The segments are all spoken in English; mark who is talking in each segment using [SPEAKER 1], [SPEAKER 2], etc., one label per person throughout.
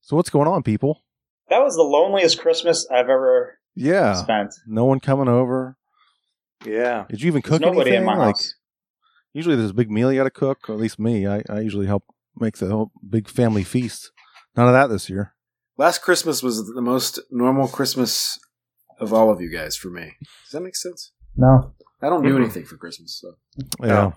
[SPEAKER 1] So what's going on, people?
[SPEAKER 2] That was the loneliest Christmas I've ever
[SPEAKER 1] Yeah,
[SPEAKER 2] spent.
[SPEAKER 1] no one coming over.
[SPEAKER 2] Yeah.
[SPEAKER 1] Did you even
[SPEAKER 2] There's
[SPEAKER 1] cook
[SPEAKER 2] nobody
[SPEAKER 1] anything?
[SPEAKER 2] in my
[SPEAKER 1] Like,
[SPEAKER 2] house.
[SPEAKER 1] usually there's a big meal you got to cook, or at least me. I, I usually help make the whole big family feast. None of that this year.
[SPEAKER 3] Last Christmas was the most normal Christmas of all of you guys for me. Does that make sense?
[SPEAKER 2] No.
[SPEAKER 3] I don't do
[SPEAKER 4] Mm-hmm.
[SPEAKER 2] Mhm.
[SPEAKER 3] anything for Christmas, so
[SPEAKER 1] Yeah.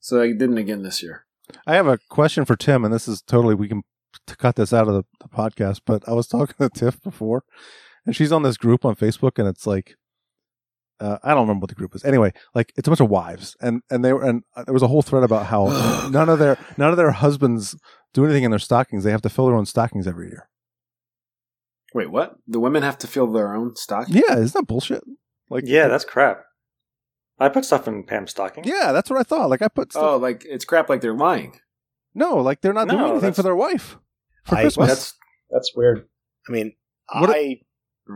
[SPEAKER 3] so I didn't again this year.
[SPEAKER 1] I have a question for Tim, and this is totally we can t- cut this out of the, the podcast. But I was talking to Tiff before, and she's on this group on Facebook, and it's like uh, I don't remember what the group is. Anyway, like it's a bunch of wives, and and they were and uh, there was a whole thread about how none of their none of their husbands do anything in their stockings. They have to fill their own stockings every year.
[SPEAKER 3] Wait, what? The women have to fill their own stocking?
[SPEAKER 1] Yeah, isn't that bullshit? Like
[SPEAKER 5] Yeah, that's crap. I put stuff in Pam's stocking.
[SPEAKER 1] yeah, that's what I thought. Like I put stuff,
[SPEAKER 3] Oh, like it's crap. Like they're lying.
[SPEAKER 1] no, like they're not
[SPEAKER 5] No,
[SPEAKER 1] doing anything
[SPEAKER 5] that's-
[SPEAKER 1] for their wife for
[SPEAKER 4] I-
[SPEAKER 1] Christmas.
[SPEAKER 5] That's
[SPEAKER 2] That's weird.
[SPEAKER 4] I mean,
[SPEAKER 1] What-
[SPEAKER 4] I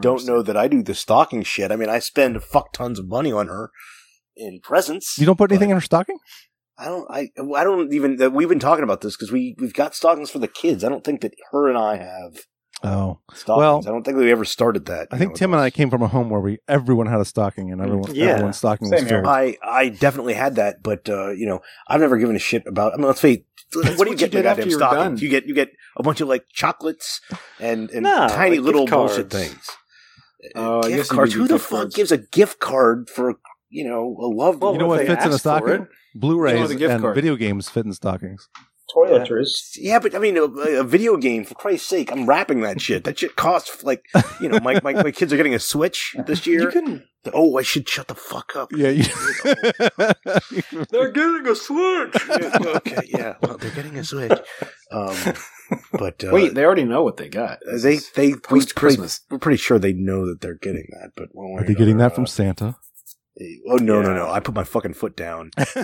[SPEAKER 4] don't know that I do the stocking shit. I mean, I spend fuck tons of money on her in presents.
[SPEAKER 1] you don't put anything
[SPEAKER 4] but
[SPEAKER 1] in her stocking.
[SPEAKER 4] I don't. I I don't even. that We've been talking about this because we we've got stockings for the kids. I don't think that her and I have
[SPEAKER 1] Oh,
[SPEAKER 4] stockings.
[SPEAKER 1] Well-
[SPEAKER 4] I don't think that we ever started that.
[SPEAKER 1] I
[SPEAKER 4] you know,
[SPEAKER 1] think
[SPEAKER 4] with
[SPEAKER 1] Tim and
[SPEAKER 4] us.
[SPEAKER 1] I came from a home where we everyone had a stocking and everyone
[SPEAKER 5] Yeah.
[SPEAKER 1] everyone's stocking was
[SPEAKER 2] Same here.
[SPEAKER 1] filled.
[SPEAKER 4] I I definitely had that, but uh, you know, I've never given a shit about. I mean, let's face. it,
[SPEAKER 3] That's
[SPEAKER 4] what do
[SPEAKER 3] what
[SPEAKER 4] you
[SPEAKER 3] you
[SPEAKER 4] get in a
[SPEAKER 3] did after
[SPEAKER 4] goddamn
[SPEAKER 3] you were
[SPEAKER 4] stocking?
[SPEAKER 3] done.
[SPEAKER 4] You get you get a bunch of like chocolates and and
[SPEAKER 5] No,
[SPEAKER 4] tiny
[SPEAKER 5] like gift
[SPEAKER 4] little bullshit
[SPEAKER 5] cards.
[SPEAKER 4] things.
[SPEAKER 3] Oh, I
[SPEAKER 1] Uh,
[SPEAKER 4] gift
[SPEAKER 3] guess you
[SPEAKER 4] cards.
[SPEAKER 3] do
[SPEAKER 4] Who the
[SPEAKER 3] gift
[SPEAKER 4] fuck
[SPEAKER 3] cards.
[SPEAKER 4] gives a gift card for you know a loved
[SPEAKER 5] Well,
[SPEAKER 4] one?
[SPEAKER 1] you know
[SPEAKER 5] if
[SPEAKER 1] what
[SPEAKER 5] they
[SPEAKER 1] fits in a
[SPEAKER 5] asked for
[SPEAKER 1] stocking?
[SPEAKER 5] it.
[SPEAKER 1] Blu-rays
[SPEAKER 3] You know, the gift
[SPEAKER 1] and
[SPEAKER 3] card.
[SPEAKER 1] video games fit in stockings.
[SPEAKER 2] Toiletries.
[SPEAKER 4] Yeah, but I mean, a, a video game for Christ's sake! I'm wrapping that shit. That shit costs like, you know, my, my, my kids are getting a Switch this
[SPEAKER 5] You
[SPEAKER 4] year.
[SPEAKER 5] can.
[SPEAKER 4] oh, I should shut the fuck up.
[SPEAKER 1] Yeah, you-
[SPEAKER 5] They're getting a switch.
[SPEAKER 4] okay, yeah. Well, they're getting a Switch. Um, but uh,
[SPEAKER 3] Wait, they already know what they got.
[SPEAKER 4] they they we
[SPEAKER 3] post
[SPEAKER 4] pretty,
[SPEAKER 3] Christmas.
[SPEAKER 4] we're pretty sure they know that they're getting that. But one way
[SPEAKER 1] are
[SPEAKER 4] or
[SPEAKER 1] they getting
[SPEAKER 4] another,
[SPEAKER 1] that from
[SPEAKER 4] uh,
[SPEAKER 1] Santa?
[SPEAKER 4] oh no, no,
[SPEAKER 5] Yeah.
[SPEAKER 4] no! I put my fucking foot down.
[SPEAKER 1] Yeah.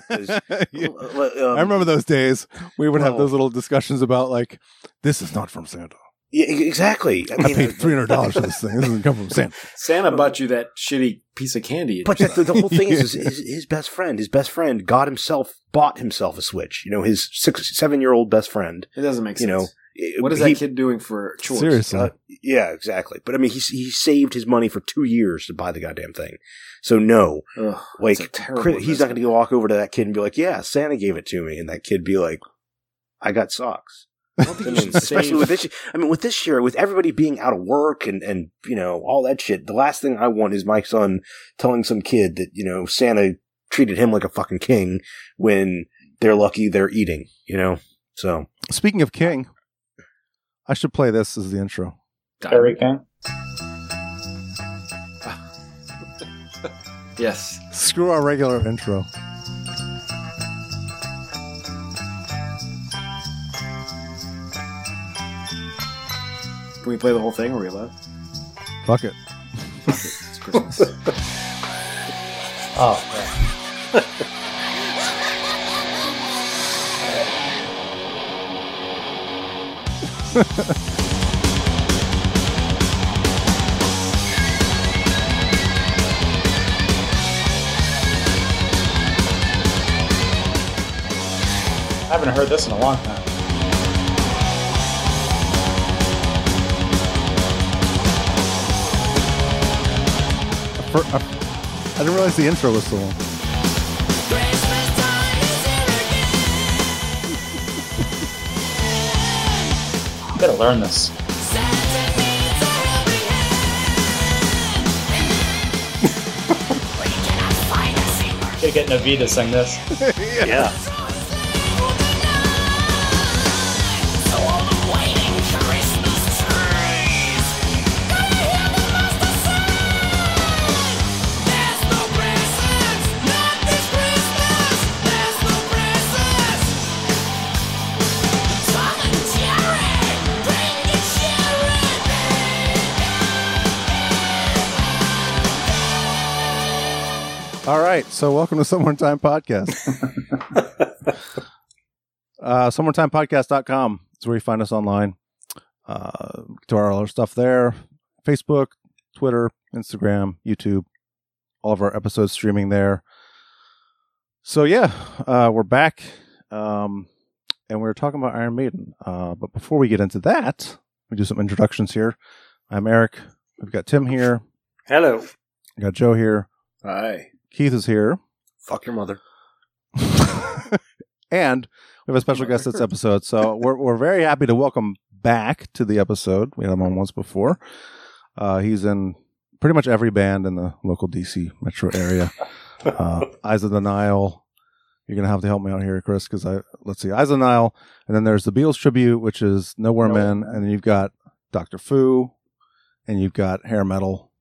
[SPEAKER 4] Well, um,
[SPEAKER 1] I remember those days. We would have
[SPEAKER 4] well-
[SPEAKER 1] those little discussions about like, this is not from Santa.
[SPEAKER 4] Yeah, e-, exactly.
[SPEAKER 1] I
[SPEAKER 4] I, mean, uh,
[SPEAKER 1] paid three hundred dollars for this thing. This doesn't come from Santa.
[SPEAKER 3] Santa bought you that shitty piece of candy.
[SPEAKER 4] Oh. But the, the whole thing is, is, is his best friend, his best friend, God himself bought himself a Switch. You know, his six, seven year old best friend.
[SPEAKER 3] it doesn't make
[SPEAKER 4] You
[SPEAKER 3] sense.
[SPEAKER 4] know,
[SPEAKER 3] what is
[SPEAKER 4] he-
[SPEAKER 3] that kid doing for chores?
[SPEAKER 1] Seriously,
[SPEAKER 4] Uh, yeah, exactly. But I mean, he he saved his money for two years to buy the goddamn thing. So no,
[SPEAKER 3] Ugh,
[SPEAKER 4] like
[SPEAKER 3] it's a terrible
[SPEAKER 4] Chris- he's not
[SPEAKER 3] investment.
[SPEAKER 4] going to go walk over to that kid and be like, "Yeah, Santa gave it to me," and that kid be like, "I got socks."
[SPEAKER 3] I don't think you should
[SPEAKER 4] Especially
[SPEAKER 3] save.
[SPEAKER 4] with this, I mean, with this year, with everybody being out of work and and you know all that shit, the last thing I want is my son telling some kid that you know Santa treated him like a fucking king when they're lucky they're eating, you know. So
[SPEAKER 1] speaking of King, I should play this as the intro.
[SPEAKER 2] Fairy King.
[SPEAKER 3] yes,
[SPEAKER 1] Screw our regular intro.
[SPEAKER 3] can we play the whole thing? Are we allowed?
[SPEAKER 1] Fuck it.
[SPEAKER 3] It's Christmas.
[SPEAKER 2] Oh, I haven't heard this in a long time.
[SPEAKER 1] I fir- I, I didn't realize the intro was so long.
[SPEAKER 6] Christmas time is here again.
[SPEAKER 2] gotta learn this.
[SPEAKER 6] Santa needs our helping hand. We cannot find a single
[SPEAKER 2] Gotta get Navi to sing this.
[SPEAKER 5] yeah.
[SPEAKER 6] for the night. So all the waiting Christmas trees. Gotta hear the master sing. There's no presents, not this Christmas. There's no presents. Tom and Jerry, bring the children.
[SPEAKER 1] All right, so welcome to Somewhere in Time Podcast. uh, SomewhereInTimePodcast.com is where you find us online. Uh, to our other stuff there Facebook, Twitter, Instagram, YouTube, all of our episodes streaming there. So, yeah, uh, we're back. Um, and we were talking about Iron Maiden. Uh, but before we get into that, We do some introductions here. I'm Eric. We've got Tim here.
[SPEAKER 5] Hello.
[SPEAKER 1] We got Joe here.
[SPEAKER 3] Hi.
[SPEAKER 1] Keith is here.
[SPEAKER 4] Fuck your mother.
[SPEAKER 1] and we have a special guest this episode. So we're, we're very happy to welcome back to the episode. We had him on once before. Uh, he's in pretty much every band in the local DC metro area. Uh, Eyes of the Nile. You're going to have to help me out here, Chris, because I, let's see, Eyes of the Nile. And then there's the Beatles tribute, which is Nowhere
[SPEAKER 2] Nowhere
[SPEAKER 1] Men. And then you've got Dr. Fu and you've got hair metal.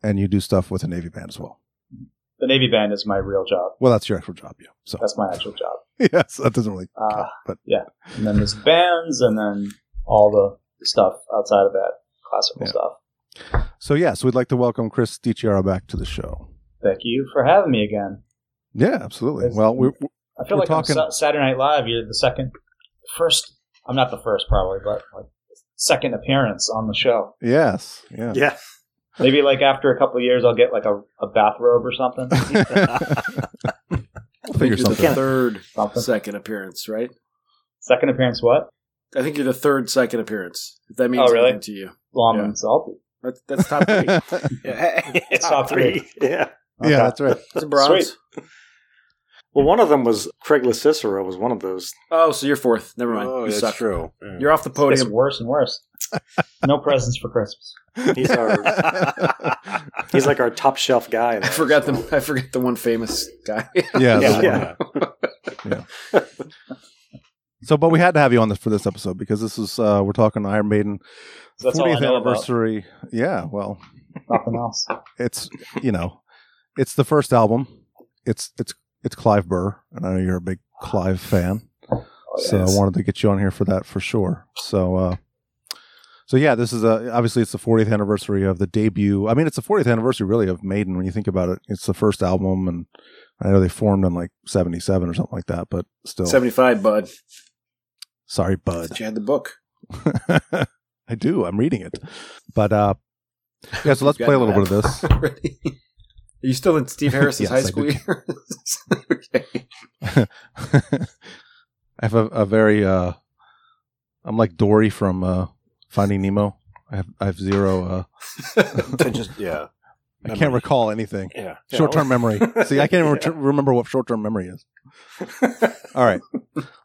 [SPEAKER 1] And you do stuff with the Navy band as well.
[SPEAKER 2] The Navy band is my real job.
[SPEAKER 1] Well, that's your actual job, yeah. So,
[SPEAKER 2] That's my actual job.
[SPEAKER 1] yes, that doesn't really
[SPEAKER 2] Ah.
[SPEAKER 1] count, but
[SPEAKER 2] And then there's bands, and then all the stuff outside of that classical
[SPEAKER 1] Yeah.
[SPEAKER 2] stuff.
[SPEAKER 1] So yes, we'd like to welcome Chris DiCiara back to the show.
[SPEAKER 2] Thank you for having me again.
[SPEAKER 1] Yeah, absolutely.
[SPEAKER 2] Yes.
[SPEAKER 1] Well, we we-
[SPEAKER 2] I feel
[SPEAKER 1] We're
[SPEAKER 2] like I'm
[SPEAKER 1] talking-
[SPEAKER 2] Sa- Saturday Night Live. You're the second, first. I'm not the first, probably, but like second appearance on the show.
[SPEAKER 1] yes, yeah.
[SPEAKER 5] Yeah.
[SPEAKER 2] Maybe like after a couple of years, I'll get like a, a bathrobe or something.
[SPEAKER 1] we'll figure
[SPEAKER 3] I
[SPEAKER 1] something.
[SPEAKER 3] think you're
[SPEAKER 1] out.
[SPEAKER 3] the third
[SPEAKER 2] something.
[SPEAKER 3] second appearance, right?
[SPEAKER 2] Second appearance, what?
[SPEAKER 3] I think you're the third second appearance. If that means
[SPEAKER 2] Oh, really?
[SPEAKER 3] anything to you.
[SPEAKER 2] Long
[SPEAKER 3] Yeah.
[SPEAKER 2] and salty.
[SPEAKER 3] That, that's top three.
[SPEAKER 2] It's top three.
[SPEAKER 5] yeah.
[SPEAKER 2] Okay.
[SPEAKER 1] Yeah, that's right.
[SPEAKER 3] It's a bronze.
[SPEAKER 5] Well, one of them was Craig Cicero was one of those.
[SPEAKER 3] Oh, so you're fourth. Never mind.
[SPEAKER 4] Oh,
[SPEAKER 3] you
[SPEAKER 4] that's
[SPEAKER 3] suck.
[SPEAKER 4] true. Yeah.
[SPEAKER 3] You're off the
[SPEAKER 2] It's
[SPEAKER 3] podium.
[SPEAKER 2] worse and worse. No presents for Christmas.
[SPEAKER 5] He's our he's like our top shelf guy.
[SPEAKER 3] I forgot the I forgot the one famous guy.
[SPEAKER 1] yeah,
[SPEAKER 5] Yeah.
[SPEAKER 1] the one- So, but we had to have you on this for this episode because this is uh, we're talking Iron Maiden
[SPEAKER 2] So that's all I know
[SPEAKER 1] anniversary. Yeah, well,
[SPEAKER 2] about. Nothing else.
[SPEAKER 1] it's you know, it's the first album. It's it's it's Clive Burr, and I know you're a big Clive fan.
[SPEAKER 2] Oh, yeah.
[SPEAKER 1] so I wanted to get you on here for that for sure. So, uh, so yeah, this is a, obviously it's the 40th anniversary of the debut. I mean, it's the 40th anniversary really of Maiden when you think about it. It's the first album, and I know they formed in like 77 or something like that, but still,
[SPEAKER 3] Seventy five, bud.
[SPEAKER 1] sorry, bud.
[SPEAKER 3] But you had the book.
[SPEAKER 1] I do. I'm reading it, but uh, yeah. So let's play a little bit of this.
[SPEAKER 3] Already. Are you still in Steve
[SPEAKER 1] Yes,
[SPEAKER 3] Harris's
[SPEAKER 1] I
[SPEAKER 3] high school
[SPEAKER 1] did.
[SPEAKER 3] years? okay.
[SPEAKER 1] I have a, a very uh I'm like Dory from uh Finding Nemo. I have I have zero uh
[SPEAKER 4] Attention- yeah.
[SPEAKER 1] I
[SPEAKER 4] Memory.
[SPEAKER 1] can't recall anything.
[SPEAKER 4] Yeah.
[SPEAKER 1] Short-terem memory. See, I can't even ret- remember what short-term memory is. All right.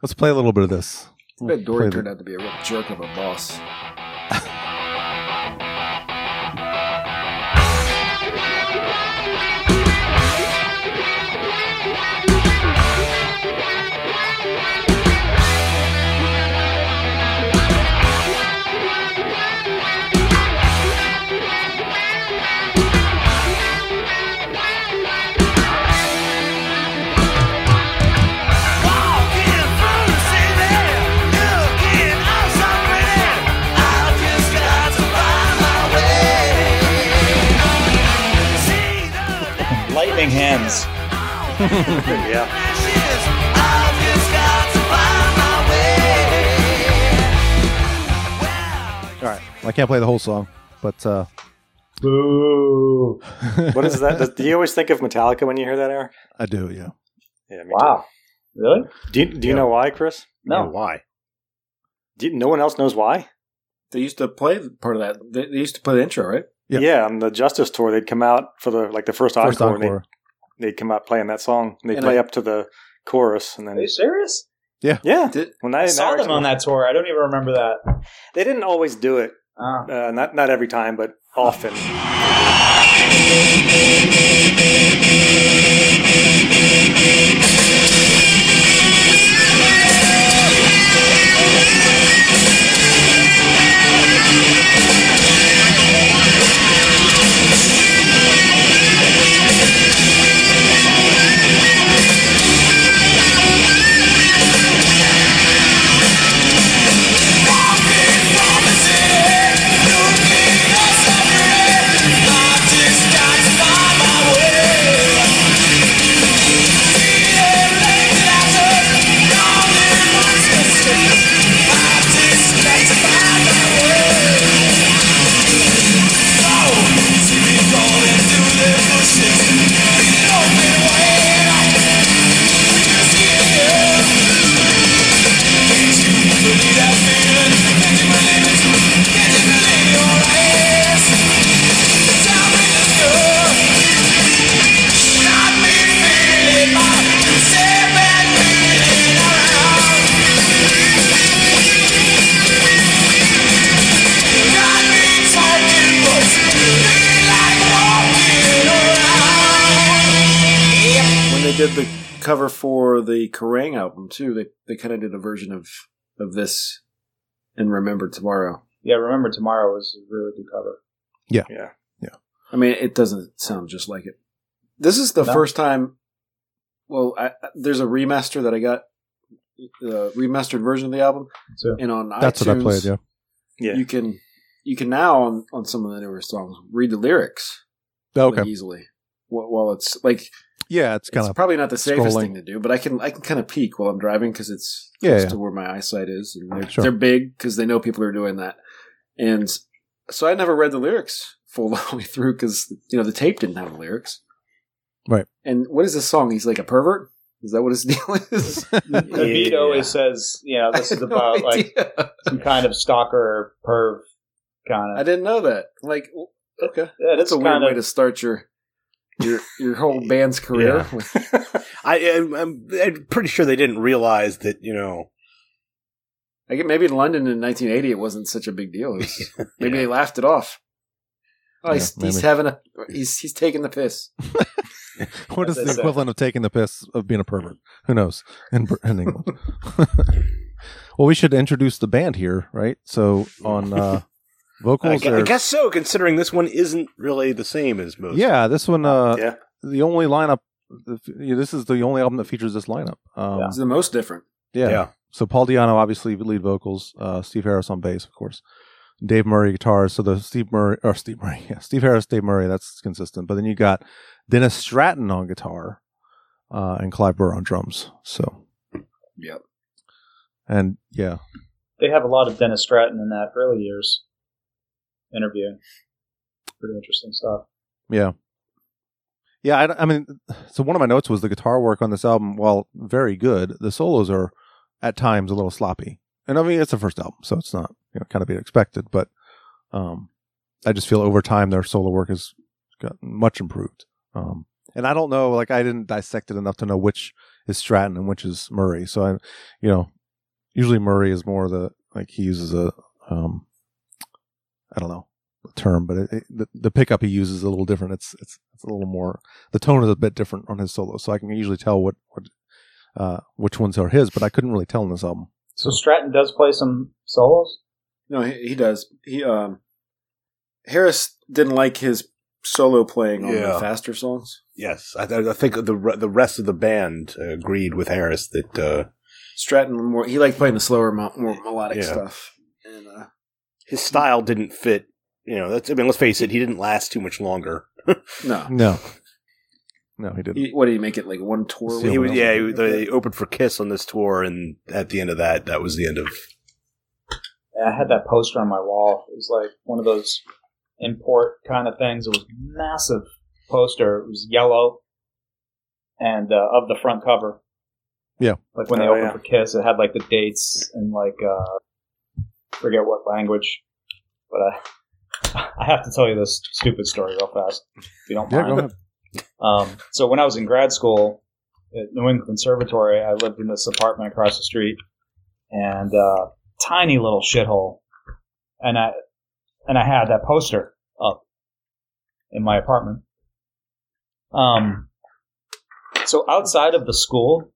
[SPEAKER 1] Let's play a little bit of this.
[SPEAKER 3] I bet Dory
[SPEAKER 1] Play the-
[SPEAKER 3] turned out to be a real jerk of a boss.
[SPEAKER 6] Walking through the city, looking out so pretty. I just got to find my way. See the
[SPEAKER 2] Lightning hands.
[SPEAKER 5] yeah.
[SPEAKER 6] flashes. I just got to find my way.
[SPEAKER 1] All right. I can't play the whole song, but uh
[SPEAKER 2] Boo.
[SPEAKER 5] What is that? Does, do you always think of Metallica when you hear that, Eric?
[SPEAKER 1] I do, yeah.
[SPEAKER 5] Yeah. me
[SPEAKER 2] Wow. Really?
[SPEAKER 5] too. Do you, do you know why, Chris?
[SPEAKER 2] No.
[SPEAKER 4] Yeah, why?
[SPEAKER 5] Do you, no one else knows why?
[SPEAKER 3] They used to play part of that. They, they used to play the intro, right?
[SPEAKER 1] Yeah.
[SPEAKER 5] Yeah. On the Justice tour, they'd come out for the like the first encore.
[SPEAKER 1] First
[SPEAKER 5] and they'd-
[SPEAKER 1] encore.
[SPEAKER 5] They'd, come out playing that song. And they'd
[SPEAKER 3] And
[SPEAKER 5] play
[SPEAKER 3] I-
[SPEAKER 5] up to the chorus, and
[SPEAKER 2] Are
[SPEAKER 5] then
[SPEAKER 2] you serious?
[SPEAKER 5] yeah.
[SPEAKER 3] Did-
[SPEAKER 5] When I,
[SPEAKER 2] I saw them on that tour. I don't even remember that.
[SPEAKER 5] They didn't always do it.
[SPEAKER 2] Uh,
[SPEAKER 5] Uh, not not every time, but often.
[SPEAKER 6] I just got to find my way.
[SPEAKER 3] did the cover for the Kerrang album too. They they kind of did a version of of this and Remember Tomorrow.
[SPEAKER 2] Yeah, remember tomorrow is a really good cover.
[SPEAKER 5] Yeah.
[SPEAKER 3] I mean, it doesn't sound just like it. This is the
[SPEAKER 2] No.
[SPEAKER 3] first time. Well, I, there's a remaster that I got, the remastered version of the album,
[SPEAKER 2] So
[SPEAKER 3] and on
[SPEAKER 1] That's
[SPEAKER 3] iTunes,
[SPEAKER 1] what I played. Yeah,
[SPEAKER 5] Yeah.
[SPEAKER 3] you can you can now on on some of the newer songs read the lyrics
[SPEAKER 1] Oh,
[SPEAKER 3] like,
[SPEAKER 1] okay.
[SPEAKER 3] easily. Wh- While it's like
[SPEAKER 1] Yeah, it's kind
[SPEAKER 3] it's
[SPEAKER 1] of
[SPEAKER 3] probably not the safest
[SPEAKER 1] scrolling.
[SPEAKER 3] thing to do, but I can I can kind of peek while I'm driving because it's
[SPEAKER 1] Yeah,
[SPEAKER 3] close
[SPEAKER 1] yeah.
[SPEAKER 3] to where my eyesight is, and they're,
[SPEAKER 1] Sure.
[SPEAKER 3] they're big because they know people are doing that. And so I never read the lyrics full all the way through because you know the tape didn't have the lyrics,
[SPEAKER 1] Right.
[SPEAKER 3] And what is this song? He's like a pervert. Is that what his deal is?
[SPEAKER 2] the beat
[SPEAKER 5] Yeah.
[SPEAKER 2] always says, you know, this
[SPEAKER 3] I
[SPEAKER 2] is
[SPEAKER 3] had no
[SPEAKER 2] about like
[SPEAKER 3] idea.
[SPEAKER 2] some kind of stalker perv kind
[SPEAKER 3] I
[SPEAKER 2] of.
[SPEAKER 3] didn't know that. Like, w- okay,
[SPEAKER 2] Yeah,
[SPEAKER 3] that's a weird
[SPEAKER 2] kind
[SPEAKER 3] way to start your your your whole band's career. with
[SPEAKER 4] I, am I'm, I'm pretty sure they didn't realize that you know.
[SPEAKER 3] I get maybe in London in 1980 it wasn't such a big deal. It was- maybe
[SPEAKER 4] Yeah.
[SPEAKER 3] they laughed it off. Oh,
[SPEAKER 1] Yeah,
[SPEAKER 3] he's, he's
[SPEAKER 1] maybe.
[SPEAKER 3] having a he's he's taking the piss.
[SPEAKER 1] what is
[SPEAKER 2] As I
[SPEAKER 1] the
[SPEAKER 2] said.
[SPEAKER 1] equivalent of taking the piss of being a pervert? Who knows? In, Br- in England. well, we should introduce the band here, right? So on uh,
[SPEAKER 4] I,
[SPEAKER 1] vocals,
[SPEAKER 4] gu- I
[SPEAKER 1] there's-
[SPEAKER 4] guess so, considering this one isn't really the same as most.
[SPEAKER 1] yeah, this one, uh,
[SPEAKER 5] yeah.
[SPEAKER 1] the only lineup. the f- yeah, This is the only album that features this lineup. Um,
[SPEAKER 2] Yeah.
[SPEAKER 3] It's the most different.
[SPEAKER 1] yeah.
[SPEAKER 4] Yeah.
[SPEAKER 1] So Paul Diano obviously lead vocals, uh, Steve Harris on bass, of course. Dave Murray guitars. So the Steve Murray or Steve Murray, yeah, Steve Harris, Dave Murray. That's consistent. But then you got Dennis Stratton on guitar, uh, and Clive Burr on drums. So
[SPEAKER 3] Yep.
[SPEAKER 1] and yeah,
[SPEAKER 2] They have a lot of Dennis Stratton in that early years interview. Pretty interesting stuff.
[SPEAKER 1] Yeah. Yeah, I, I mean, so one of my notes was the guitar work on this album, while very good, the solos are at times a little sloppy. And I mean, it's the first album, so it's not, you know, kind of being expected, but um, I just feel over time their solo work has gotten much improved. Um, and I don't know, like, I didn't dissect it enough to know which is Stratton and which is Murray. So I, you know, usually Murray is more the, like, he uses a, um, I don't know, term, but it, it, the, the pickup he uses is a little different. It's it's it's a little more. The tone is a bit different on his solo, so I can usually tell what what uh, which ones are his, but I couldn't really tell in this album.
[SPEAKER 2] So Stratton does play some solos.
[SPEAKER 3] No, he, he does. He um Harris didn't like his solo playing on the
[SPEAKER 4] Yeah.
[SPEAKER 3] faster songs.
[SPEAKER 4] Yes, I, th- I think the re- the rest of the band uh, agreed with Harris that uh,
[SPEAKER 3] Stratton more he liked playing the slower, mo- more melodic
[SPEAKER 4] Yeah.
[SPEAKER 3] stuff. And uh,
[SPEAKER 4] his style didn't fit. You know, that's, I mean, let's face it, he didn't last too much longer.
[SPEAKER 3] no,
[SPEAKER 1] No, no, he didn't.
[SPEAKER 3] he, what did he make it like one tour?
[SPEAKER 1] Yeah,
[SPEAKER 4] he was,
[SPEAKER 1] well,
[SPEAKER 4] yeah, he, they opened for Kiss on this tour, and at the end of that, that was the end of.
[SPEAKER 2] And I had that poster on my wall. It was like one of those import kind of things. It was massive poster. It was yellow and uh, of the front cover.
[SPEAKER 1] Yeah.
[SPEAKER 2] Like when they
[SPEAKER 5] Oh,
[SPEAKER 2] opened
[SPEAKER 5] yeah.
[SPEAKER 2] for Kiss, it had like the dates and like uh, forget what language, but I I have to tell you this stupid story real fast if you don't
[SPEAKER 1] Yeah,
[SPEAKER 2] mind.
[SPEAKER 1] go ahead.
[SPEAKER 2] Um, so when I was in grad school at New England Conservatory, I lived in this apartment across the street, and uh, tiny little shithole, and I and I had that poster up in my apartment. Um, so outside of the school,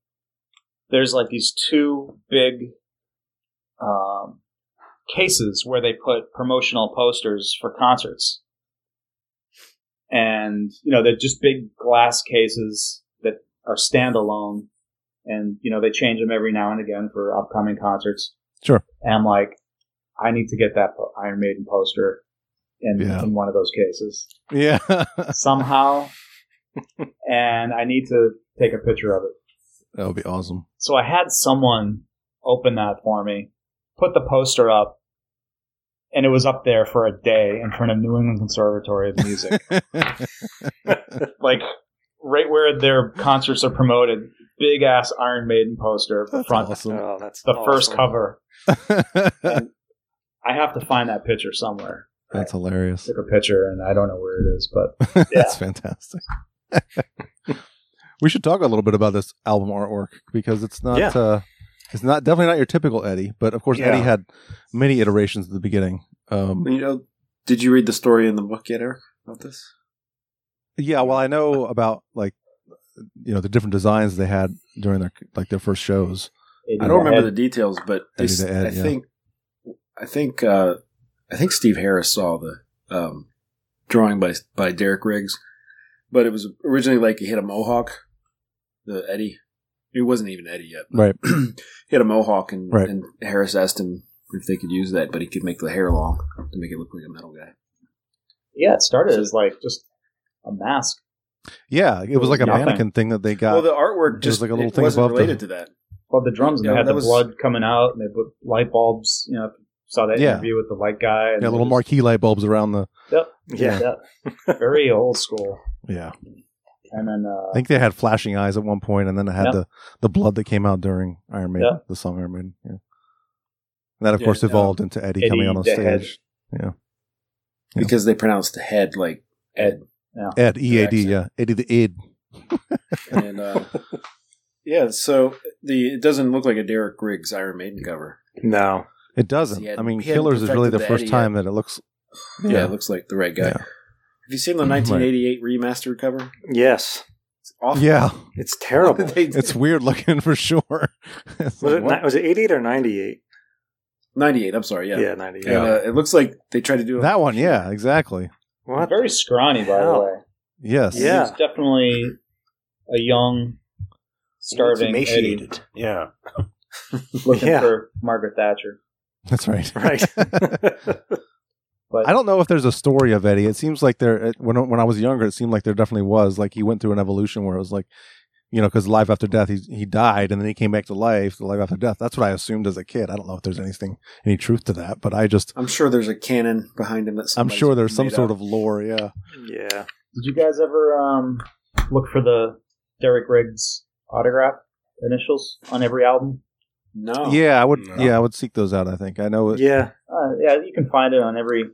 [SPEAKER 2] there's like these two big um, cases where they put promotional posters for concerts and you know they're just big glass cases that are standalone and you know they change them every now and again for upcoming concerts
[SPEAKER 1] Sure.
[SPEAKER 2] and i'm like i need to get that po- iron maiden poster in,
[SPEAKER 1] Yeah.
[SPEAKER 2] in one of those cases
[SPEAKER 1] Yeah,
[SPEAKER 2] somehow and i need to take a picture of it
[SPEAKER 1] that would be awesome.
[SPEAKER 2] so I had someone open that for me, put the poster up, and it was up there for a day in front of New England Conservatory of Music. like right where their concerts are promoted, big ass Iron Maiden poster
[SPEAKER 1] That's
[SPEAKER 2] front
[SPEAKER 1] awesome.
[SPEAKER 5] Oh, that's
[SPEAKER 2] the
[SPEAKER 5] awesome.
[SPEAKER 2] first cover. I have to find that picture somewhere.
[SPEAKER 1] That's hilarious.
[SPEAKER 2] Took a picture and I don't know where it is, but
[SPEAKER 1] That's fantastic. we should talk a little bit about this album artwork because it's not
[SPEAKER 5] Yeah.
[SPEAKER 1] uh it's not definitely not your typical Eddie, but of course
[SPEAKER 4] Yeah.
[SPEAKER 1] Eddie had many iterations at the beginning. Um
[SPEAKER 3] You know, did you read the story in the book yet, Eric, about this?
[SPEAKER 1] Yeah, well, I know about like you know the different designs they had during their like their first shows.
[SPEAKER 2] They
[SPEAKER 3] I
[SPEAKER 2] do
[SPEAKER 3] don't remember the
[SPEAKER 2] that.
[SPEAKER 3] details, but they,
[SPEAKER 1] They did the ad,
[SPEAKER 3] I
[SPEAKER 1] yeah.
[SPEAKER 3] think I think uh, I think Steve Harris saw the um, drawing by by Derek Riggs, but it was originally like he had a mohawk, the Eddie. It wasn't even Eddie yet.
[SPEAKER 1] Right.
[SPEAKER 3] he had a mohawk, and,
[SPEAKER 1] Right.
[SPEAKER 3] and Harris asked him if they could use that, but he could make the hair long to make it look like a metal guy.
[SPEAKER 2] Yeah, it started as like just a mask.
[SPEAKER 1] Yeah, it was like a
[SPEAKER 2] Nothing.
[SPEAKER 1] mannecan thing that they got.
[SPEAKER 3] well, the artwork
[SPEAKER 1] There's
[SPEAKER 3] just
[SPEAKER 1] like a little
[SPEAKER 3] it
[SPEAKER 1] thing
[SPEAKER 3] wasn't
[SPEAKER 1] above the-
[SPEAKER 3] related to that.
[SPEAKER 2] Well, the drums and
[SPEAKER 3] Yeah,
[SPEAKER 2] they had
[SPEAKER 3] that
[SPEAKER 2] the
[SPEAKER 3] was-
[SPEAKER 2] blood coming out, and they put light bulbs. You know, saw that
[SPEAKER 1] Yeah.
[SPEAKER 2] interview with the light guy. And
[SPEAKER 1] yeah, little
[SPEAKER 2] just-
[SPEAKER 1] marquee light bulbs around the.
[SPEAKER 5] Yeah.
[SPEAKER 2] yeah. very old school.
[SPEAKER 1] Yeah,
[SPEAKER 2] And then
[SPEAKER 1] I
[SPEAKER 2] uh,
[SPEAKER 1] think they had flashing eyes at one point, and then it had
[SPEAKER 2] Yeah.
[SPEAKER 1] the the blood that came out during Iron Maiden,
[SPEAKER 2] Yeah.
[SPEAKER 1] the song Iron Maiden. Yeah. And that of
[SPEAKER 3] Yeah,
[SPEAKER 1] course
[SPEAKER 3] um,
[SPEAKER 1] evolved into Eddie,
[SPEAKER 2] Eddie
[SPEAKER 1] coming out on
[SPEAKER 2] the Head.
[SPEAKER 1] stage. Yeah.
[SPEAKER 3] Because they pronounced the head like Ed.
[SPEAKER 1] Ed E A D,
[SPEAKER 3] accent.
[SPEAKER 1] yeah, Eddie the Ed.
[SPEAKER 3] And uh, yeah, so the it doesn't look like a Derek Riggs Iron Maiden cover.
[SPEAKER 5] No.
[SPEAKER 1] It doesn't.
[SPEAKER 3] He had-
[SPEAKER 1] I mean,
[SPEAKER 3] he had
[SPEAKER 1] Killers is really
[SPEAKER 3] perfected
[SPEAKER 1] the
[SPEAKER 3] the
[SPEAKER 1] first
[SPEAKER 3] Eddie
[SPEAKER 1] time that it looks.
[SPEAKER 3] Yeah, it looks like the right guy.
[SPEAKER 1] Yeah. Mm-hmm.
[SPEAKER 3] Have you seen the
[SPEAKER 1] Right.
[SPEAKER 3] 1988 remastered cover?
[SPEAKER 5] Yes.
[SPEAKER 3] It's awful.
[SPEAKER 1] yeah,
[SPEAKER 5] It's terrible.
[SPEAKER 3] They-
[SPEAKER 1] it's weird looking for sure. It's
[SPEAKER 5] was
[SPEAKER 1] like,
[SPEAKER 5] it
[SPEAKER 1] what?
[SPEAKER 5] ni- was it 88 or 98?
[SPEAKER 3] 98. I'm sorry. Yeah.
[SPEAKER 5] Yeah, 98.
[SPEAKER 3] And, uh, it looks like they tried to do a-
[SPEAKER 1] that one, yeah, exactly.
[SPEAKER 5] What?
[SPEAKER 2] very scrawny, by the
[SPEAKER 5] hell?
[SPEAKER 2] way.
[SPEAKER 1] Yes.
[SPEAKER 5] Yeah.
[SPEAKER 2] He's definitely a young, starving
[SPEAKER 4] It's
[SPEAKER 2] Eddie
[SPEAKER 4] emaciated. Yeah.
[SPEAKER 2] looking
[SPEAKER 5] Yeah.
[SPEAKER 2] for Margaret Thatcher.
[SPEAKER 1] That's right.
[SPEAKER 5] Right.
[SPEAKER 2] But
[SPEAKER 1] I don't know if there's a story of Eddie. It seems like there when when I was younger, it seemed like there definitely was. Like he went through an evolution where it was like, you know, because life after death, he he died and then he came back to life. The life after death. That's what I assumed as a kid. I don't know if there's anything any truth to that, but I just
[SPEAKER 3] I'm sure there's a canon behind him. That
[SPEAKER 1] I'm
[SPEAKER 3] somebody's
[SPEAKER 1] sure there's some
[SPEAKER 3] made
[SPEAKER 1] sort
[SPEAKER 3] up.
[SPEAKER 1] of lore. Yeah.
[SPEAKER 5] yeah.
[SPEAKER 2] did you guys ever um, look for the Derek Riggs autograph initials on every album?
[SPEAKER 3] Oh, no.
[SPEAKER 1] yeah, I would.
[SPEAKER 4] no.
[SPEAKER 1] Yeah, I would seek those out. I think I know. It,
[SPEAKER 5] Yeah.
[SPEAKER 2] Uh, yeah, you can find it on every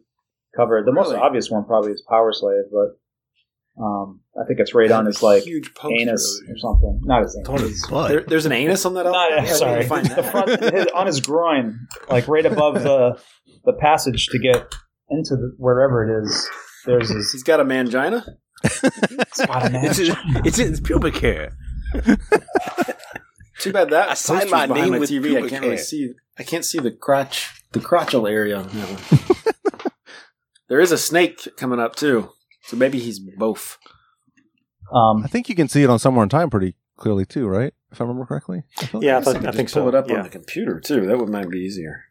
[SPEAKER 2] cover. The most
[SPEAKER 3] Really?
[SPEAKER 2] obvious one probably is Power Slave, but um, I think it's right on his like
[SPEAKER 3] huge poster
[SPEAKER 2] anus
[SPEAKER 3] of
[SPEAKER 2] or
[SPEAKER 3] it.
[SPEAKER 2] something. Not his anus.
[SPEAKER 3] There, there's an anus on that.
[SPEAKER 2] Not-
[SPEAKER 3] album? Yeah,
[SPEAKER 2] sorry,
[SPEAKER 3] you find
[SPEAKER 2] the
[SPEAKER 3] that.
[SPEAKER 2] front his, on his groin, like right above the the passage to get into the, wherever it is. There's his
[SPEAKER 3] He's got a mangina.
[SPEAKER 2] spot on
[SPEAKER 4] It's
[SPEAKER 2] that.
[SPEAKER 4] his, it's his pubic hair.
[SPEAKER 3] Too bad that
[SPEAKER 4] I signed
[SPEAKER 3] poster's
[SPEAKER 4] my
[SPEAKER 3] behind
[SPEAKER 4] name
[SPEAKER 3] my
[SPEAKER 4] with
[SPEAKER 3] TV. I
[SPEAKER 4] pubic
[SPEAKER 3] can't really
[SPEAKER 4] hair.
[SPEAKER 3] see. I can't see the crotch, the crotchal area on that one. there is a snake coming up too, so maybe he's both.
[SPEAKER 1] I
[SPEAKER 2] Um,
[SPEAKER 1] think you can see it on somewhere in time pretty clearly too, right? If I remember correctly. I feel like-
[SPEAKER 5] Yeah, I,
[SPEAKER 3] guess
[SPEAKER 5] thought,
[SPEAKER 3] could
[SPEAKER 5] I
[SPEAKER 3] just
[SPEAKER 5] think
[SPEAKER 3] pull
[SPEAKER 5] so.
[SPEAKER 3] it up
[SPEAKER 5] yeah.
[SPEAKER 3] on the computer too. That would might be easier.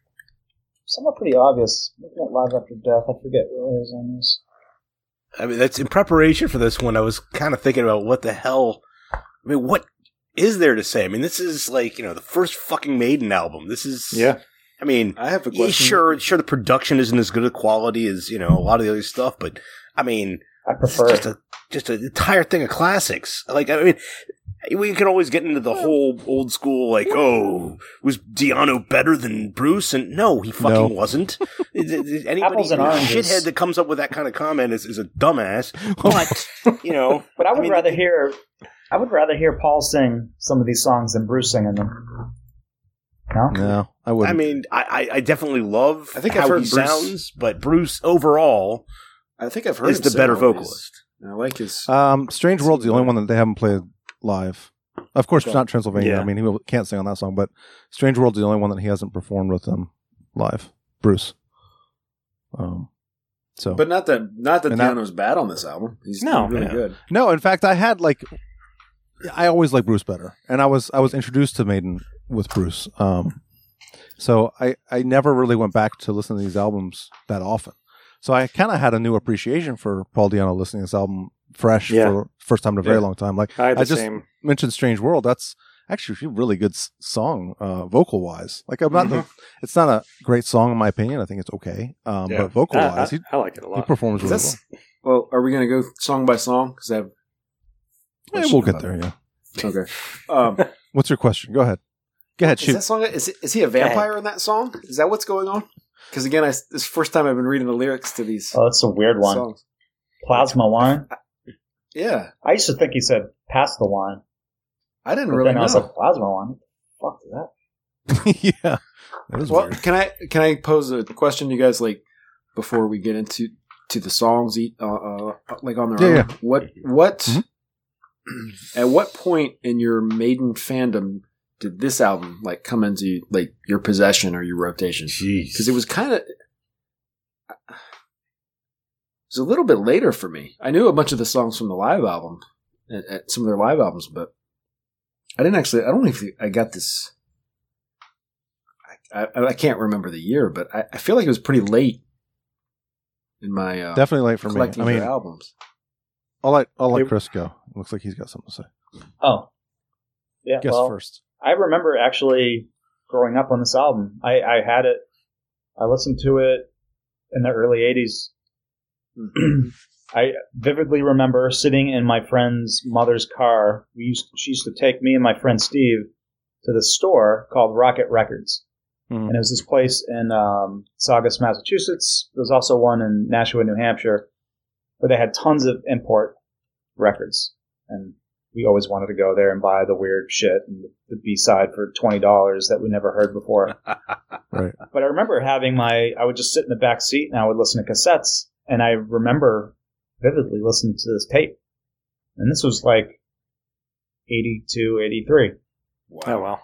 [SPEAKER 2] somewhat pretty obvious. Looking at Live After Death, I forget what it is on this.
[SPEAKER 4] I mean, that's in preparation for this one. I was kind of thinking about what the hell. I mean, what is there to say? I mean, this is like you know the first fucking Maiden album. This is
[SPEAKER 5] yeah.
[SPEAKER 4] I mean,
[SPEAKER 3] I have a
[SPEAKER 4] yeah,
[SPEAKER 3] question.
[SPEAKER 4] sure, sure, the production isn't as good a quality as you know a lot of the other stuff, but I mean,
[SPEAKER 2] I
[SPEAKER 4] it's
[SPEAKER 2] prefer.
[SPEAKER 4] just a just an entire thing of classics. Like I mean. We can always get into the whole old school, like, oh, was Diano better than Bruce? And no, he fucking
[SPEAKER 1] No.
[SPEAKER 4] wasn't. Is- is Anybody,
[SPEAKER 2] Apples and oranges.
[SPEAKER 4] shithead that comes up with that kind of comment is, is a dumbass. But, you know,
[SPEAKER 2] but I would
[SPEAKER 4] I mean,
[SPEAKER 2] rather hear. I would rather hear Paul sing some of these songs than Bruce singing them. No,
[SPEAKER 3] Mm.
[SPEAKER 1] No, I wouldn't.
[SPEAKER 4] I mean, I, I- I definitely love
[SPEAKER 3] I think
[SPEAKER 4] how
[SPEAKER 3] I've heard
[SPEAKER 4] he
[SPEAKER 3] Bruce-
[SPEAKER 4] sounds, but Bruce overall
[SPEAKER 3] I think I've heard.
[SPEAKER 4] is
[SPEAKER 3] him
[SPEAKER 4] the
[SPEAKER 3] sing
[SPEAKER 4] better
[SPEAKER 3] all these.
[SPEAKER 4] vocalist.
[SPEAKER 3] And I like his.
[SPEAKER 5] Uh,
[SPEAKER 1] Um, Strange World's the only one that they haven't played live. Of course,
[SPEAKER 3] Okay.
[SPEAKER 1] not Transylvania.
[SPEAKER 5] Yeah.
[SPEAKER 1] I mean, he can't sing on that song, but Strange World's the only one that he hasn't performed with them live. Bruce. Um, so,
[SPEAKER 3] but not that. Not that
[SPEAKER 1] And that-
[SPEAKER 3] Deano's bad on this album. He's
[SPEAKER 5] No.
[SPEAKER 3] really
[SPEAKER 1] Yeah.
[SPEAKER 3] good.
[SPEAKER 1] no, in fact, I had like, I always liked Bruce better, and I was I was introduced to Maiden with Bruce. Um, so I I never really went back to listen to these albums that often. So I kind of had a new appreciation for Paul Diano listening to this album fresh
[SPEAKER 5] Yeah.
[SPEAKER 1] for first time in a very
[SPEAKER 3] Yeah.
[SPEAKER 1] long time. Like.
[SPEAKER 5] I had the
[SPEAKER 1] I just-
[SPEAKER 5] same.
[SPEAKER 1] mentioned Strange World, that's actually a really good s- song, uh, vocal wise. Like I'm not, the, it's not a great song in my opinion. I think it's okay, um,
[SPEAKER 4] Yeah.
[SPEAKER 1] but vocal
[SPEAKER 5] I, I,
[SPEAKER 1] wise, he,
[SPEAKER 5] I like it a
[SPEAKER 1] he
[SPEAKER 5] lot.
[SPEAKER 1] performs really
[SPEAKER 3] That's- Well, are we going to go song by song? Because I have.
[SPEAKER 1] well. Yeah, we'll get there. Yeah.
[SPEAKER 3] Okay. Um,
[SPEAKER 1] What's your question? Go ahead. Go ahead.
[SPEAKER 3] Is
[SPEAKER 1] Shoot.
[SPEAKER 3] that song? Is, is he a vampire in that song? Is that what's going on? Because again, I, this is the first time I've been reading the lyrics to these
[SPEAKER 2] oh, that's a weird one.
[SPEAKER 3] songs.
[SPEAKER 2] Plasma wine.
[SPEAKER 3] Yeah,
[SPEAKER 2] I used to think he said "pass the wine,"
[SPEAKER 3] I didn't
[SPEAKER 2] but
[SPEAKER 3] really
[SPEAKER 2] then I was
[SPEAKER 3] know.
[SPEAKER 2] like, "Plasma wine." Fuck that.
[SPEAKER 1] yeah. That is
[SPEAKER 3] Well,
[SPEAKER 1] weird.
[SPEAKER 3] can I can I pose a question to you guys like before we get into to the songs? Eat e, uh, uh, like on their
[SPEAKER 1] Yeah,
[SPEAKER 3] own. What what
[SPEAKER 1] Mhm.
[SPEAKER 3] At what point in your Maiden fandom did this album like come into like your possession or your rotation?
[SPEAKER 4] Jeez.
[SPEAKER 3] Because it was kind of it was a little bit later for me. I knew a bunch of the songs from the live album, and, and some of their live albums, but I didn't actually. I don't know if I got this. I, I, I can't remember the year, but I, I feel like it was pretty late in my uh,
[SPEAKER 1] Definitely late for me.
[SPEAKER 3] collecting
[SPEAKER 1] I mean,
[SPEAKER 3] their albums.
[SPEAKER 1] I'll let I'll let
[SPEAKER 5] They-
[SPEAKER 1] Chris go. Looks like he's got something to say.
[SPEAKER 2] Oh, yeah.
[SPEAKER 1] Guess
[SPEAKER 2] Uh, well,
[SPEAKER 1] first.
[SPEAKER 2] I remember actually growing up on this album. I, I had it. I listened to it in the early '80s. I vividly remember sitting in my friend's mother's car. We used she used to take me and my friend Steve to the store called Rocket Records,
[SPEAKER 1] Mhm.
[SPEAKER 2] and it was this place in um, Saugus, Massachusetts. There was also one in Nashua, New Hampshire, where they had tons of import records, and we always wanted to go there and buy the weird shit and the B side for twenty dollars that we never heard before.
[SPEAKER 1] Right.
[SPEAKER 2] But I remember having my I would just sit in the back seat and I would listen to cassettes and I remember vividly listening to this tape. And this was like 82, 83.
[SPEAKER 5] Oh well.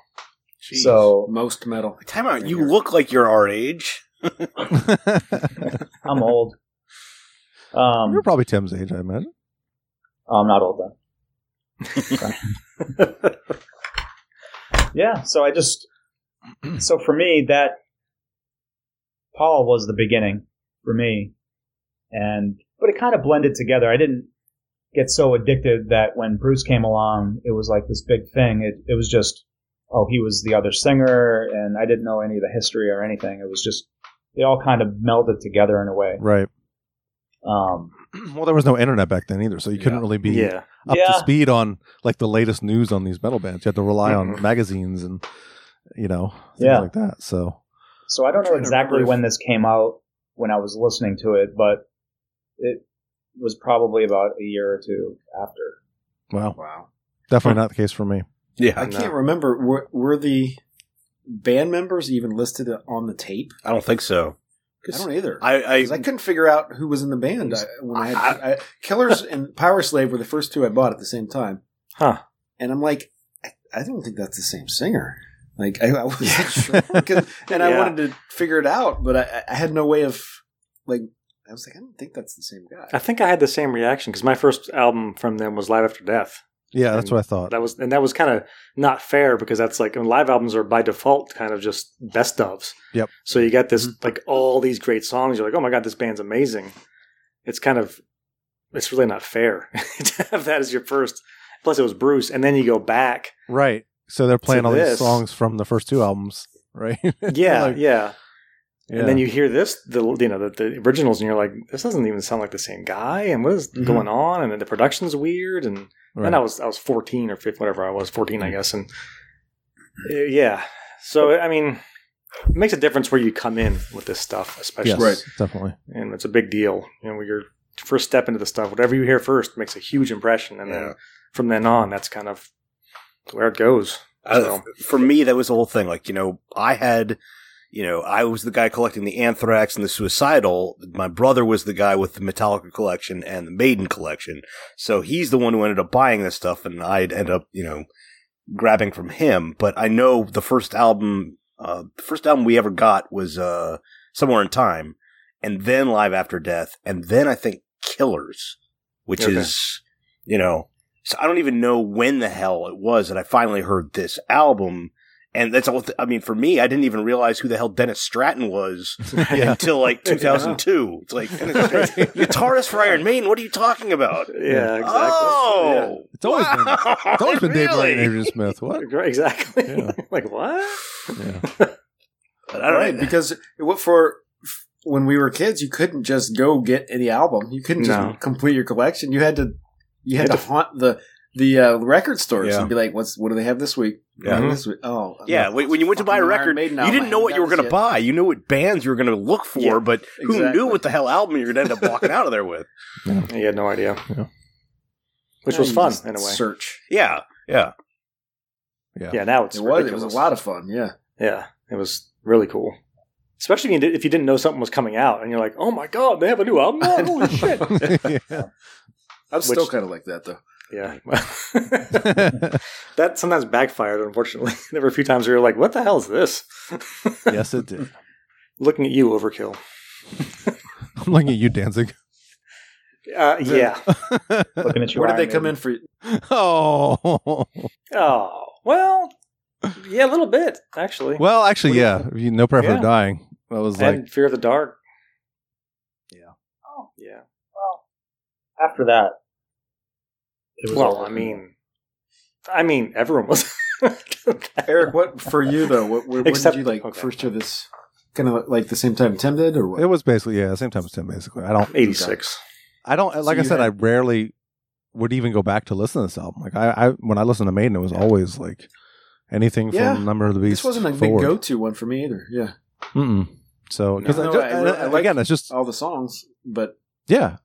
[SPEAKER 4] Jeez.
[SPEAKER 2] So
[SPEAKER 3] Most metal.
[SPEAKER 4] time out. You look like you're our age.
[SPEAKER 2] I'm old. Um,
[SPEAKER 1] You're probably Tim's age, I imagine.
[SPEAKER 2] Oh, I'm not old then. yeah, so I just so for me that Paul was the beginning for me, and but it kind of blended together. I didn't get so addicted that when Bruce came along, it was like this big thing. It it was just oh he was the other singer, and I didn't know any of the history or anything. It was just they all kind of melded together in a way.
[SPEAKER 1] Right.
[SPEAKER 2] Um,
[SPEAKER 1] Well, there was no internet back then either, so you couldn't
[SPEAKER 3] Yeah.
[SPEAKER 1] really be
[SPEAKER 5] Yeah.
[SPEAKER 1] up
[SPEAKER 2] Yeah.
[SPEAKER 1] to speed on like the latest news on these metal bands. You had to rely on magazines and you know things
[SPEAKER 2] Yeah.
[SPEAKER 1] like that. So
[SPEAKER 2] So I don't know
[SPEAKER 4] trying to
[SPEAKER 2] exactly
[SPEAKER 4] remember if-
[SPEAKER 2] when this came out when I was listening to it, but it was probably about a year or two after.
[SPEAKER 1] wow,
[SPEAKER 3] Wow.
[SPEAKER 1] definitely not the case for me.
[SPEAKER 4] Yeah,
[SPEAKER 3] I can't remember. Were, were the band members even listed on the tape?
[SPEAKER 4] I don't think so.
[SPEAKER 3] I don't either. I,
[SPEAKER 4] I, I,
[SPEAKER 3] couldn't figure out who was in the band. I, when I had, I, Killers and Power Slave were the first two I bought at the same time.
[SPEAKER 5] Huh.
[SPEAKER 3] And I'm like, I, I don't think that's the same singer. Like, I, I wasn't sure. 'Cause- and I
[SPEAKER 5] Yeah.
[SPEAKER 3] wanted to figure it out, but I- I, I had no way of, like, I was like, I don't think that's the same
[SPEAKER 5] I
[SPEAKER 3] guy.
[SPEAKER 5] think I had the same reaction because my first album from them was Live After Death.
[SPEAKER 1] Yeah, that's
[SPEAKER 5] And
[SPEAKER 1] what I thought.
[SPEAKER 5] That was and that was kind of not fair because that's like I mean, live albums are by default kind of just best ofs.
[SPEAKER 1] Yep.
[SPEAKER 5] So you got this like all these great songs. You're like, oh my god, this band's amazing. It's kind of it's really not fair to have that as your first. Plus, it was Bruce, and then you go back.
[SPEAKER 1] Right. So they're playing all these
[SPEAKER 5] this.
[SPEAKER 1] songs from the first two albums, right?
[SPEAKER 5] Yeah,
[SPEAKER 1] Like,
[SPEAKER 5] yeah.
[SPEAKER 1] yeah.
[SPEAKER 5] And then you hear this, the you know the, the originals, and you're like, this doesn't even sound like the same guy. And what is
[SPEAKER 3] Mhm.
[SPEAKER 5] going on? And then the production's weird. And
[SPEAKER 1] Right.
[SPEAKER 5] And I was I was 14 or 15, whatever I was, 14, I guess. And uh, yeah, so I mean, it makes a difference where you come in with this stuff, especially.
[SPEAKER 1] yes,
[SPEAKER 3] Right.
[SPEAKER 1] definitely.
[SPEAKER 5] And it's a big deal. You know, when your first step into the stuff, whatever you hear first makes a huge impression, and
[SPEAKER 4] Yeah.
[SPEAKER 5] then from then on, that's kind of where it goes.
[SPEAKER 4] I-
[SPEAKER 5] So-
[SPEAKER 4] for me, that was the whole thing. Like, you know, I had, you know, I was the guy collecting the Anthrax and the Suicidal. My brother was the guy with the Metallica collection and the Maiden collection. So he's the one who ended up buying this stuff, and I'd end up, you know, grabbing from him. But I know the first album, uh, the first album we ever got was uh, Somewhere in Time, and then Live After Death, and then I think Killers, which
[SPEAKER 5] Okay.
[SPEAKER 4] is, you know, so I don't even know when the hell it was that I finally heard this album. And that's all. I mean, for me, I didn't even realize who the hell Dennis Stratton was
[SPEAKER 1] Yeah.
[SPEAKER 4] until like 2002. It's like Dennis Stratton, guitarist for Iron Maiden. What are you talking about?
[SPEAKER 5] yeah, exactly.
[SPEAKER 4] Oh,
[SPEAKER 1] It's always been it's always been Dave Bryan and Adrian Smith. What?
[SPEAKER 5] Yeah. Gr- Exactly.
[SPEAKER 1] Yeah.
[SPEAKER 5] like what?
[SPEAKER 1] Yeah.
[SPEAKER 4] But I
[SPEAKER 3] All right,
[SPEAKER 4] don't know.
[SPEAKER 3] because what for when we were kids, you couldn't just go get any album. You couldn't just
[SPEAKER 5] No.
[SPEAKER 3] complete your collection. You had to you had, to, haunt the the uh, record stores
[SPEAKER 4] Yeah.
[SPEAKER 3] and be like, "What's what do they have this week? What
[SPEAKER 4] Yeah.
[SPEAKER 5] Mm-hmm.
[SPEAKER 3] do they have this week? Oh,
[SPEAKER 4] Yeah,
[SPEAKER 3] no,
[SPEAKER 4] when when you went to buy a
[SPEAKER 3] fucking Iron
[SPEAKER 4] record,
[SPEAKER 3] Maiden
[SPEAKER 4] you
[SPEAKER 3] album. I
[SPEAKER 4] didn't know
[SPEAKER 3] haven't
[SPEAKER 4] what you were
[SPEAKER 3] got
[SPEAKER 4] going to
[SPEAKER 3] this
[SPEAKER 4] buy. You knew what bands you were going to look for,
[SPEAKER 3] Yeah,
[SPEAKER 4] but who
[SPEAKER 3] exactly.
[SPEAKER 4] knew what the hell album you were going to end up walking out of there with?
[SPEAKER 5] You had no idea.
[SPEAKER 1] Yeah.
[SPEAKER 5] Which
[SPEAKER 3] yet.
[SPEAKER 5] was
[SPEAKER 3] You
[SPEAKER 5] fun
[SPEAKER 3] just
[SPEAKER 5] in a way.
[SPEAKER 3] Search.
[SPEAKER 4] Yeah, yeah.
[SPEAKER 1] Yeah.
[SPEAKER 5] yeah, now it's
[SPEAKER 3] it was it
[SPEAKER 5] ridiculous.
[SPEAKER 3] was a lot of fun. Yeah,
[SPEAKER 5] Yeah, it was really cool. Especially if you did- if you didn't know something was coming out, and you're like, "Oh my god, they have a new album! out? Holy shit!"
[SPEAKER 1] yeah.
[SPEAKER 3] I'm still
[SPEAKER 5] Which-
[SPEAKER 3] kind of like that though.
[SPEAKER 5] Yeah. that sometimes backfired, unfortunately. There were a few times we were like, what the hell is this?
[SPEAKER 1] yes, it did.
[SPEAKER 5] Looking at you, Overkill.
[SPEAKER 1] I'm looking at you, Danzig.
[SPEAKER 5] Uh, yeah.
[SPEAKER 2] Looking at you.
[SPEAKER 3] Uh, Where did
[SPEAKER 2] Iron
[SPEAKER 3] they come
[SPEAKER 2] Maiden.
[SPEAKER 3] in for?
[SPEAKER 1] oh.
[SPEAKER 5] Oh, well, yeah, a little bit, actually.
[SPEAKER 1] Well, actually, yeah. You, no prayer
[SPEAKER 5] Yeah.
[SPEAKER 1] for dying. That was like,
[SPEAKER 5] and Fear of the Dark.
[SPEAKER 1] Yeah.
[SPEAKER 2] Oh.
[SPEAKER 5] Yeah.
[SPEAKER 2] Well, after that, it was
[SPEAKER 5] Well,
[SPEAKER 2] over.
[SPEAKER 5] I mean, I mean, everyone was.
[SPEAKER 3] Eric, what for you though? What when
[SPEAKER 5] Except-
[SPEAKER 3] did you like
[SPEAKER 5] okay.
[SPEAKER 3] first hear this? Kind of like the same time Tim did, or what?
[SPEAKER 1] it was basically yeah, same time as Tim. Basically, I don't,
[SPEAKER 5] 86.
[SPEAKER 1] I don't.
[SPEAKER 3] So
[SPEAKER 1] Like I
[SPEAKER 3] you
[SPEAKER 1] said,
[SPEAKER 3] had-
[SPEAKER 1] I rarely would even go back to listen to this album. Like I, I when I listened to Maiden, it was always like anything
[SPEAKER 3] Yeah.
[SPEAKER 1] from Number of the Beast.
[SPEAKER 3] this wasn't a
[SPEAKER 1] forward.
[SPEAKER 3] big go-to one for me either. Yeah,
[SPEAKER 1] Mm-mm. So, because
[SPEAKER 3] No, no, I really- I like- Oh.
[SPEAKER 1] again, it's just
[SPEAKER 3] all the songs, but
[SPEAKER 1] yeah.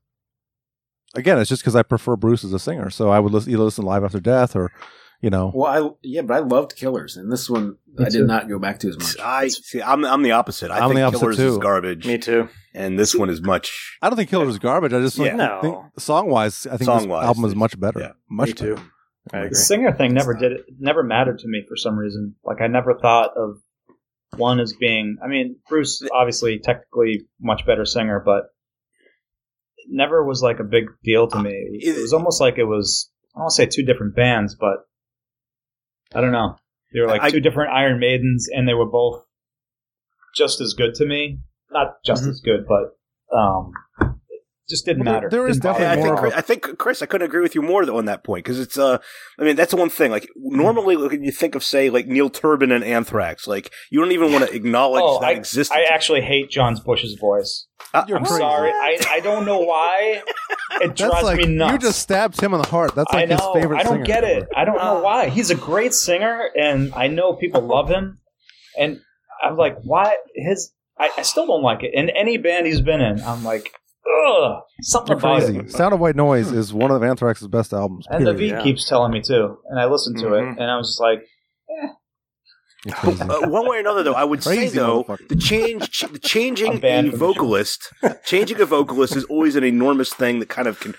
[SPEAKER 1] Again, it's just because I prefer Bruce as a singer, so I would listen, either listen live after death or, you know,
[SPEAKER 3] well, I yeah, but I loved Killers, and this one
[SPEAKER 2] Me
[SPEAKER 3] I
[SPEAKER 2] too.
[SPEAKER 3] did not go back to as much.
[SPEAKER 4] I see. I'm I'm the opposite. I
[SPEAKER 1] I'm
[SPEAKER 4] think
[SPEAKER 1] the opposite,
[SPEAKER 4] Killers is
[SPEAKER 1] too.
[SPEAKER 4] garbage,
[SPEAKER 5] Me too.
[SPEAKER 4] and this one is much.
[SPEAKER 1] I don't think Killers is garbage. I just
[SPEAKER 4] Yeah.
[SPEAKER 5] No.
[SPEAKER 1] think song wise, I think this
[SPEAKER 4] Song-wise,
[SPEAKER 1] album is
[SPEAKER 4] they-
[SPEAKER 1] much better.
[SPEAKER 4] yeah.
[SPEAKER 1] much
[SPEAKER 5] Me too.
[SPEAKER 1] better.
[SPEAKER 5] I agree.
[SPEAKER 2] the singer thing never did it never mattered to me for some reason like i never thought of one as being i mean bruce obviously technically much better singer but it never was like a big deal to me it was almost like it was i don't want to say two different bands but i don't know they were like
[SPEAKER 4] I-
[SPEAKER 2] two different iron maidens and they were both just as good to me not just as good but um it just didn't
[SPEAKER 1] Mm-hmm. Well, there-
[SPEAKER 2] matter
[SPEAKER 1] there is
[SPEAKER 2] Didn't bother
[SPEAKER 4] Yeah, I
[SPEAKER 1] definitely
[SPEAKER 2] me.
[SPEAKER 4] think
[SPEAKER 1] more-
[SPEAKER 4] Chris- I think Chris, I couldn't agree with you more though on that point because it's uh, I mean that's the one thing. Like normally, like, when you think of say like Neil Turbin and Anthrax, like you don't even want to acknowledge
[SPEAKER 2] Oh,
[SPEAKER 4] that existence.
[SPEAKER 2] I actually hate John Bush's voice.
[SPEAKER 4] Uh,
[SPEAKER 1] You're
[SPEAKER 2] I'm
[SPEAKER 1] crazy.
[SPEAKER 2] sorry. I, I don't know why. It
[SPEAKER 1] That's
[SPEAKER 2] drives
[SPEAKER 1] like
[SPEAKER 2] me nuts.
[SPEAKER 1] you just stabbed him in the heart. That's
[SPEAKER 2] I
[SPEAKER 1] like
[SPEAKER 2] know.
[SPEAKER 1] his favorite.
[SPEAKER 2] I don't
[SPEAKER 1] singer
[SPEAKER 2] get it.
[SPEAKER 1] ever.
[SPEAKER 2] I don't know why. He's a great singer, and I know people love him. And I'm like, why his? I, I still don't like it. In any band he's been in, I'm like, ugh, something
[SPEAKER 1] You're
[SPEAKER 2] about
[SPEAKER 1] crazy.
[SPEAKER 2] it.
[SPEAKER 1] Sound of White Noise
[SPEAKER 2] Hmm.
[SPEAKER 1] is one of Anthrax's best albums.
[SPEAKER 2] And the V Mm-hmm.
[SPEAKER 1] period.
[SPEAKER 5] Yeah.
[SPEAKER 2] keeps telling me too, and I listened to
[SPEAKER 5] Mhm.
[SPEAKER 2] it, and I was just like,
[SPEAKER 1] You're crazy.
[SPEAKER 4] uh, one way or another, though, I would say
[SPEAKER 1] Crazy
[SPEAKER 4] though
[SPEAKER 1] motherfucker.
[SPEAKER 4] the change, ch- the
[SPEAKER 2] I'm
[SPEAKER 4] changing
[SPEAKER 2] banned from
[SPEAKER 4] a
[SPEAKER 2] the show.
[SPEAKER 4] vocalist, changing a vocalist is always an enormous thing that kind of can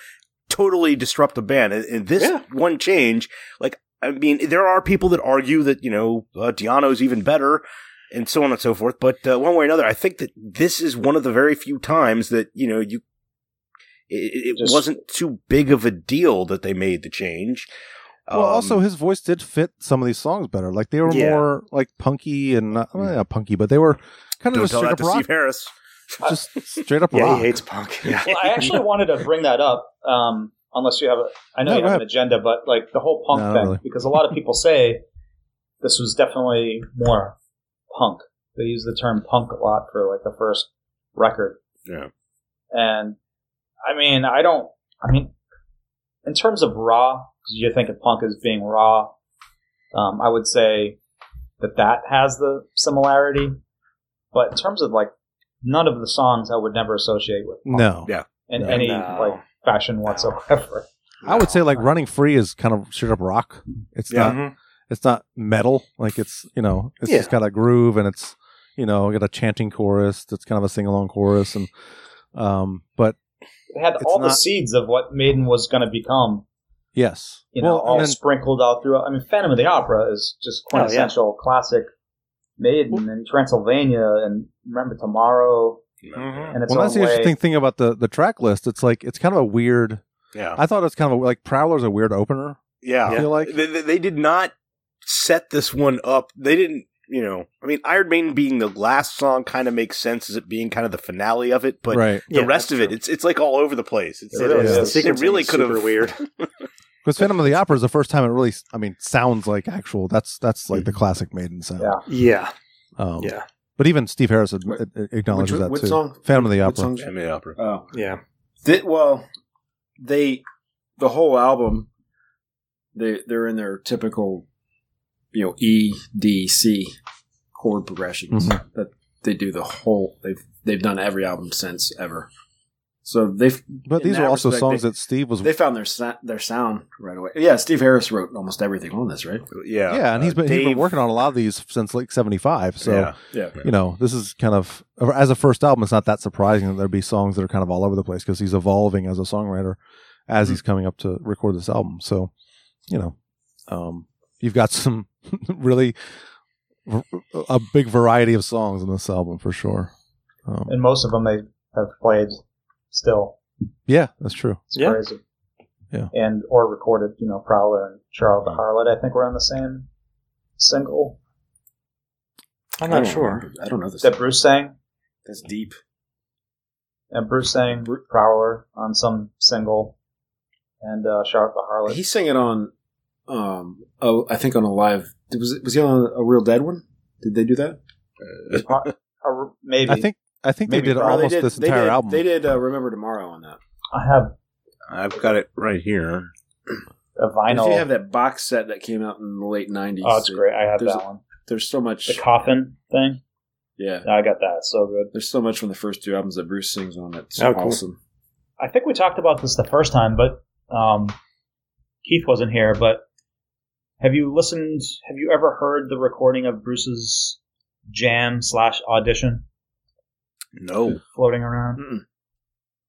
[SPEAKER 4] totally disrupt a band. And, and this
[SPEAKER 5] Yeah.
[SPEAKER 4] one change, like I mean, there are people that argue that you know uh, Diano's even better, and so on and so forth. But uh, one way or another, I think that this is one of the very few times that you know you. It, it
[SPEAKER 2] Just-
[SPEAKER 4] wasn't too big of a deal that they made the change.
[SPEAKER 1] Well,
[SPEAKER 4] Um,
[SPEAKER 1] also his voice did fit some of these songs better. Like they were
[SPEAKER 5] Yeah.
[SPEAKER 1] more like punky and
[SPEAKER 2] Hmm.
[SPEAKER 1] not, well, not punky, but they were kind of
[SPEAKER 4] don't
[SPEAKER 1] just
[SPEAKER 4] tell
[SPEAKER 1] straight
[SPEAKER 4] that
[SPEAKER 1] up
[SPEAKER 4] to
[SPEAKER 1] rock.
[SPEAKER 4] Steve Harris.
[SPEAKER 1] Just straight up
[SPEAKER 5] Yeah,
[SPEAKER 1] rock.
[SPEAKER 5] he hates punk. Yeah.
[SPEAKER 2] well, I actually wanted to bring that up, um, unless you have a. I know
[SPEAKER 1] No,
[SPEAKER 2] you
[SPEAKER 1] go
[SPEAKER 2] have
[SPEAKER 1] ahead.
[SPEAKER 2] an agenda, but like the whole punk
[SPEAKER 1] No, not
[SPEAKER 2] thing,
[SPEAKER 1] really.
[SPEAKER 2] because a lot of people say this was definitely more punk. They use the term punk a lot for like the first record.
[SPEAKER 4] Yeah.
[SPEAKER 2] And I mean, I don't. I mean, in terms of raw, 'cause you think of punk as being raw. Um, I would say that that has the similarity, but in terms of like none of the songs, I would never associate with punk
[SPEAKER 1] no.
[SPEAKER 4] Yeah.
[SPEAKER 2] in
[SPEAKER 1] No.
[SPEAKER 2] any
[SPEAKER 5] No.
[SPEAKER 2] like fashion whatsoever.
[SPEAKER 1] I would say like running free is kind of straight up rock. It's
[SPEAKER 4] Yeah.
[SPEAKER 1] not
[SPEAKER 5] Mhm.
[SPEAKER 1] it's not metal. Like it's you know, it's
[SPEAKER 5] Yeah.
[SPEAKER 1] just got a groove and it's you know, got a chanting chorus that's kind of a sing along chorus and um but
[SPEAKER 2] It had
[SPEAKER 1] It's
[SPEAKER 2] all the
[SPEAKER 1] not-
[SPEAKER 2] seeds of what Maiden was going to become,
[SPEAKER 1] yes.
[SPEAKER 2] you know,
[SPEAKER 1] well
[SPEAKER 2] all
[SPEAKER 1] and then
[SPEAKER 2] sprinkled out throughout. I mean, Phantom of the Opera is just
[SPEAKER 5] Oh, yeah.
[SPEAKER 2] quintessential classic Maiden and Transylvania and Remember Tomorrow
[SPEAKER 5] Mhm.
[SPEAKER 2] and it's
[SPEAKER 1] well,
[SPEAKER 2] all
[SPEAKER 1] that's the interesting thing about the the track list. It's like it's kind of a weird.
[SPEAKER 4] Yeah.
[SPEAKER 1] I thought it was kind of a, like Prowler's a weird opener.
[SPEAKER 4] Yeah.
[SPEAKER 1] I feel like
[SPEAKER 4] they, they, they did not set this one up. They didn't, you know. I mean, Iron Maiden being the last song kind of makes sense as it being kind of the finale of it, but
[SPEAKER 1] right
[SPEAKER 4] the
[SPEAKER 5] Yeah,
[SPEAKER 4] rest
[SPEAKER 5] that's
[SPEAKER 4] of it,
[SPEAKER 5] true.
[SPEAKER 4] it's it's like all over the place. It's,
[SPEAKER 2] It really
[SPEAKER 4] it's-
[SPEAKER 2] is.
[SPEAKER 5] The
[SPEAKER 4] It
[SPEAKER 5] sequencing
[SPEAKER 4] really
[SPEAKER 5] is
[SPEAKER 4] could have-
[SPEAKER 5] super weird.
[SPEAKER 1] because Phantom of the Opera is the first time it really. I mean, sounds like actual. That's that's like the
[SPEAKER 3] Mm-hmm.
[SPEAKER 1] classic Maiden sound.
[SPEAKER 2] Yeah.
[SPEAKER 5] Yeah.
[SPEAKER 1] Um,
[SPEAKER 5] Yeah.
[SPEAKER 1] But even Steve Harris ad-
[SPEAKER 3] What-
[SPEAKER 1] ad- acknowledges
[SPEAKER 3] which,
[SPEAKER 1] that
[SPEAKER 3] which
[SPEAKER 1] too.
[SPEAKER 3] song?
[SPEAKER 1] Phantom of the
[SPEAKER 3] What
[SPEAKER 1] Opera.
[SPEAKER 3] songs?
[SPEAKER 4] Emmy Opera.
[SPEAKER 3] Oh,
[SPEAKER 5] Yeah.
[SPEAKER 3] Thi- well, they the whole album. They they're in their typical, you know, E D C chord progressions
[SPEAKER 1] Mhm.
[SPEAKER 3] that they do the whole. They've they've done every album since ever. So they've
[SPEAKER 1] But
[SPEAKER 3] in
[SPEAKER 1] these are
[SPEAKER 3] that
[SPEAKER 1] also
[SPEAKER 3] respect,
[SPEAKER 1] songs
[SPEAKER 3] they-
[SPEAKER 1] that Steve was.
[SPEAKER 3] they found their sa- their sound right away. Yeah, Steve Harris wrote almost everything on this, right?
[SPEAKER 4] Yeah.
[SPEAKER 1] yeah, and he's
[SPEAKER 4] Uh,
[SPEAKER 1] been he's been
[SPEAKER 4] Dave-
[SPEAKER 1] working on a lot of these since like '75. So
[SPEAKER 4] Yeah.
[SPEAKER 3] Yeah,
[SPEAKER 1] you know, this is kind of as a first album, it's not that surprising that there'd be songs that are kind of all over the place because he's evolving as a songwriter. as
[SPEAKER 3] Hmm.
[SPEAKER 1] he's coming up to record this album. So, you know, um, you've got some really a big variety of songs in this album for sure. Um,
[SPEAKER 2] and most of them they have played still.
[SPEAKER 1] yeah, that's true.
[SPEAKER 2] It's
[SPEAKER 5] Yeah.
[SPEAKER 2] crazy.
[SPEAKER 1] Yeah.
[SPEAKER 2] And or recorded, you know, Prowler and Charles the Harlot. I think were on the same single
[SPEAKER 5] I'm
[SPEAKER 3] I
[SPEAKER 5] not
[SPEAKER 3] don't
[SPEAKER 5] sure.
[SPEAKER 3] remember. I don't know this.
[SPEAKER 2] that Bruce sang,
[SPEAKER 3] That's deep.
[SPEAKER 2] and Bruce sang
[SPEAKER 3] Bru-
[SPEAKER 2] Prowler on some single, and uh, Charlotte the Harlot.
[SPEAKER 3] He sang it on, um, oh, I think on a live. Was it, was he on a Real Dead one? Did they do that?
[SPEAKER 2] Or maybe
[SPEAKER 1] I think I think
[SPEAKER 2] Maybe
[SPEAKER 1] they did
[SPEAKER 2] Prowler.
[SPEAKER 1] almost
[SPEAKER 3] they did,
[SPEAKER 1] this
[SPEAKER 3] they
[SPEAKER 1] entire
[SPEAKER 3] did-
[SPEAKER 1] album.
[SPEAKER 3] They did uh, Remember Tomorrow on that.
[SPEAKER 2] I have
[SPEAKER 4] I've got it right here.
[SPEAKER 2] a vinyl.
[SPEAKER 3] If you have that box set that came out in the late nineties,
[SPEAKER 2] oh, it's great. I have
[SPEAKER 3] There's
[SPEAKER 2] that
[SPEAKER 3] a-
[SPEAKER 2] one.
[SPEAKER 3] There's so much.
[SPEAKER 2] The coffin thing.
[SPEAKER 3] yeah,
[SPEAKER 2] Yeah, I got that. It's So good.
[SPEAKER 3] there's so much from the first two albums that Bruce sings on. That's
[SPEAKER 5] Oh, cool.
[SPEAKER 3] awesome.
[SPEAKER 2] I think we talked about this the first time, but um, Keith wasn't here. But have you listened? Have you ever heard the recording of Bruce's jam slash audition
[SPEAKER 4] No.
[SPEAKER 2] floating around?
[SPEAKER 3] Mm-mm.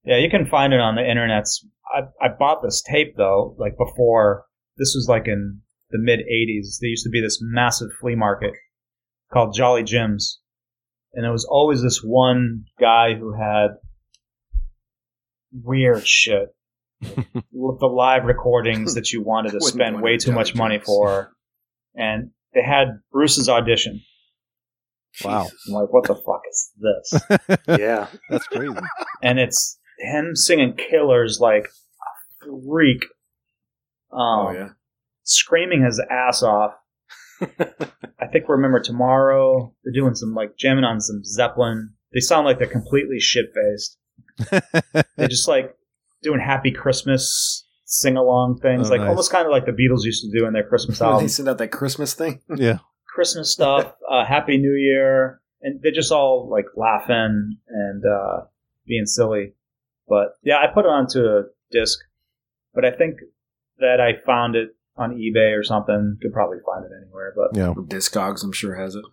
[SPEAKER 2] Yeah, you can find it on the internets. I, I bought this tape though, like before. This was like in the mid '80s. There used to be this massive flea market called Jolly Jim's, and there was always this one guy who had weird shit with the live recordings that you wanted to
[SPEAKER 3] Wouldn't
[SPEAKER 2] spend
[SPEAKER 3] want
[SPEAKER 2] way
[SPEAKER 3] to
[SPEAKER 2] too much
[SPEAKER 3] judge
[SPEAKER 2] money
[SPEAKER 3] us.
[SPEAKER 2] for. And they had Bruce's audition.
[SPEAKER 1] Wow.
[SPEAKER 2] I'm like, what the fuck is this?
[SPEAKER 5] Yeah.
[SPEAKER 1] That's crazy.
[SPEAKER 2] and it's him singing Killers like a freak. Um,
[SPEAKER 3] Oh, yeah,
[SPEAKER 2] Screaming his ass off. I think Remember Tomorrow. They're doing some, like, jamming on some Zeppelin. They sound like they're completely shit faced. They're just like doing Happy Christmas sing along things,
[SPEAKER 1] Oh,
[SPEAKER 2] like
[SPEAKER 1] nice.
[SPEAKER 2] almost kind of like the Beatles used to do in their Christmas
[SPEAKER 3] they
[SPEAKER 2] albums.
[SPEAKER 3] send out that Christmas thing.
[SPEAKER 1] yeah.
[SPEAKER 2] Christmas stuff, uh, Happy New Year, and they're just all like laughing and uh, being silly. But yeah, I put it onto a disc, but I think that I found it on eBay or something. Could probably find it anywhere, but
[SPEAKER 1] Yeah,
[SPEAKER 3] Discogs, I'm sure has it.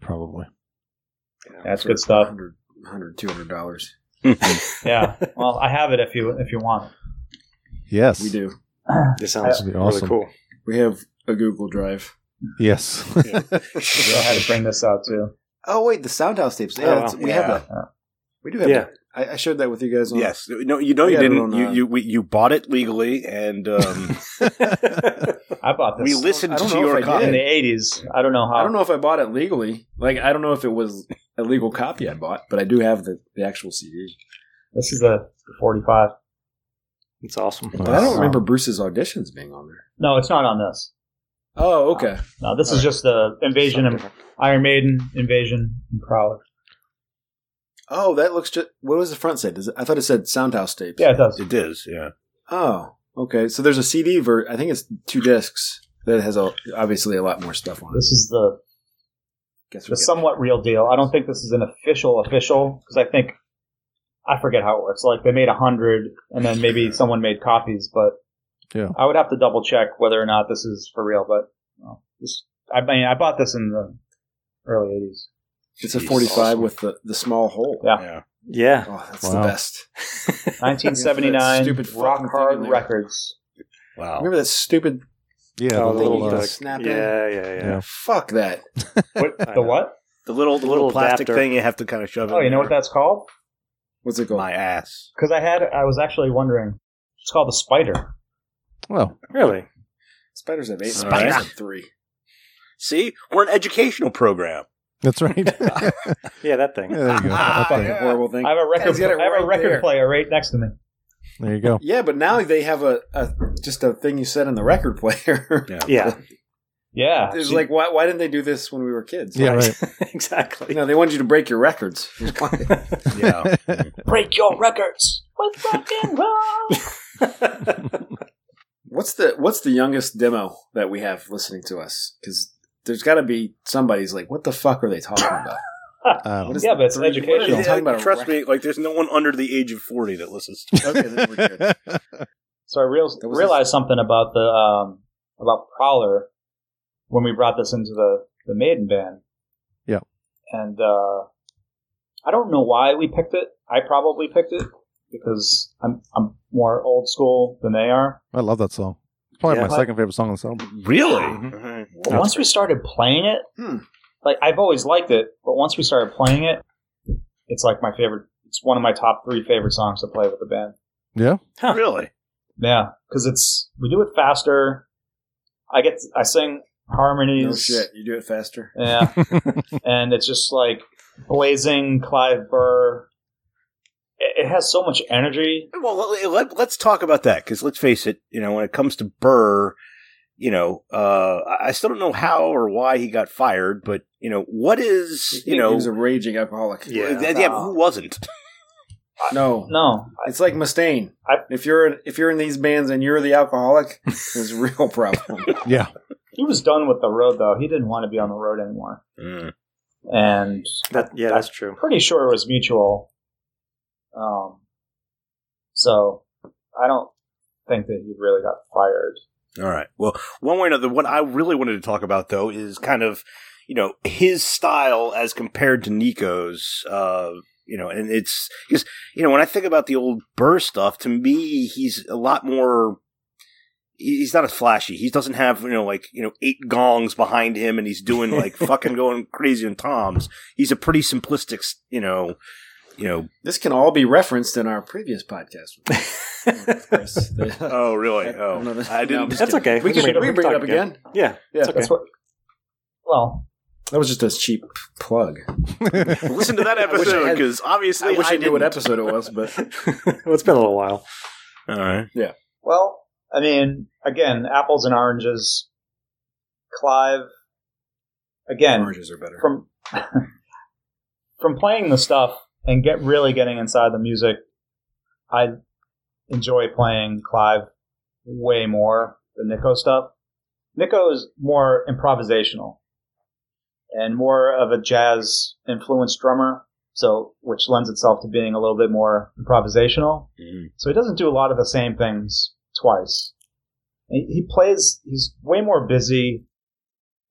[SPEAKER 1] probably.
[SPEAKER 2] That's good stuff.
[SPEAKER 3] 100 100 200 dollars.
[SPEAKER 2] yeah. Well, I have it if you if you want.
[SPEAKER 1] Yes.
[SPEAKER 3] We do.
[SPEAKER 5] This sounds
[SPEAKER 1] That'd be
[SPEAKER 5] really
[SPEAKER 1] awesome.
[SPEAKER 5] cool.
[SPEAKER 3] We have a Google Drive.
[SPEAKER 1] Yes.
[SPEAKER 2] So I had to bring this out too.
[SPEAKER 3] Oh wait, the Soundhouse tapes.
[SPEAKER 5] Yeah, that's-
[SPEAKER 3] we
[SPEAKER 4] have
[SPEAKER 3] that. Oh, We do have
[SPEAKER 5] Yeah.
[SPEAKER 3] that. I, I shared that with you guys. On,
[SPEAKER 4] Yes. No, you know
[SPEAKER 3] We
[SPEAKER 4] you
[SPEAKER 3] have it
[SPEAKER 4] didn't.
[SPEAKER 3] on,
[SPEAKER 4] You
[SPEAKER 3] uh,
[SPEAKER 4] you, we, you bought it legally, and um,
[SPEAKER 2] I bought this
[SPEAKER 4] we listened
[SPEAKER 3] I don't
[SPEAKER 4] to
[SPEAKER 3] know
[SPEAKER 4] your
[SPEAKER 3] if I did.
[SPEAKER 2] in the
[SPEAKER 4] copy.
[SPEAKER 2] '80s. I don't know how.
[SPEAKER 3] I don't know if I bought it legally. Like I don't know if it was a legal copy I bought, but I do have the, the actual CD.
[SPEAKER 2] This is a 45.
[SPEAKER 5] It's awesome.
[SPEAKER 3] But I don't
[SPEAKER 2] Wow.
[SPEAKER 3] remember Bruce's auditions being on there.
[SPEAKER 2] No, it's not on this.
[SPEAKER 3] Oh, okay.
[SPEAKER 2] No, this is just the Invasion
[SPEAKER 5] Something
[SPEAKER 2] and Iron Maiden, Invasion, and Prowler.
[SPEAKER 3] Oh, that looks just. What was the front say? Does it, I thought it said Soundhouse tapes.
[SPEAKER 2] Yeah, it does.
[SPEAKER 4] It is. Yeah.
[SPEAKER 3] Oh, okay. So there's a CD ver. I think it's two discs that has a, obviously a lot more stuff on it.
[SPEAKER 2] This is the,
[SPEAKER 3] Guess we
[SPEAKER 2] the
[SPEAKER 3] get-
[SPEAKER 2] somewhat real deal. I don't think this is an official official because I think I forget how it works. Like they made a hundred, and then maybe someone made copies, but
[SPEAKER 1] Yeah.
[SPEAKER 2] I would have to double check whether or not this is for real. But you know, this, I mean, I bought this in the early '80s.
[SPEAKER 3] it's a
[SPEAKER 4] Jeez,
[SPEAKER 3] 45
[SPEAKER 4] awesome.
[SPEAKER 3] with the, the small hole.
[SPEAKER 2] Yeah.
[SPEAKER 5] Yeah.
[SPEAKER 3] Oh, that's
[SPEAKER 1] Wow.
[SPEAKER 3] the best.
[SPEAKER 2] 1979
[SPEAKER 3] Stupid fucking
[SPEAKER 2] Rock
[SPEAKER 3] thing in
[SPEAKER 2] Hard
[SPEAKER 3] there.
[SPEAKER 2] Records.
[SPEAKER 4] Wow.
[SPEAKER 3] Remember that stupid
[SPEAKER 1] Yeah.
[SPEAKER 5] Oh,
[SPEAKER 1] the
[SPEAKER 5] the
[SPEAKER 3] thing
[SPEAKER 1] little,
[SPEAKER 3] you
[SPEAKER 5] little,
[SPEAKER 1] uh,
[SPEAKER 3] can
[SPEAKER 5] uh,
[SPEAKER 3] snap in?
[SPEAKER 5] Yeah, yeah, yeah.
[SPEAKER 1] Yeah.
[SPEAKER 3] Fuck that.
[SPEAKER 2] What,
[SPEAKER 5] I
[SPEAKER 2] the
[SPEAKER 5] know.
[SPEAKER 2] what?
[SPEAKER 4] The little the little
[SPEAKER 5] Little
[SPEAKER 4] plastic
[SPEAKER 5] adapter.
[SPEAKER 4] thing you have to kind of shove.
[SPEAKER 2] Oh,
[SPEAKER 4] in
[SPEAKER 2] you know what
[SPEAKER 4] there.
[SPEAKER 2] that's called?
[SPEAKER 3] What's it called?
[SPEAKER 4] My ass.
[SPEAKER 2] Because I had, I was actually wondering. It's called the Spider.
[SPEAKER 1] well,
[SPEAKER 5] Really?
[SPEAKER 3] Spiders have eight.
[SPEAKER 4] Spider.
[SPEAKER 3] Spiders have three.
[SPEAKER 4] See, we're an educational program.
[SPEAKER 1] that's right. yeah,
[SPEAKER 5] Yeah, that thing.
[SPEAKER 1] there you go. That
[SPEAKER 3] Fucking
[SPEAKER 1] thing.
[SPEAKER 3] horrible thing.
[SPEAKER 2] I have a record.
[SPEAKER 3] Guys, get it
[SPEAKER 2] I have a
[SPEAKER 3] right
[SPEAKER 2] record
[SPEAKER 3] there.
[SPEAKER 2] player right next to me.
[SPEAKER 1] There you go.
[SPEAKER 3] Yeah, but now they have a, a just a thing you set in the record player.
[SPEAKER 5] Yeah.
[SPEAKER 2] Yeah,
[SPEAKER 3] It's
[SPEAKER 2] she-
[SPEAKER 3] like why why didn't they do this when we were kids?
[SPEAKER 1] Yeah, right.
[SPEAKER 5] exactly.
[SPEAKER 3] No, they wanted you to break your records.
[SPEAKER 4] Yeah.
[SPEAKER 2] break your records with rock and roll.
[SPEAKER 3] What's the what's the youngest demo that we have listening to us? Because there's got to be somebody's like, what the fuck are they talking about?
[SPEAKER 1] I
[SPEAKER 3] What
[SPEAKER 1] don't
[SPEAKER 3] is
[SPEAKER 2] Yeah, but it's
[SPEAKER 3] what are- what are they
[SPEAKER 2] educational.
[SPEAKER 3] talking about a
[SPEAKER 4] Trust
[SPEAKER 3] record?
[SPEAKER 4] me, like there's no one under the age of forty that listens. to
[SPEAKER 3] Okay, then we're good.
[SPEAKER 2] So I real-
[SPEAKER 3] There was
[SPEAKER 2] realized something about the um, about Prowler when we brought this into the the Maiden band.
[SPEAKER 1] Yeah.
[SPEAKER 2] and uh, I don't know why we picked it. I probably picked it because I'm I'm more old school than they are.
[SPEAKER 1] I love that song. It's probably
[SPEAKER 5] Yeah.
[SPEAKER 1] my second favorite song on this album.
[SPEAKER 4] Really? Mm-hmm.
[SPEAKER 2] But once we started playing it,
[SPEAKER 3] Hmm.
[SPEAKER 2] like I've always liked it, but once we started playing it, it's like my favorite. It's one of my top three favorite songs to play with the band.
[SPEAKER 1] Yeah.
[SPEAKER 4] Really?
[SPEAKER 2] Yeah, because it's we do it faster. I get I sing harmonies.
[SPEAKER 3] No shit. You do it faster.
[SPEAKER 2] Yeah. and it's just like blazing Clive Burr. It, it has so much energy.
[SPEAKER 4] Well, let, let, let's talk about that because let's face it. You know, when it comes to Burr, you know, uh, I- I still don't know how or why he got fired, but you know, what is you know,
[SPEAKER 3] he was a raging alcoholic.
[SPEAKER 5] Yeah.
[SPEAKER 4] yeah, yeah, but who wasn't?
[SPEAKER 3] No,
[SPEAKER 2] No,
[SPEAKER 3] It's like Mustaine.
[SPEAKER 2] I-
[SPEAKER 3] if you're if you're in these bands and you're the alcoholic, it's a real problem.
[SPEAKER 1] Yeah.
[SPEAKER 2] he was done with the road though. He didn't want to be on the road anymore.
[SPEAKER 4] Mm.
[SPEAKER 2] And
[SPEAKER 5] That yeah, that's true.
[SPEAKER 2] pretty sure it was mutual. Um, so I don't think that he really got fired.
[SPEAKER 4] All right. Well, one way or another, what I really wanted to talk about though is kind of, you know, his style as compared to Nico's. Uh, you know, and it's because you know when I think about the old Burr stuff, to me he's a lot more. he- He's not as flashy. He doesn't have you know like you know eight gongs behind him, and he's doing like fucking going crazy on toms. He's a pretty simplistic, you know, you know.
[SPEAKER 3] this can all be referenced in our previous podcast. Chris.
[SPEAKER 4] Oh, really?
[SPEAKER 3] I- I
[SPEAKER 4] Oh,
[SPEAKER 3] don't know this-
[SPEAKER 4] I
[SPEAKER 3] no,
[SPEAKER 4] didn't.
[SPEAKER 3] I'm just
[SPEAKER 5] That's
[SPEAKER 3] kidding.
[SPEAKER 5] okay.
[SPEAKER 3] We,
[SPEAKER 5] We
[SPEAKER 3] can,
[SPEAKER 5] can-
[SPEAKER 3] we can bring it
[SPEAKER 5] we
[SPEAKER 3] up
[SPEAKER 5] can talk
[SPEAKER 3] again.
[SPEAKER 5] Yeah,
[SPEAKER 3] Yeah,
[SPEAKER 5] it's okay.
[SPEAKER 2] That's what. Well,
[SPEAKER 3] That was just a cheap plug.
[SPEAKER 4] Listen to that
[SPEAKER 3] I wish I
[SPEAKER 4] episode
[SPEAKER 3] had-
[SPEAKER 4] because obviously
[SPEAKER 3] I wish I, knew what
[SPEAKER 4] didn't.
[SPEAKER 3] episode it was, but
[SPEAKER 5] well, it's been a little while.
[SPEAKER 4] All right.
[SPEAKER 2] well. I mean, again, apples and oranges. Clive, again,
[SPEAKER 3] oranges are
[SPEAKER 4] Oh,
[SPEAKER 3] better.
[SPEAKER 2] from from playing the stuff and get really getting inside the music, I enjoy playing Clive way more than Nico stuff. Nico is more improvisational and more of a jazz influenced drummer, so which lends itself to being a little bit more improvisational. So he doesn't do a lot of the same things twice. He he plays, he's way more busy.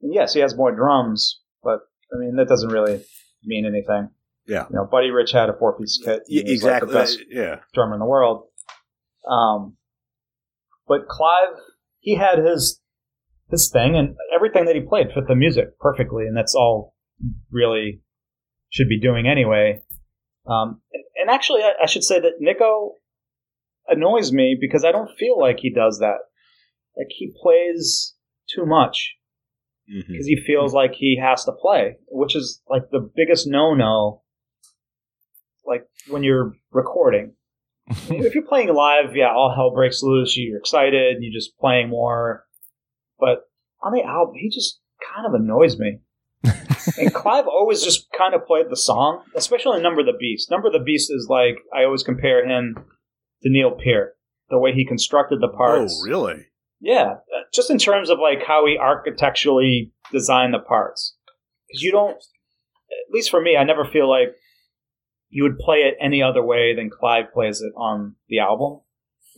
[SPEAKER 2] And yes, he has more drums, but I mean, that doesn't really mean anything.
[SPEAKER 4] Yeah.
[SPEAKER 2] You know, Buddy Rich had a four piece kit.
[SPEAKER 4] Yeah,
[SPEAKER 2] He was, like,
[SPEAKER 4] exactly.
[SPEAKER 2] the best
[SPEAKER 4] yeah.
[SPEAKER 2] drummer in the world. Um, but Clive, he had his his thing, and everything that he played fit the music perfectly, and that's all really should be doing anyway. Um, and, and actually, I, I should say that Nico annoys me because I don't feel like he does that. Like he plays too much
[SPEAKER 4] Mm-hmm.
[SPEAKER 2] because he feels like he has to play, which is like the biggest no no. Like when you're recording, if you're playing live, yeah, all hell breaks loose. You're excited, you're just playing more. But on the album, he just kind of annoys me. and Clive always just kind of played the song, especially in Number of the Beast. Number of the Beast is like I always compare him to Neil Peart, the way he constructed the parts.
[SPEAKER 4] Oh, really?
[SPEAKER 2] Yeah, uh, just in terms of like how we architecturally design the parts, because you don't. At least for me, I never feel like you would play it any other way than Clive plays it on the album,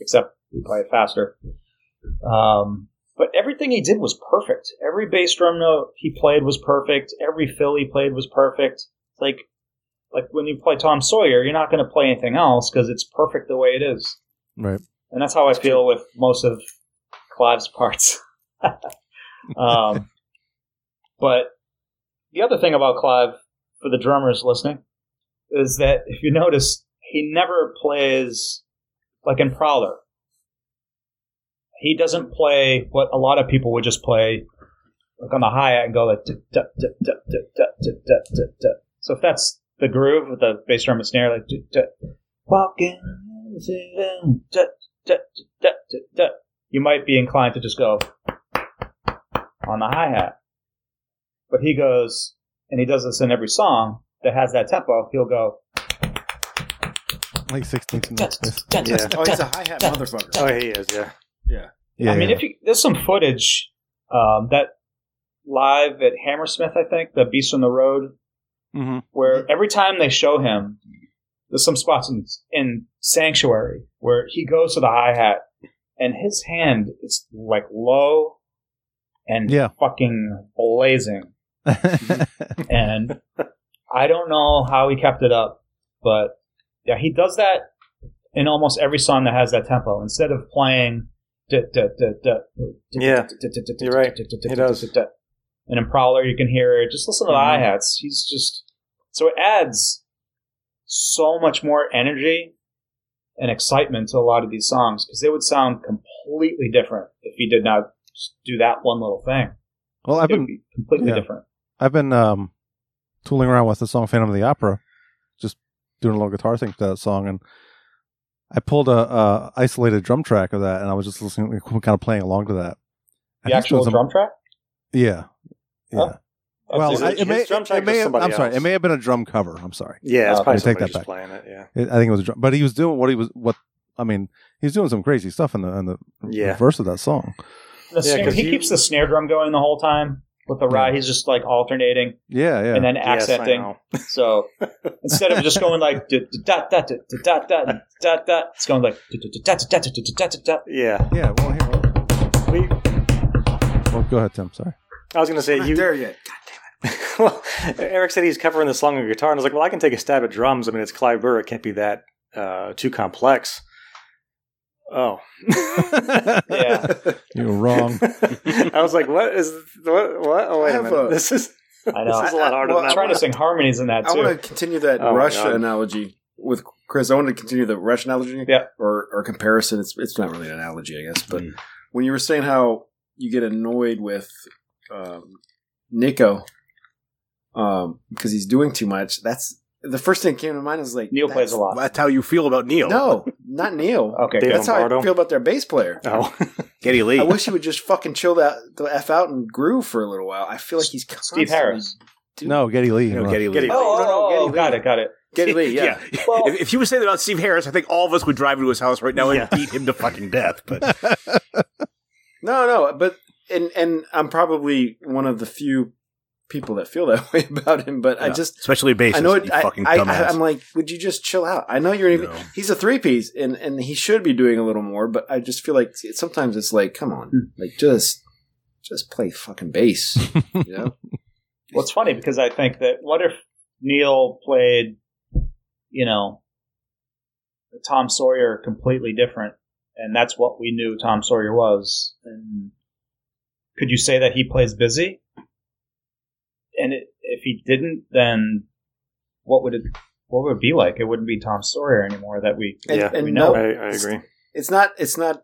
[SPEAKER 2] except we play it faster. Um, but everything he did was perfect. Every bass drum note he played was perfect. Every fill he played was perfect. Like, like when you play Tom Sawyer, you're not going to play anything else because it's perfect the way it is.
[SPEAKER 1] Right.
[SPEAKER 2] And that's how I feel with most of Clive's parts. um, but the other thing about Clive, for the drummers listening, is that if you notice, he never plays like in Prowler. He doesn't play what a lot of people would just play, like on the hi hat and go like. duh, duh, duh, duh, duh, duh, duh, duh, duh, duh. So if that's the groove with the bass drum and snare, like duh, duh, walking, duh, duh, duh, duh, duh, you might be inclined to just go on the hi hat. But he goes, and he does this in every song that has that tempo. He'll go,
[SPEAKER 1] Like 16th and this.
[SPEAKER 5] Yeah.
[SPEAKER 3] Oh, he's a hi hat motherfucker.
[SPEAKER 5] Oh, he is. Yeah.
[SPEAKER 1] Yeah.
[SPEAKER 2] I mean,
[SPEAKER 1] yeah.
[SPEAKER 2] if you, there's some footage um, that live at Hammersmith, I think, the Beast on the Road,
[SPEAKER 1] Mhm.
[SPEAKER 2] where every time they show him, there's some spots in, in Sanctuary where he goes to the hi hat, and his hand is like low and
[SPEAKER 1] Yeah.
[SPEAKER 2] fucking blazing. and I don't know how he kept it up, but yeah, he does that in almost every song that has that tempo. Instead of playing, yeah,
[SPEAKER 5] Yeah. You're right. He does.
[SPEAKER 2] And in Prowler, you can hear it. Just listen to the hi
[SPEAKER 5] Mhm.
[SPEAKER 2] hats. He's just so it adds so much more energy and excitement to a lot of these songs because they would sound completely different if he did not just do that one little thing.
[SPEAKER 1] Well, I've
[SPEAKER 2] It would
[SPEAKER 1] been
[SPEAKER 2] be completely
[SPEAKER 1] yeah.
[SPEAKER 2] different.
[SPEAKER 1] I've been um, tooling around with the song "Phantom of the Opera," just doing a little guitar thing to that song, and I pulled a, a isolated drum track of that, and I was just listening, kind of playing along to that. I
[SPEAKER 2] The
[SPEAKER 1] just
[SPEAKER 2] actual
[SPEAKER 1] was am-
[SPEAKER 2] drum track.
[SPEAKER 1] Yeah. Yeah.
[SPEAKER 2] Huh? That's
[SPEAKER 1] well,
[SPEAKER 2] his
[SPEAKER 1] I,
[SPEAKER 5] his
[SPEAKER 1] it may,
[SPEAKER 5] drum
[SPEAKER 1] it
[SPEAKER 5] track
[SPEAKER 1] may
[SPEAKER 5] was
[SPEAKER 1] have, I'm
[SPEAKER 5] somebody
[SPEAKER 1] sorry,
[SPEAKER 5] else.
[SPEAKER 1] it may have been a drum cover. I'm sorry.
[SPEAKER 5] Yeah, it's
[SPEAKER 2] Uh,
[SPEAKER 1] I
[SPEAKER 5] probably
[SPEAKER 1] take
[SPEAKER 5] somebody
[SPEAKER 1] that
[SPEAKER 5] just
[SPEAKER 1] back.
[SPEAKER 5] playing it. Yeah.
[SPEAKER 1] It, I think it was a drum, but he was doing what he was what I mean. He was doing some crazy stuff in the in the
[SPEAKER 5] Yeah.
[SPEAKER 1] verse of that song.
[SPEAKER 2] The
[SPEAKER 5] Yeah,
[SPEAKER 2] snare,
[SPEAKER 5] 'cause
[SPEAKER 2] he
[SPEAKER 5] you-
[SPEAKER 2] keeps the snare drum going the whole time with the ride.
[SPEAKER 1] Yeah.
[SPEAKER 2] He's just like alternating
[SPEAKER 1] Yeah, yeah.
[SPEAKER 2] and then
[SPEAKER 5] Yes, I
[SPEAKER 2] accenting.
[SPEAKER 5] know.
[SPEAKER 2] so instead of just going like da da da da da da da da da, it's going like da da da da da da da da.
[SPEAKER 5] Yeah.
[SPEAKER 1] yeah. Well, here. Well,
[SPEAKER 5] We,
[SPEAKER 1] well, go ahead, Tim. Sorry.
[SPEAKER 5] I was going to say,
[SPEAKER 3] Not
[SPEAKER 5] you,
[SPEAKER 3] there yet.
[SPEAKER 5] well, Eric said he's covering the song on guitar, and I was like, "Well, I can take a stab at drums. I mean, it's Clive Burr; it can't be that uh, too complex." Oh,
[SPEAKER 2] Yeah.
[SPEAKER 1] You're wrong.
[SPEAKER 5] I was like, "What is what? What? Oh, wait
[SPEAKER 3] I
[SPEAKER 5] a
[SPEAKER 3] have
[SPEAKER 5] minute!
[SPEAKER 3] a-
[SPEAKER 5] this is
[SPEAKER 2] I know.
[SPEAKER 5] this is a lot harder
[SPEAKER 3] Well,
[SPEAKER 5] than
[SPEAKER 2] I'm
[SPEAKER 5] I
[SPEAKER 2] trying to sing harmonies in that
[SPEAKER 3] I
[SPEAKER 2] too.
[SPEAKER 3] want to continue that
[SPEAKER 5] Oh my God.
[SPEAKER 3] Russia analogy with Chris. I want to continue the Rush analogy,
[SPEAKER 2] Yeah. Mm.
[SPEAKER 3] or or comparison. It's it's not really an analogy, I guess. But when you were saying how you get annoyed with um, Nico um, because he's doing too much, that's the first thing that came to mind. Is like
[SPEAKER 2] Neil plays
[SPEAKER 3] that's-
[SPEAKER 2] a lot. Oh,
[SPEAKER 4] That's how you feel about Neil.
[SPEAKER 3] No, not Neil.
[SPEAKER 2] Okay,
[SPEAKER 5] Dave
[SPEAKER 2] good.
[SPEAKER 3] that's how I
[SPEAKER 5] Lombardo.
[SPEAKER 3] feel about their bass player.
[SPEAKER 5] Oh,
[SPEAKER 4] Getty Lee.
[SPEAKER 3] I wish he would just fucking chill that the f out and groove for a little while. I feel like he's constantly
[SPEAKER 2] Steve Harris.
[SPEAKER 1] no, Getty Lee.
[SPEAKER 4] No,
[SPEAKER 1] You're
[SPEAKER 4] Geddy Lee.
[SPEAKER 5] Geddy
[SPEAKER 2] Oh,
[SPEAKER 5] Lee.
[SPEAKER 2] oh,
[SPEAKER 3] No, no,
[SPEAKER 2] oh,
[SPEAKER 3] Geddy
[SPEAKER 2] got
[SPEAKER 3] Lee.
[SPEAKER 2] it, got it.
[SPEAKER 3] Getty Lee, yeah.
[SPEAKER 2] Well-
[SPEAKER 4] if, if you would say that about Steve Harris, I think all of us would drive into his house right now and
[SPEAKER 5] Yeah.
[SPEAKER 4] beat him to fucking death. But
[SPEAKER 3] No, no, but and and I'm probably one of the few people that feel that way about him. But I
[SPEAKER 4] Yeah.
[SPEAKER 3] just
[SPEAKER 4] especially bassist,
[SPEAKER 3] I know it.
[SPEAKER 4] you
[SPEAKER 3] I,
[SPEAKER 4] fucking
[SPEAKER 3] I,
[SPEAKER 4] dumbass.
[SPEAKER 3] I, am like, would you just chill out? I know you're even.
[SPEAKER 4] No.
[SPEAKER 3] He's a three piece, and and he should be doing a little more. But I just feel like sometimes it's like, come
[SPEAKER 4] Hmm.
[SPEAKER 3] on, like just just play fucking bass. you know?
[SPEAKER 2] Well, it's funny because I think that what if Neil played, you know, Tom Sawyer completely different, and that's what we knew Tom Sawyer was. And could you say that he plays busy? And it, if he didn't, then what would it what would it be like? It wouldn't be Tom Sawyer anymore. That we
[SPEAKER 3] And,
[SPEAKER 5] Yeah,
[SPEAKER 3] and
[SPEAKER 2] we
[SPEAKER 5] I,
[SPEAKER 2] know
[SPEAKER 3] no,
[SPEAKER 5] I agree.
[SPEAKER 3] it's not. It's not.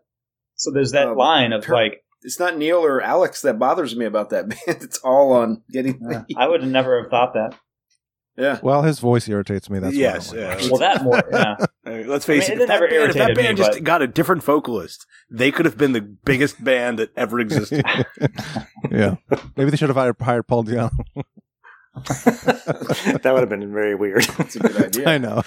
[SPEAKER 2] so there's that
[SPEAKER 3] Um,
[SPEAKER 2] line of
[SPEAKER 3] per-
[SPEAKER 2] like
[SPEAKER 3] It's not Neil or Alex that bothers me about that band. It's all on getting.
[SPEAKER 2] I would never have thought that.
[SPEAKER 3] yeah.
[SPEAKER 1] Well, his voice irritates me. That's what I
[SPEAKER 4] Yes,
[SPEAKER 1] don't like.
[SPEAKER 4] yeah.
[SPEAKER 2] Well, that more yeah.
[SPEAKER 4] I mean, let's
[SPEAKER 2] I mean,
[SPEAKER 4] face
[SPEAKER 2] it
[SPEAKER 4] it. If that,
[SPEAKER 2] never
[SPEAKER 4] band, if that
[SPEAKER 2] irritated me,
[SPEAKER 4] band just
[SPEAKER 2] but-
[SPEAKER 4] got a different vocalist, they could have been the biggest band that ever existed.
[SPEAKER 1] yeah. Maybe they should have hired, hired Paul Dion.
[SPEAKER 5] that would have been very weird.
[SPEAKER 3] That's a good
[SPEAKER 1] I
[SPEAKER 3] idea.
[SPEAKER 1] know.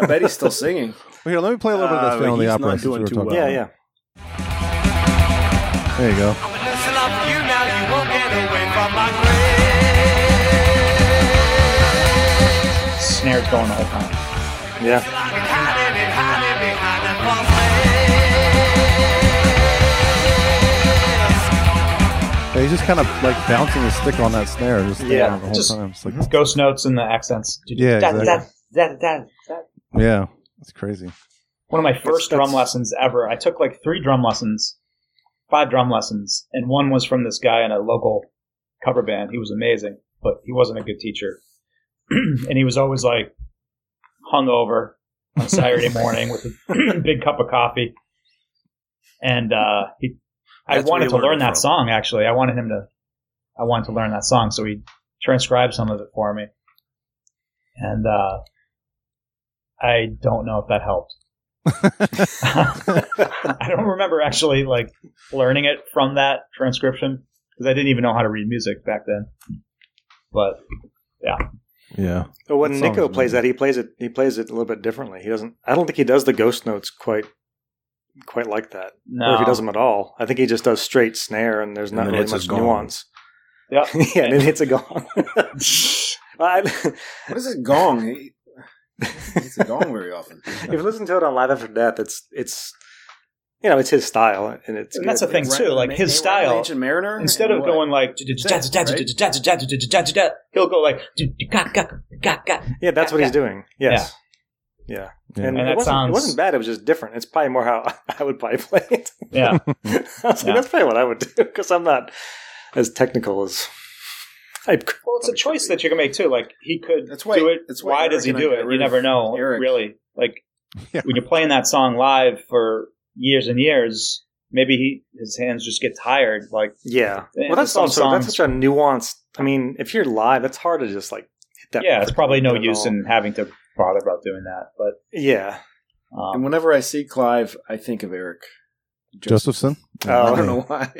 [SPEAKER 3] I bet he's still singing.
[SPEAKER 1] Here, let me play a little bit of
[SPEAKER 4] Uh,
[SPEAKER 1] this Phantom of the
[SPEAKER 4] he's
[SPEAKER 1] Opera.
[SPEAKER 4] not
[SPEAKER 1] since
[SPEAKER 4] doing
[SPEAKER 1] we were
[SPEAKER 4] too
[SPEAKER 1] talking
[SPEAKER 4] well.
[SPEAKER 5] yeah,
[SPEAKER 1] about
[SPEAKER 5] yeah.
[SPEAKER 1] it. There you go.
[SPEAKER 6] But listen up, you now, you won't get away from my grave.
[SPEAKER 2] snares going the whole time.
[SPEAKER 5] Yeah.
[SPEAKER 6] Like it's hiding and hiding behind that false mask.
[SPEAKER 1] Yeah, he's just kind of like bouncing his stick on that snare, just
[SPEAKER 5] Yeah,
[SPEAKER 1] yeah, the whole
[SPEAKER 2] just-
[SPEAKER 1] time. It's like,
[SPEAKER 2] Ghost notes and the accents.
[SPEAKER 1] Yeah, exactly.
[SPEAKER 2] da, da, da, da.
[SPEAKER 1] yeah, it's crazy.
[SPEAKER 2] one of my first
[SPEAKER 5] That's-
[SPEAKER 2] drum lessons ever. I took like three drum lessons, five drum lessons, and one was from this guy in a local cover band. He was amazing, but he wasn't a good teacher, and he was always like hungover on Saturday morning with a big cup of coffee. And uh, he, I
[SPEAKER 4] That's where
[SPEAKER 2] wanted
[SPEAKER 4] you
[SPEAKER 2] to
[SPEAKER 4] learned
[SPEAKER 2] learn
[SPEAKER 4] it
[SPEAKER 2] that
[SPEAKER 4] from.
[SPEAKER 2] song. Actually, I wanted him to. I wanted to learn that song, so he transcribed some of it for me, and uh, I don't know if that helped. I don't remember actually like learning it from that transcription because I didn't even know how to read music back then. But
[SPEAKER 1] Yeah,
[SPEAKER 5] But when
[SPEAKER 1] That song
[SPEAKER 5] Nico
[SPEAKER 1] is
[SPEAKER 5] plays
[SPEAKER 1] amazing.
[SPEAKER 5] that, he plays it. He plays it a little bit differently. He doesn't. I don't think he does the ghost notes quite, quite like that. Or
[SPEAKER 2] no,
[SPEAKER 5] if he does them at all, I think he just does straight snare, and there's
[SPEAKER 4] And
[SPEAKER 5] not
[SPEAKER 4] then
[SPEAKER 5] really
[SPEAKER 4] hits
[SPEAKER 5] much
[SPEAKER 4] a gong.
[SPEAKER 5] nuance.
[SPEAKER 2] Yeah.
[SPEAKER 5] yeah, and then hits a gong. I,
[SPEAKER 3] What is it gong? He, he hits a gong very often.
[SPEAKER 5] if you listen to it on Live After Death, it's it's you know it's his style, and it's
[SPEAKER 2] And that's
[SPEAKER 5] good.
[SPEAKER 2] the thing too. Like his
[SPEAKER 3] An
[SPEAKER 2] style,
[SPEAKER 3] Ancient Mariner.
[SPEAKER 2] instead of
[SPEAKER 3] and what?
[SPEAKER 2] going like he'll go like
[SPEAKER 5] Yeah, that's what he's doing. Yes, Yeah.
[SPEAKER 1] Yeah.
[SPEAKER 2] And
[SPEAKER 5] And, it,
[SPEAKER 2] that
[SPEAKER 5] wasn't, it
[SPEAKER 2] sounds-
[SPEAKER 5] wasn't bad. It was just different. It's probably more how I would probably play it.
[SPEAKER 2] Yeah.
[SPEAKER 5] I was like,
[SPEAKER 2] Yeah.
[SPEAKER 5] that's probably what I would do because I'm not as technical as I.
[SPEAKER 2] Well, it's a choice that you can make too. Like he could
[SPEAKER 3] That's why-
[SPEAKER 2] do it.
[SPEAKER 3] that's why
[SPEAKER 2] why does he
[SPEAKER 3] Eric and
[SPEAKER 2] do
[SPEAKER 3] I got
[SPEAKER 2] it? You
[SPEAKER 3] rid of
[SPEAKER 2] never know,
[SPEAKER 3] Eric.
[SPEAKER 2] really. Like
[SPEAKER 1] Yeah.
[SPEAKER 2] when you're playing that song live for years and years, maybe he, his hands just get tired. Like
[SPEAKER 5] Yeah.
[SPEAKER 2] Yeah,
[SPEAKER 5] Well, that's
[SPEAKER 2] some
[SPEAKER 5] also that's
[SPEAKER 2] songs-
[SPEAKER 5] such a nuanced. I mean, if you're live, that's hard to just like hit that.
[SPEAKER 2] yeah, it's probably no
[SPEAKER 5] button at
[SPEAKER 2] use
[SPEAKER 5] all.
[SPEAKER 2] in having to bother about doing that. But
[SPEAKER 5] Yeah.
[SPEAKER 3] And
[SPEAKER 2] um,
[SPEAKER 3] whenever I see Clive, I think of Eric
[SPEAKER 1] Josephson.
[SPEAKER 5] Oh.
[SPEAKER 3] I don't know why.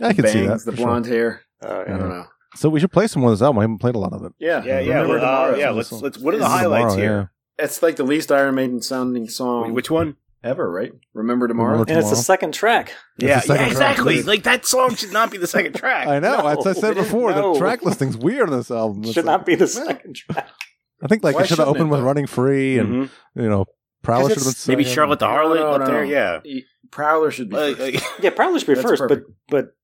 [SPEAKER 1] I can
[SPEAKER 3] Bangs,
[SPEAKER 1] see that.
[SPEAKER 3] the
[SPEAKER 1] for sure.
[SPEAKER 3] blonde hair.
[SPEAKER 5] Uh,
[SPEAKER 3] I
[SPEAKER 5] yeah.
[SPEAKER 3] don't know.
[SPEAKER 1] So we should play some of this album. I haven't played a lot of it.
[SPEAKER 3] Yeah,
[SPEAKER 4] Oh, Yeah, yeah,
[SPEAKER 3] Remember
[SPEAKER 4] well, uh,
[SPEAKER 3] tomorrow.
[SPEAKER 4] yeah. Let's let's. What are the
[SPEAKER 3] This is
[SPEAKER 4] highlights
[SPEAKER 1] Tomorrow,
[SPEAKER 4] here?
[SPEAKER 3] It's like the least Iron Maiden sounding song
[SPEAKER 4] Which one?
[SPEAKER 3] ever, right? Remember tomorrow.
[SPEAKER 1] Remember
[SPEAKER 5] And it's the
[SPEAKER 1] Tomorrow.
[SPEAKER 5] second track.
[SPEAKER 1] That's
[SPEAKER 4] Yeah,
[SPEAKER 1] the
[SPEAKER 4] yeah,
[SPEAKER 1] second track.
[SPEAKER 4] exactly. Like that song should not be the second track.
[SPEAKER 1] I know. as I said
[SPEAKER 5] No, it is-
[SPEAKER 1] before,
[SPEAKER 5] no.
[SPEAKER 1] the track listing's weird on this album. It's
[SPEAKER 5] Should
[SPEAKER 1] like-
[SPEAKER 5] not be the
[SPEAKER 1] well,
[SPEAKER 5] second track.
[SPEAKER 1] I think like
[SPEAKER 3] Why
[SPEAKER 1] it should have
[SPEAKER 3] shouldn't
[SPEAKER 1] opened
[SPEAKER 3] it,
[SPEAKER 1] with
[SPEAKER 3] though?
[SPEAKER 1] "Running Free" and
[SPEAKER 4] Mhm.
[SPEAKER 1] you know, Prowler should have been
[SPEAKER 3] it's-
[SPEAKER 4] Maybe
[SPEAKER 1] singing.
[SPEAKER 4] Charlotte the Harlot
[SPEAKER 3] No,
[SPEAKER 4] up
[SPEAKER 3] no,
[SPEAKER 4] there.
[SPEAKER 3] no.
[SPEAKER 4] Yeah.
[SPEAKER 3] Prowler should be.
[SPEAKER 4] Like,
[SPEAKER 3] first.
[SPEAKER 4] like-
[SPEAKER 5] Yeah, probably should be
[SPEAKER 3] That's
[SPEAKER 5] first,
[SPEAKER 3] perfect.
[SPEAKER 5] but but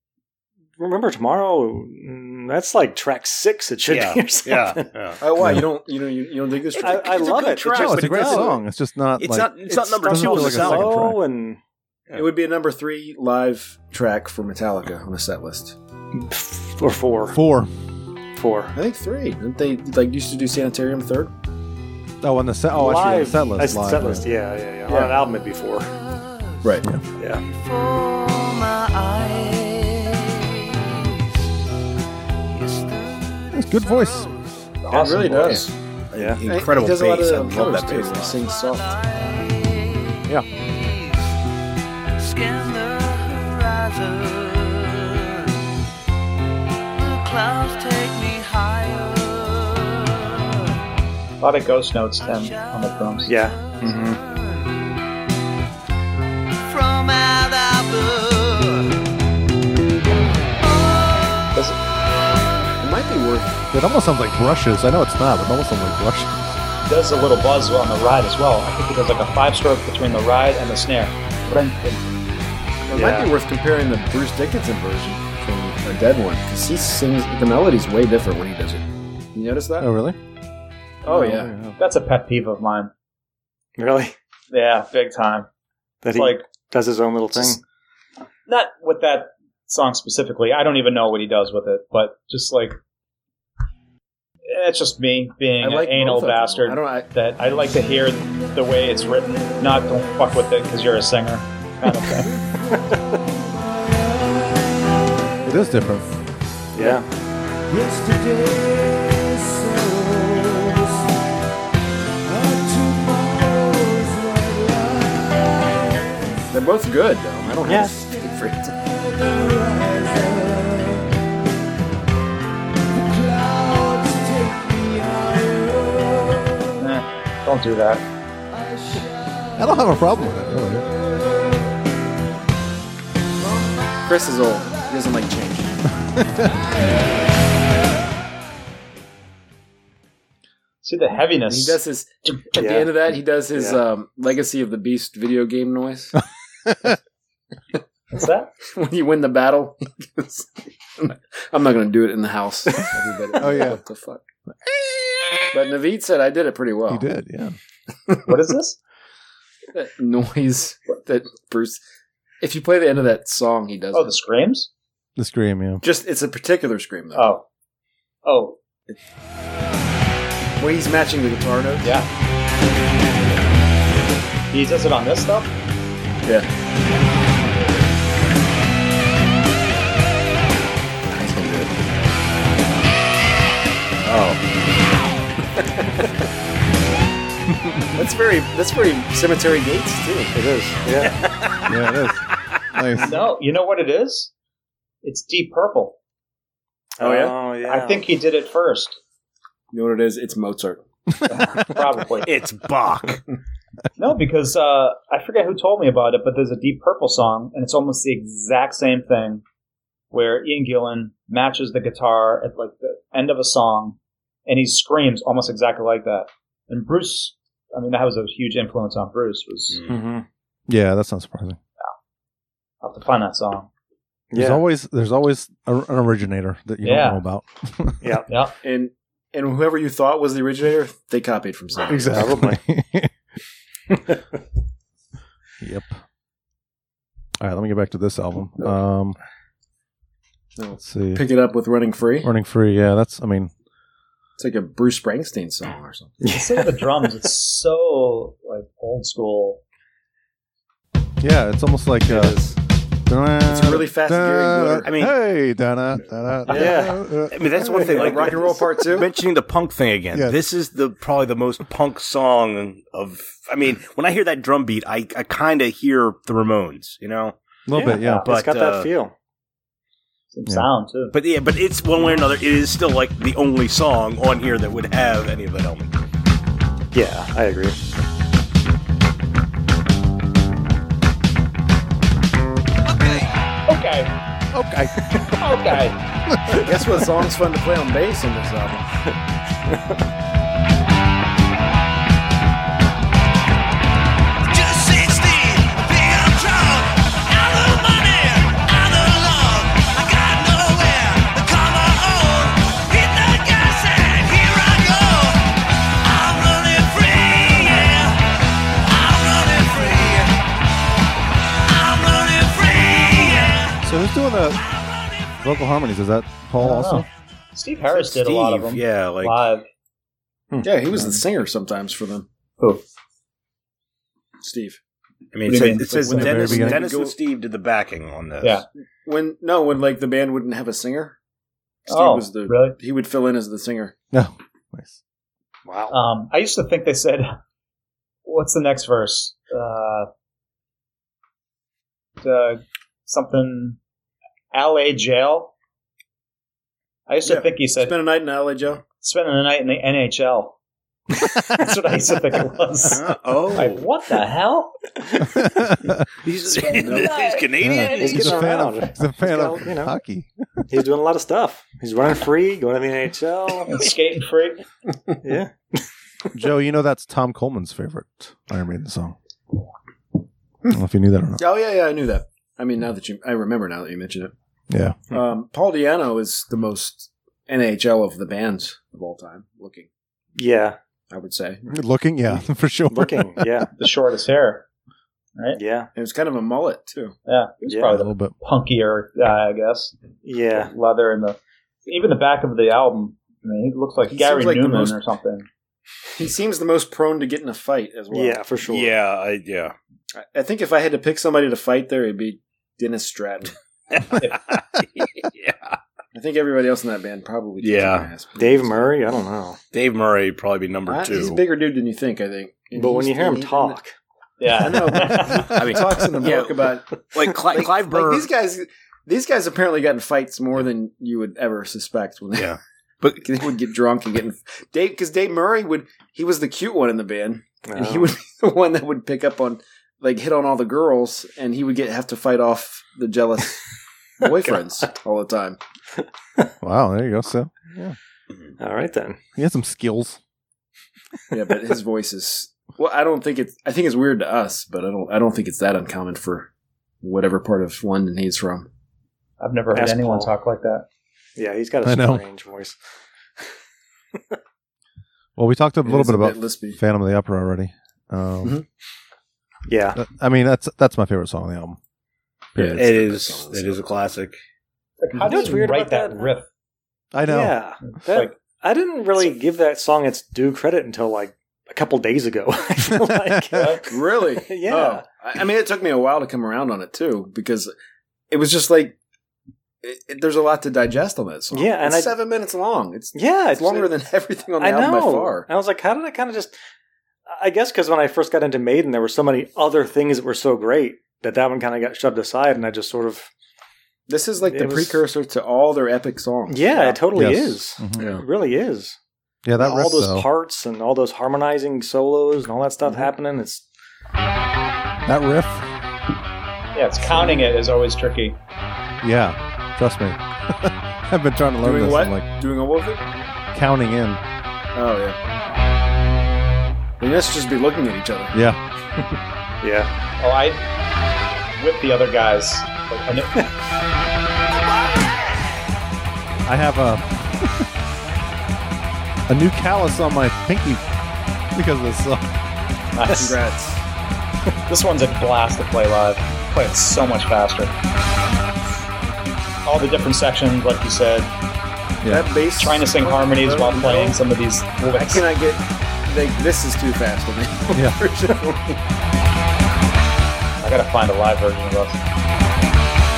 [SPEAKER 5] remember tomorrow. mm, That's like track six. It should
[SPEAKER 4] Yeah.
[SPEAKER 5] be or something.
[SPEAKER 4] yeah. yeah.
[SPEAKER 3] oh, why
[SPEAKER 1] Yeah.
[SPEAKER 3] you don't you know you, you don't dig this?
[SPEAKER 5] I,
[SPEAKER 3] track?
[SPEAKER 5] I
[SPEAKER 4] It's a
[SPEAKER 5] love
[SPEAKER 4] good
[SPEAKER 5] it.
[SPEAKER 4] track,
[SPEAKER 1] No,
[SPEAKER 5] just
[SPEAKER 1] it's a great
[SPEAKER 5] does.
[SPEAKER 1] song. It's just not.
[SPEAKER 4] It's
[SPEAKER 1] like,
[SPEAKER 4] not. It's, not number
[SPEAKER 1] doesn't
[SPEAKER 4] two
[SPEAKER 1] feel
[SPEAKER 4] on the
[SPEAKER 1] like a
[SPEAKER 4] like
[SPEAKER 1] second
[SPEAKER 5] slow
[SPEAKER 1] track.
[SPEAKER 5] and
[SPEAKER 3] It would be a number three live track for Metallica on the set list.
[SPEAKER 5] or four.
[SPEAKER 1] four.
[SPEAKER 5] Four.
[SPEAKER 3] I think three. Didn't they like used to do Sanitarium third?
[SPEAKER 1] Oh, on the set. Oh, actually, on the set list.
[SPEAKER 5] Uh,
[SPEAKER 1] live,
[SPEAKER 5] set
[SPEAKER 1] yeah.
[SPEAKER 5] list, Yeah, yeah, yeah. On
[SPEAKER 3] Yeah.
[SPEAKER 5] an album, it'd be four.
[SPEAKER 3] Right.
[SPEAKER 5] Yeah.
[SPEAKER 6] Before my eyes.
[SPEAKER 1] It's good voice.
[SPEAKER 3] It really does.
[SPEAKER 5] Yeah.
[SPEAKER 3] And
[SPEAKER 4] Incredible
[SPEAKER 3] he does
[SPEAKER 4] bass.
[SPEAKER 3] A
[SPEAKER 4] I
[SPEAKER 3] lot of, um,
[SPEAKER 4] love that
[SPEAKER 3] covers, too. He
[SPEAKER 4] bass. line.
[SPEAKER 3] Sings soft.
[SPEAKER 1] Yeah.
[SPEAKER 6] Scan the horizon. The clouds take me higher.
[SPEAKER 2] a lot of ghost notes then on the drums.
[SPEAKER 5] Yeah.
[SPEAKER 6] From out of the.
[SPEAKER 3] It might be worth.
[SPEAKER 1] It almost sounds like brushes. I know it's not, but it almost sounds like brushes.
[SPEAKER 2] It does a little buzz on the ride as well. I think it does like a five stroke between the ride and the snare. But I'm-
[SPEAKER 3] It
[SPEAKER 5] Yeah.
[SPEAKER 3] might be worth comparing the Bruce Dickinson version from a dead one because he sings the melody's way different when he does it. You notice that?
[SPEAKER 1] Oh, really?
[SPEAKER 3] Oh, yeah.
[SPEAKER 2] that's a pet peeve of mine.
[SPEAKER 5] Really?
[SPEAKER 2] Yeah, big time.
[SPEAKER 5] That
[SPEAKER 2] It's
[SPEAKER 5] he
[SPEAKER 2] like
[SPEAKER 5] does his own little thing.
[SPEAKER 2] just- not with that song specifically. I don't even know what he does with it, but just like it's just me being
[SPEAKER 3] I like
[SPEAKER 2] an anal
[SPEAKER 3] both of them.
[SPEAKER 2] bastard
[SPEAKER 3] I don't. I,
[SPEAKER 2] that I like to hear the way it's written, not don't fuck with it because you're a singer. Kind of thing.
[SPEAKER 1] It is different.
[SPEAKER 5] Yeah.
[SPEAKER 3] they're both good though. I don't
[SPEAKER 5] Yeah.
[SPEAKER 3] have a favorite.
[SPEAKER 2] Eh, don't do that.
[SPEAKER 1] I don't have a problem with it. Really.
[SPEAKER 3] Chris is old. He doesn't like change.
[SPEAKER 2] See the heaviness.
[SPEAKER 3] He does his at
[SPEAKER 5] Yeah.
[SPEAKER 3] the end of that. He does his
[SPEAKER 5] Yeah.
[SPEAKER 3] um, Legacy of the Beast video game noise
[SPEAKER 2] What's that?
[SPEAKER 3] when you win the battle. he goes, I'm not going to do it in the house. Everybody,
[SPEAKER 1] Oh, yeah.
[SPEAKER 3] what the fuck. But Naveed said I did it pretty well.
[SPEAKER 1] You did, yeah.
[SPEAKER 2] What is this?
[SPEAKER 3] that noise that Bruce. If you play the end of that song, he does.
[SPEAKER 2] Oh,
[SPEAKER 3] it.
[SPEAKER 2] the screams.
[SPEAKER 1] The scream, yeah.
[SPEAKER 3] Just it's a particular scream
[SPEAKER 2] Oh,
[SPEAKER 3] though,
[SPEAKER 2] oh,
[SPEAKER 3] where he's matching the guitar note.
[SPEAKER 2] yeah. He does it on this stuff.
[SPEAKER 3] Yeah. Oh. that's very that's very cemetery gates too.
[SPEAKER 5] It is. Yeah.
[SPEAKER 1] Yeah, it is. Nice.
[SPEAKER 2] No, you know what it is? It's Deep Purple.
[SPEAKER 3] Oh, yeah?
[SPEAKER 5] Oh yeah.
[SPEAKER 2] I think he did it first,
[SPEAKER 3] You know what it is? It's Mozart.
[SPEAKER 2] probably.
[SPEAKER 4] It's Bach.
[SPEAKER 2] No, because uh, I forget who told me about it, but there's a Deep Purple song, and it's almost the exact same thing, where Ian Gillan matches the guitar at like the end of a song, and he screams almost exactly like that. And Bruce, I mean, that was a huge influence on Bruce. Was
[SPEAKER 5] hmm
[SPEAKER 1] Yeah, that's not surprising.
[SPEAKER 2] I'll have to find that song.
[SPEAKER 1] There's
[SPEAKER 5] Yeah.
[SPEAKER 1] always there's always a, an originator that you
[SPEAKER 2] Yeah.
[SPEAKER 1] don't know about.
[SPEAKER 5] yeah.
[SPEAKER 2] Yeah,
[SPEAKER 3] And and whoever you thought was the originator, they copied from somewhere.
[SPEAKER 1] Exactly. yep. All right, let me get back to this album. Um,
[SPEAKER 3] No.
[SPEAKER 1] let's see.
[SPEAKER 3] Pick it up with "Running Free."
[SPEAKER 1] Running Free. Yeah, that's. I mean,
[SPEAKER 3] It's like a Bruce Springsteen song or something.
[SPEAKER 2] Some of the drums, it's so like old school.
[SPEAKER 1] yeah, it's almost like. Uh,
[SPEAKER 3] It's really fast and very good.
[SPEAKER 4] I mean-
[SPEAKER 1] hey, da-da, da-da, da-da.
[SPEAKER 4] I mean, that's one thing. Like
[SPEAKER 3] Rock and Roll Part Two.
[SPEAKER 4] Mentioning the punk thing again.
[SPEAKER 1] Yes.
[SPEAKER 4] This is the probably the most punk song of. I mean, when I hear that drum beat, I, I kind of hear the Ramones. You know.
[SPEAKER 1] A little bit, yeah.
[SPEAKER 4] but,
[SPEAKER 5] it's got
[SPEAKER 4] uh,
[SPEAKER 5] that feel.
[SPEAKER 2] Some
[SPEAKER 1] Yeah.
[SPEAKER 2] sound too.
[SPEAKER 4] But yeah, but it's one way or another. It is still like the only song on here that would have any of that element.
[SPEAKER 5] Yeah, I agree.
[SPEAKER 2] Okay,
[SPEAKER 1] Okay.
[SPEAKER 2] okay.
[SPEAKER 3] Guess what song's fun to play on bass in this album?
[SPEAKER 6] Just 16, big I'm drunk, out of money, out of love. I got nowhere to call my own. Hit the gas and here I go. I'm running free, yeah. I'm running free. I'm running free, yeah.
[SPEAKER 1] So who's doing the
[SPEAKER 6] I'm running free.
[SPEAKER 1] vocal harmonies? Is that Paul
[SPEAKER 2] I don't
[SPEAKER 1] also?
[SPEAKER 2] know. Steve Harris did a lot of
[SPEAKER 4] Steve,
[SPEAKER 2] them
[SPEAKER 4] Yeah, like
[SPEAKER 2] live. Hmm.
[SPEAKER 3] Yeah, he was the singer sometimes for them.
[SPEAKER 2] Who?
[SPEAKER 3] Steve.
[SPEAKER 4] I mean,
[SPEAKER 2] What
[SPEAKER 4] it
[SPEAKER 2] do you
[SPEAKER 4] says,
[SPEAKER 2] mean?
[SPEAKER 4] it says
[SPEAKER 2] Like,
[SPEAKER 1] when the very
[SPEAKER 4] Dennis,
[SPEAKER 1] beginning?
[SPEAKER 4] Dennis and Steve did the backing on this.
[SPEAKER 2] Yeah.
[SPEAKER 3] When no, when like the band wouldn't have a singer, Steve
[SPEAKER 2] oh,
[SPEAKER 3] was the
[SPEAKER 2] really?
[SPEAKER 3] he would fill in as the singer.
[SPEAKER 1] No. Nice.
[SPEAKER 5] Wow.
[SPEAKER 2] Um, I used to think they said, "What's the next verse?" Uh, uh, something L.A. jail. I used to
[SPEAKER 3] Yeah.
[SPEAKER 2] think he said
[SPEAKER 3] Spend a night in LA, Joe.
[SPEAKER 2] spending the night in the NHL. That's what I used to think it was. Like,
[SPEAKER 4] oh,
[SPEAKER 2] what the hell?
[SPEAKER 4] he's, he's Canadian.
[SPEAKER 5] He's
[SPEAKER 1] he's, a
[SPEAKER 5] getting
[SPEAKER 1] fan of,
[SPEAKER 5] around.
[SPEAKER 1] he's a fan
[SPEAKER 5] He's
[SPEAKER 1] of
[SPEAKER 5] got, you know.
[SPEAKER 1] hockey.
[SPEAKER 5] He's doing a lot of stuff. He's running free, going to the NHL.
[SPEAKER 2] Skating freak.
[SPEAKER 5] Yeah.
[SPEAKER 1] Joe, you know that's Tom Coleman's favorite Iron Maiden song. I don't know if you knew that or not.
[SPEAKER 3] Oh yeah, yeah, I knew that. I mean, now that you, I remember now that you mentioned it.
[SPEAKER 1] Yeah.
[SPEAKER 5] Hmm.
[SPEAKER 3] Um, Paul Diano is the most NHL of the bands of all time. Looking,
[SPEAKER 5] Yeah.
[SPEAKER 3] I would say
[SPEAKER 1] Good looking, yeah, for sure.
[SPEAKER 5] Looking. Yeah.
[SPEAKER 2] The shortest hair. Right?
[SPEAKER 5] Yeah.
[SPEAKER 3] it was kind of a mullet too.
[SPEAKER 2] Yeah. He was
[SPEAKER 5] Yeah.
[SPEAKER 1] a
[SPEAKER 2] probably
[SPEAKER 1] little bit.
[SPEAKER 2] the punkier guy, I guess.
[SPEAKER 5] Yeah.
[SPEAKER 2] Leather and the even the back of the album. I mean, he looks like
[SPEAKER 3] He
[SPEAKER 2] Gary
[SPEAKER 3] seems like the
[SPEAKER 2] Newman
[SPEAKER 3] most-
[SPEAKER 2] or something.
[SPEAKER 3] He seems the most prone to get in a fight as well.
[SPEAKER 5] Yeah, for sure.
[SPEAKER 4] Yeah, I, yeah.
[SPEAKER 3] I- I think if I had to pick somebody to fight there, it'd be Dennis Stratton.
[SPEAKER 4] yeah.
[SPEAKER 3] I think everybody else in that band probably. kicks
[SPEAKER 4] Yeah.
[SPEAKER 3] my ass.
[SPEAKER 5] Dave Murray, I don't know.
[SPEAKER 4] Dave Murray would probably be number
[SPEAKER 3] Uh,
[SPEAKER 4] two.
[SPEAKER 3] He's a bigger dude than you think. I think. And
[SPEAKER 5] But when
[SPEAKER 3] he's-
[SPEAKER 5] you hear him
[SPEAKER 3] he-
[SPEAKER 5] talk,
[SPEAKER 2] Yeah.
[SPEAKER 3] I know.
[SPEAKER 4] I
[SPEAKER 3] he
[SPEAKER 4] mean,
[SPEAKER 3] talks in the
[SPEAKER 4] Yeah.
[SPEAKER 3] book about
[SPEAKER 4] like Cli-
[SPEAKER 3] like,
[SPEAKER 4] Clive
[SPEAKER 3] like
[SPEAKER 4] Burr.
[SPEAKER 3] these guys. These guys apparently got in fights more than you would ever suspect. When
[SPEAKER 4] yeah, but
[SPEAKER 3] they would get drunk and get in Dave because Dave Murray would he was the cute one in the band and he
[SPEAKER 1] Oh.
[SPEAKER 5] uh,
[SPEAKER 3] would be the one that would pick up on like hit on all the girls and he would get have to fight off the jealous boyfriends all the time.
[SPEAKER 1] Wow, there you go. So
[SPEAKER 5] all right then.
[SPEAKER 1] he has some skills.
[SPEAKER 3] Yeah, but his voice is well. I don't think it's I think it's weird to us, but I don't I don't think it's that uncommon for whatever part of London he's from.
[SPEAKER 2] I've never heard
[SPEAKER 5] Ask
[SPEAKER 2] anyone
[SPEAKER 5] Paul.
[SPEAKER 2] talk like that.
[SPEAKER 5] Yeah, he's got
[SPEAKER 1] I
[SPEAKER 5] a
[SPEAKER 1] know.
[SPEAKER 5] strange voice.
[SPEAKER 1] Well, we talked a
[SPEAKER 3] It
[SPEAKER 1] little
[SPEAKER 3] is
[SPEAKER 1] bit about
[SPEAKER 3] lispy.
[SPEAKER 1] Phantom of the Opera already. Um,
[SPEAKER 3] Mhm.
[SPEAKER 5] Yeah.
[SPEAKER 1] that- I mean, that's that's my favorite song on the album.
[SPEAKER 3] Yeah, it's
[SPEAKER 4] it
[SPEAKER 3] the best
[SPEAKER 4] is.
[SPEAKER 3] song.
[SPEAKER 4] It is a classic.
[SPEAKER 2] Like, how
[SPEAKER 5] You know
[SPEAKER 2] did
[SPEAKER 5] what's
[SPEAKER 2] you
[SPEAKER 5] weird
[SPEAKER 2] write
[SPEAKER 5] about
[SPEAKER 2] that,
[SPEAKER 5] that?
[SPEAKER 2] riff?
[SPEAKER 1] I know.
[SPEAKER 5] Yeah. That,
[SPEAKER 2] Like-
[SPEAKER 5] I didn't really give that song its due credit until like a couple days ago. I feel like. uh,
[SPEAKER 3] Really?
[SPEAKER 5] Yeah.
[SPEAKER 3] Oh. I I mean, it took me a while to come around on it too because it was just like it, it- there's a lot to digest on that song.
[SPEAKER 5] Yeah, and
[SPEAKER 3] it's
[SPEAKER 5] I-
[SPEAKER 3] seven minutes long. It's
[SPEAKER 5] yeah,
[SPEAKER 3] it's longer than everything on the
[SPEAKER 5] I
[SPEAKER 3] album
[SPEAKER 5] know.
[SPEAKER 3] by far.
[SPEAKER 5] I was like, how did I kind of just? I guess because when I first got into Maiden, there were so many other things that were so great that that one kind of got shoved aside, and I just sort of
[SPEAKER 3] This is like the
[SPEAKER 5] It was-
[SPEAKER 3] precursor to all their epic songs.
[SPEAKER 5] yeah, it totally
[SPEAKER 1] Yes.
[SPEAKER 5] is.
[SPEAKER 1] Mhm.
[SPEAKER 3] Yeah.
[SPEAKER 5] It really is.
[SPEAKER 1] Yeah, that
[SPEAKER 5] all
[SPEAKER 1] riff,
[SPEAKER 5] those
[SPEAKER 1] though,
[SPEAKER 5] parts and all those harmonizing solos and all that stuff
[SPEAKER 3] Mm-hmm.
[SPEAKER 5] happening. It's
[SPEAKER 1] that riff,
[SPEAKER 2] Yeah, it's counting it is always tricky.
[SPEAKER 1] yeah, trust me. I've been trying to learn
[SPEAKER 3] Doing
[SPEAKER 1] this.
[SPEAKER 3] what?
[SPEAKER 1] I'm like
[SPEAKER 3] Doing all of it?
[SPEAKER 1] counting in.
[SPEAKER 3] Oh yeah. They must just be looking at each other.
[SPEAKER 1] Yeah,
[SPEAKER 5] yeah,
[SPEAKER 2] Oh, I whip the other guys. Like, I know-
[SPEAKER 1] I have a. a new callus on my pinky because of this song.
[SPEAKER 2] Nice.
[SPEAKER 3] Congrats.
[SPEAKER 2] This one's a blast to play live. Play it so much faster. All the different sections, like you said,
[SPEAKER 1] Yeah.
[SPEAKER 3] That bass.
[SPEAKER 2] trying to sing harmonies while playing some of these
[SPEAKER 3] I
[SPEAKER 2] licks.
[SPEAKER 3] cannot get. Like, this is too fast for me.
[SPEAKER 1] Yeah.
[SPEAKER 2] I gotta find a live version of us.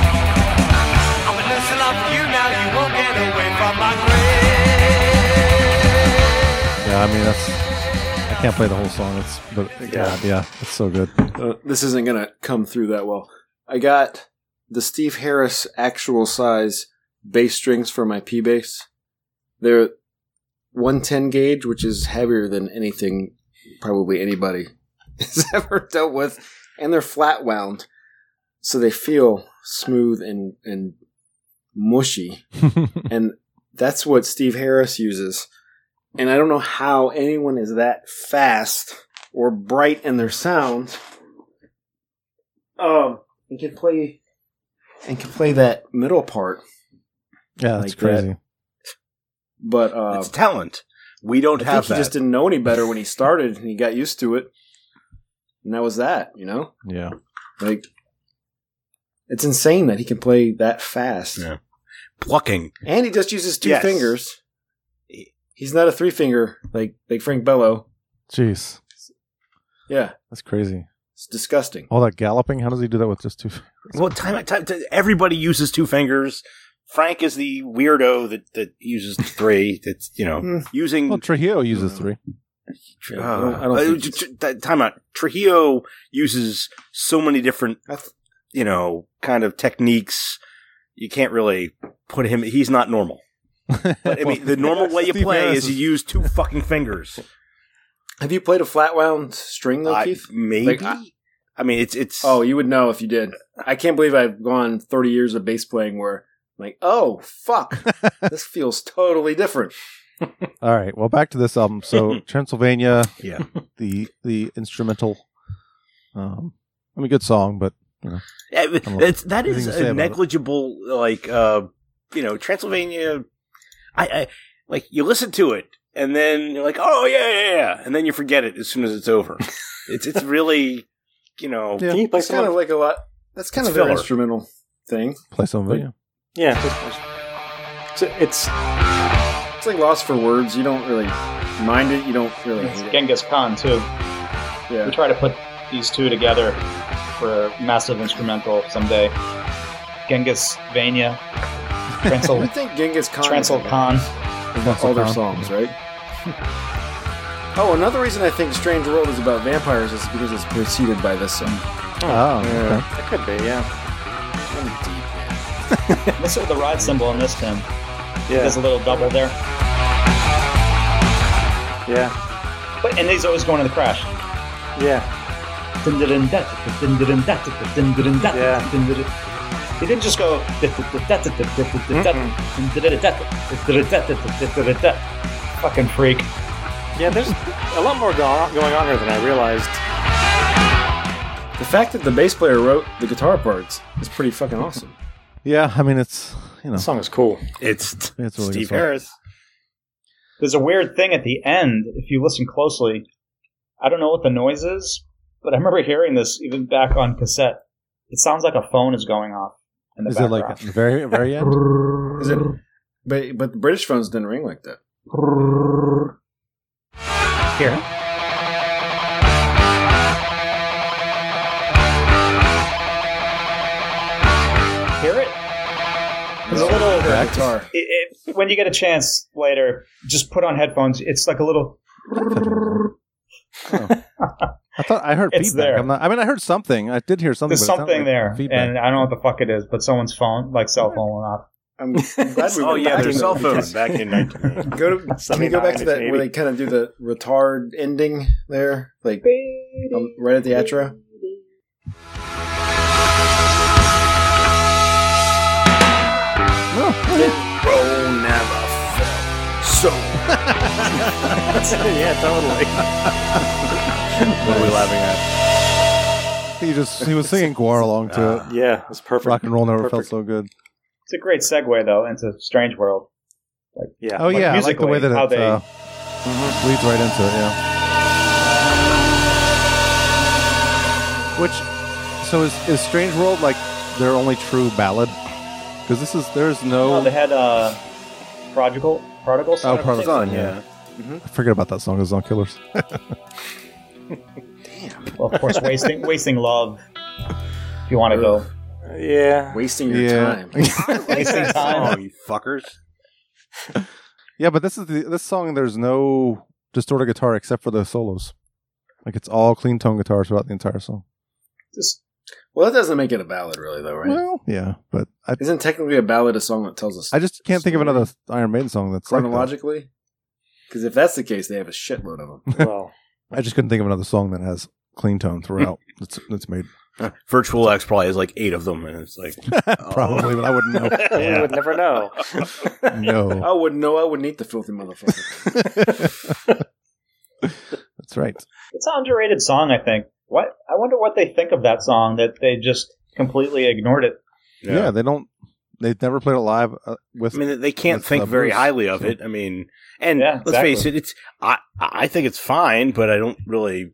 [SPEAKER 6] I'm a lesson of you now, you won't get away from my grave.
[SPEAKER 1] Yeah, I mean that's I can't play the whole song. It's but yeah, yeah, it's so good.
[SPEAKER 3] Uh, this isn't gonna come through that well. I got the Steve Harris actual size bass strings for my P bass. They're 110 gauge, which is heavier than anything probably anybody has ever dealt with, and they're flat wound, so they feel smooth and and mushy. and that's what Steve Harris uses. And I don't know how anyone is that fast or bright in their sound. Um, and can play and can play that middle part,
[SPEAKER 1] Yeah,
[SPEAKER 3] Like
[SPEAKER 1] that's
[SPEAKER 3] that.
[SPEAKER 1] crazy.
[SPEAKER 3] but uh,
[SPEAKER 4] it's talent. We don't
[SPEAKER 3] I think
[SPEAKER 4] have
[SPEAKER 3] he
[SPEAKER 4] that.
[SPEAKER 3] just didn't know any better when he started, and he got used to it, and that was that. You know,
[SPEAKER 1] Yeah.
[SPEAKER 3] like it's insane that he can play that fast,
[SPEAKER 4] Yeah. Plucking.
[SPEAKER 3] and he just uses two
[SPEAKER 4] Yes.
[SPEAKER 3] fingers. He's not a three finger like like Frank Bello.
[SPEAKER 1] Jeez.
[SPEAKER 3] Yeah,
[SPEAKER 1] That's crazy.
[SPEAKER 3] it's disgusting.
[SPEAKER 1] All that galloping, how does he do that with just two
[SPEAKER 4] Well, time, time, time- everybody uses two fingers. Frank is the weirdo that, that uses three. That's you
[SPEAKER 3] Hmm.
[SPEAKER 4] know using.
[SPEAKER 1] Well, Trujillo uses three.
[SPEAKER 4] uh,
[SPEAKER 3] I don't, I don't
[SPEAKER 4] uh,
[SPEAKER 3] think
[SPEAKER 4] t-
[SPEAKER 3] it's-
[SPEAKER 4] t- t- time out. Trujillo uses so many different
[SPEAKER 3] I th-
[SPEAKER 4] you know kind of techniques. You can't really put him. He's not normal. But I mean, the normal way you
[SPEAKER 1] Steve
[SPEAKER 4] play
[SPEAKER 1] Harris
[SPEAKER 4] is you use two fucking fingers.
[SPEAKER 3] Have you played a flat wound string though,
[SPEAKER 4] I,
[SPEAKER 3] Keith?
[SPEAKER 4] maybe.
[SPEAKER 3] Like,
[SPEAKER 4] I,
[SPEAKER 3] I-
[SPEAKER 4] mean, it's it's.
[SPEAKER 3] Oh, you would know if you did. I can't believe I've gone 30 years of bass playing where I'm like, oh, fuck, this feels totally different.
[SPEAKER 1] All right. Well, back to this album. So Transylvania,
[SPEAKER 4] Yeah.
[SPEAKER 1] the the instrumental. Um, I mean, good song, but
[SPEAKER 4] Yeah,
[SPEAKER 1] don't
[SPEAKER 4] Eh, it's, that
[SPEAKER 1] anything
[SPEAKER 4] is
[SPEAKER 1] to say about
[SPEAKER 4] a
[SPEAKER 1] it.
[SPEAKER 4] negligible, like, uh, you know, Transylvania. I, I like you listen to it, and then you're like, oh yeah, yeah, yeah, and then you forget it as soon as it's over. it's it's really, you know,
[SPEAKER 1] Yeah.
[SPEAKER 5] Can you play
[SPEAKER 3] That's
[SPEAKER 5] some?
[SPEAKER 3] kind of like a lot. That's kind
[SPEAKER 4] It's
[SPEAKER 3] of their
[SPEAKER 4] filler.
[SPEAKER 3] instrumental thing.
[SPEAKER 1] play some of it.
[SPEAKER 5] yeah. just- So it's
[SPEAKER 3] It's like Lost for Words. You don't really mind it. You don't really
[SPEAKER 2] It's
[SPEAKER 3] hate it.
[SPEAKER 2] Genghis Khan too. We
[SPEAKER 3] Yeah.
[SPEAKER 2] try to put these two together for a massive instrumental someday. Genghis Vania,
[SPEAKER 3] I
[SPEAKER 2] Transyl,
[SPEAKER 3] think Genghis Khan.
[SPEAKER 2] Transyl Khan.
[SPEAKER 3] all their
[SPEAKER 1] Khan.
[SPEAKER 3] songs, right? oh, another reason I think Strange World is about vampires is because it's preceded by this song.
[SPEAKER 1] Oh, okay.
[SPEAKER 5] it could be yeah
[SPEAKER 2] Listen to the ride cymbol in this, Tim.
[SPEAKER 5] yeah
[SPEAKER 2] There's a little double there.
[SPEAKER 5] yeah
[SPEAKER 2] But, and these always going to the crash.
[SPEAKER 5] yeah.
[SPEAKER 2] He didn't just go. Fucking freak.
[SPEAKER 5] Yeah, there's a lot more go- going on here than I realized.
[SPEAKER 3] The fact that the bass player wrote the guitar parts is pretty fucking awesome.
[SPEAKER 1] Yeah, I mean, it's you know,
[SPEAKER 5] That song is cool.
[SPEAKER 4] it's,
[SPEAKER 1] It's a really good
[SPEAKER 4] Steve
[SPEAKER 1] song.
[SPEAKER 4] Harris.
[SPEAKER 2] There's a weird thing at the end. If you listen closely, I don't know what the noise is, but I remember hearing this even back on cassette. It sounds like a phone is going off in the
[SPEAKER 1] is it
[SPEAKER 2] background.
[SPEAKER 1] like at the very very end?
[SPEAKER 3] Is it? But but the British phones didn't ring like that.
[SPEAKER 2] Here. Hear it? There's a little.
[SPEAKER 3] Her guitar.
[SPEAKER 2] It, it, when you get a chance later, just put on headphones. It's like a little.
[SPEAKER 1] Oh. I thought I heard
[SPEAKER 2] It's
[SPEAKER 1] feedback.
[SPEAKER 2] there.
[SPEAKER 1] I'm not, I mean, I heard something. I did hear something.
[SPEAKER 2] There's
[SPEAKER 1] but it sounded
[SPEAKER 2] something
[SPEAKER 1] like
[SPEAKER 2] there,
[SPEAKER 1] Feedback.
[SPEAKER 2] and I don't know what the fuck it is, but someone's phone, like cell phone, went off.
[SPEAKER 3] I'm, I'm glad we
[SPEAKER 4] Oh
[SPEAKER 3] went
[SPEAKER 4] yeah,
[SPEAKER 3] back
[SPEAKER 4] their
[SPEAKER 3] to
[SPEAKER 4] cell
[SPEAKER 3] that.
[SPEAKER 4] phone back in 1980.
[SPEAKER 3] Go to, can you go back to that where
[SPEAKER 5] 79,
[SPEAKER 3] they kind of do the retard ending there, like um, right at the outro?
[SPEAKER 5] yeah, totally.
[SPEAKER 4] What are we laughing at?
[SPEAKER 1] He just he was singing Guar along to it.
[SPEAKER 4] Ah.
[SPEAKER 5] Yeah, it's perfect.
[SPEAKER 1] Rock and roll never felt
[SPEAKER 5] Perfect.
[SPEAKER 1] so good.
[SPEAKER 2] It's a great segue though into Strange World.
[SPEAKER 5] Yeah.
[SPEAKER 1] Oh yeah, I like the
[SPEAKER 2] musically,
[SPEAKER 1] way that it
[SPEAKER 2] how they-
[SPEAKER 1] uh, leads right into it. Yeah. Which, so is is Strange World like their only true ballad? Because this is there's
[SPEAKER 2] Oh,
[SPEAKER 1] no
[SPEAKER 2] they had uh, prodigal,
[SPEAKER 3] Oh,
[SPEAKER 2] prodigal. Son, I think.
[SPEAKER 1] Prodigal Son,
[SPEAKER 4] yeah.
[SPEAKER 1] I forget about that song. It's on Killers.
[SPEAKER 2] Well, of course, wasting wasting love. If you want to go,
[SPEAKER 5] Yeah.
[SPEAKER 3] Wasting your
[SPEAKER 1] Yeah.
[SPEAKER 3] time.
[SPEAKER 2] wasting time.
[SPEAKER 4] Oh, you fuckers.
[SPEAKER 1] yeah, but this is the this song. There's no distorted guitar except for the solos. Like it's all clean tone guitar throughout the entire song.
[SPEAKER 2] Just
[SPEAKER 3] Well, that doesn't make it a ballad, really, though, right?
[SPEAKER 1] Well, yeah, but I
[SPEAKER 3] Isn't technically a ballad a song that tells us
[SPEAKER 1] I just can't think of another Iron Maiden song that's like that.
[SPEAKER 3] chronologically? Because if that's the case, they have a shitload of them.
[SPEAKER 5] Well,
[SPEAKER 1] I just couldn't think of another song that has clean tone throughout. that's that's made
[SPEAKER 4] Virtual X probably has like eight of them, and it's like oh,
[SPEAKER 1] probably, but I wouldn't know.
[SPEAKER 5] you would never know.
[SPEAKER 1] No,
[SPEAKER 3] I wouldn't know. I wouldn't eat the filthy motherfucker.
[SPEAKER 1] that's right.
[SPEAKER 2] it's an underrated song, I think. What I wonder what they think of that song that they just completely ignored it.
[SPEAKER 1] Yeah. they don't. They've never played it live uh, with.
[SPEAKER 4] I mean, they can't
[SPEAKER 1] That's
[SPEAKER 4] think
[SPEAKER 1] the
[SPEAKER 4] very
[SPEAKER 1] Bruce,
[SPEAKER 4] highly of
[SPEAKER 1] so-
[SPEAKER 4] it. I mean, and
[SPEAKER 2] Yeah,
[SPEAKER 4] let's
[SPEAKER 2] exactly.
[SPEAKER 4] face it, it's I I think it's fine, but I don't really,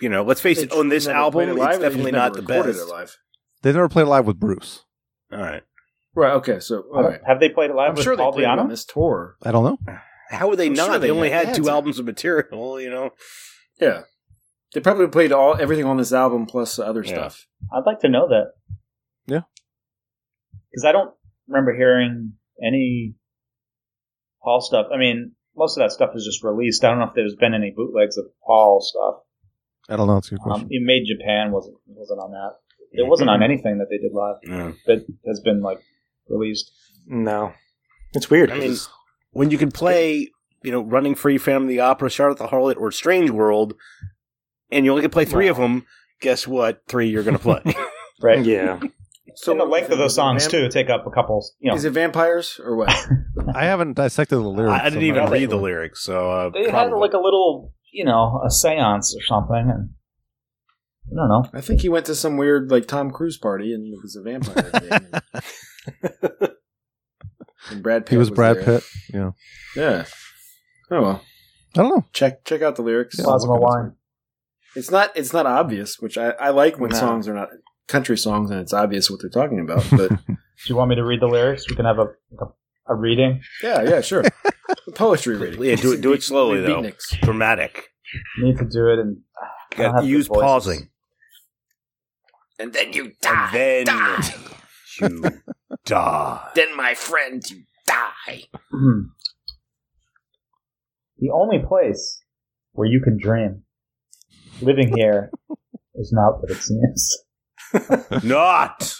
[SPEAKER 4] you know, let's face it, on this
[SPEAKER 3] Never played it
[SPEAKER 4] album, it's
[SPEAKER 3] live, they just
[SPEAKER 4] definitely
[SPEAKER 3] never
[SPEAKER 4] not the
[SPEAKER 3] recorded
[SPEAKER 4] best.
[SPEAKER 3] it live.
[SPEAKER 1] they never played it live with Bruce.
[SPEAKER 4] All right,
[SPEAKER 3] Right. Okay. So, all right.
[SPEAKER 2] Have they played it live
[SPEAKER 3] I'm
[SPEAKER 2] with
[SPEAKER 3] sure they
[SPEAKER 2] Paul
[SPEAKER 3] played it on
[SPEAKER 2] Diano?
[SPEAKER 3] this tour.
[SPEAKER 1] I don't know.
[SPEAKER 4] how would they
[SPEAKER 3] I'm
[SPEAKER 4] not?
[SPEAKER 3] sure
[SPEAKER 4] they,
[SPEAKER 3] they
[SPEAKER 4] only
[SPEAKER 3] had
[SPEAKER 4] had two
[SPEAKER 3] to.
[SPEAKER 4] albums of material, you know.
[SPEAKER 3] Yeah. They probably played all everything on this album plus the other
[SPEAKER 4] Yeah.
[SPEAKER 3] stuff.
[SPEAKER 2] I'd like to know that.
[SPEAKER 1] Yeah.
[SPEAKER 2] Because I don't remember hearing any Paul stuff. I mean, most of that stuff is just released. I don't know if there's been any bootlegs of Paul stuff.
[SPEAKER 1] I don't know. It's a good
[SPEAKER 2] Um,
[SPEAKER 1] question.
[SPEAKER 2] it made Japan wasn't wasn't on that. It wasn't on anything that they did live
[SPEAKER 4] Yeah.
[SPEAKER 2] that has been like released.
[SPEAKER 5] No. It's weird.
[SPEAKER 4] I mean, when you can play, you know, Running Free, Phantom of the Opera, Charlotte the Harlot, or Strange World, and you only can play three of them, guess what? Three you're going to play.
[SPEAKER 2] Right.
[SPEAKER 5] yeah.
[SPEAKER 3] So
[SPEAKER 2] and the length of those songs too take up a couple. You know,
[SPEAKER 3] Is it vampires or what?
[SPEAKER 1] I haven't dissected the lyrics.
[SPEAKER 4] I, I
[SPEAKER 1] so
[SPEAKER 4] didn't
[SPEAKER 1] I'm
[SPEAKER 4] even
[SPEAKER 1] not
[SPEAKER 4] read the
[SPEAKER 1] sure.
[SPEAKER 4] lyrics, so uh,
[SPEAKER 2] they had
[SPEAKER 4] probably.
[SPEAKER 2] like a little, you know, a séance or something, and I don't know.
[SPEAKER 3] I think he went to some weird like Tom Cruise party and it was a vampire thing. and Brad Pitt.
[SPEAKER 1] He was Brad
[SPEAKER 3] there.
[SPEAKER 1] Pitt.
[SPEAKER 3] Yeah. Oh well.
[SPEAKER 1] I don't know.
[SPEAKER 3] Check check out the lyrics.
[SPEAKER 1] Yeah,
[SPEAKER 2] Plasma
[SPEAKER 1] look at
[SPEAKER 2] wine.
[SPEAKER 3] It's not it's not obvious, which I, I like when
[SPEAKER 5] No.
[SPEAKER 3] songs are not country songs and it's obvious what they're talking about. But
[SPEAKER 2] Do you want me to read the lyrics? We can have a a, a reading.
[SPEAKER 3] yeah, yeah, sure. Poetry reading.
[SPEAKER 4] Yeah, do it- do it slowly, though.
[SPEAKER 3] Beatniks.
[SPEAKER 4] dramatic.
[SPEAKER 2] Need to do it, and I don't have good
[SPEAKER 4] Use
[SPEAKER 2] voices.
[SPEAKER 4] pausing.
[SPEAKER 7] And then you
[SPEAKER 4] And
[SPEAKER 7] die.
[SPEAKER 4] then
[SPEAKER 7] Die.
[SPEAKER 4] you die.
[SPEAKER 7] Then, my friend, you die.
[SPEAKER 2] the only place where you can dream. Living here is not what it seems.
[SPEAKER 4] Not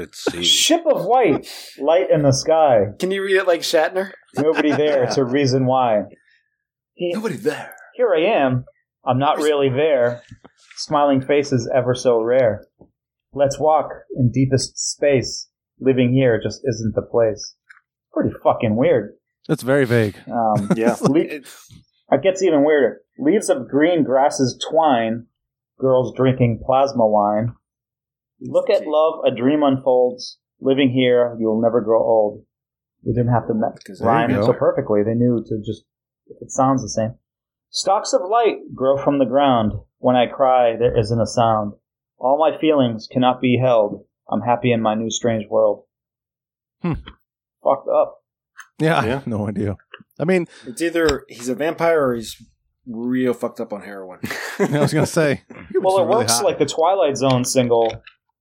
[SPEAKER 4] it seems.
[SPEAKER 2] Ship of white, light in the sky.
[SPEAKER 3] Can you read it like Shatner?
[SPEAKER 2] Nobody there to reason why. He-
[SPEAKER 3] Nobody there.
[SPEAKER 2] here I am. I'm not really there. Smiling faces ever so rare. Let's walk in deepest space. Living here just isn't the place. Pretty fucking weird.
[SPEAKER 1] It's very vague.
[SPEAKER 2] Um,
[SPEAKER 5] Yeah.
[SPEAKER 2] Le- it gets even weirder. Leaves of green grasses twine, girls drinking plasma wine. Look at love, a dream unfolds. Living here, you'll never grow old. You didn't have to me-
[SPEAKER 3] Because there you
[SPEAKER 2] rhyme
[SPEAKER 1] go.
[SPEAKER 2] so perfectly. They knew to just, it sounds the same. Stalks of light grow from the ground. When I cry, there isn't a sound. All my feelings cannot be held. I'm happy in my new strange world.
[SPEAKER 1] Hmm.
[SPEAKER 2] Fucked up.
[SPEAKER 1] Yeah, I
[SPEAKER 5] Yeah.
[SPEAKER 1] have no idea. I mean,
[SPEAKER 3] It's either he's a vampire or he's real fucked up on heroin.
[SPEAKER 1] I was gonna say.
[SPEAKER 2] Well, it
[SPEAKER 1] really
[SPEAKER 2] works
[SPEAKER 1] hot.
[SPEAKER 2] like the Twilight Zone single,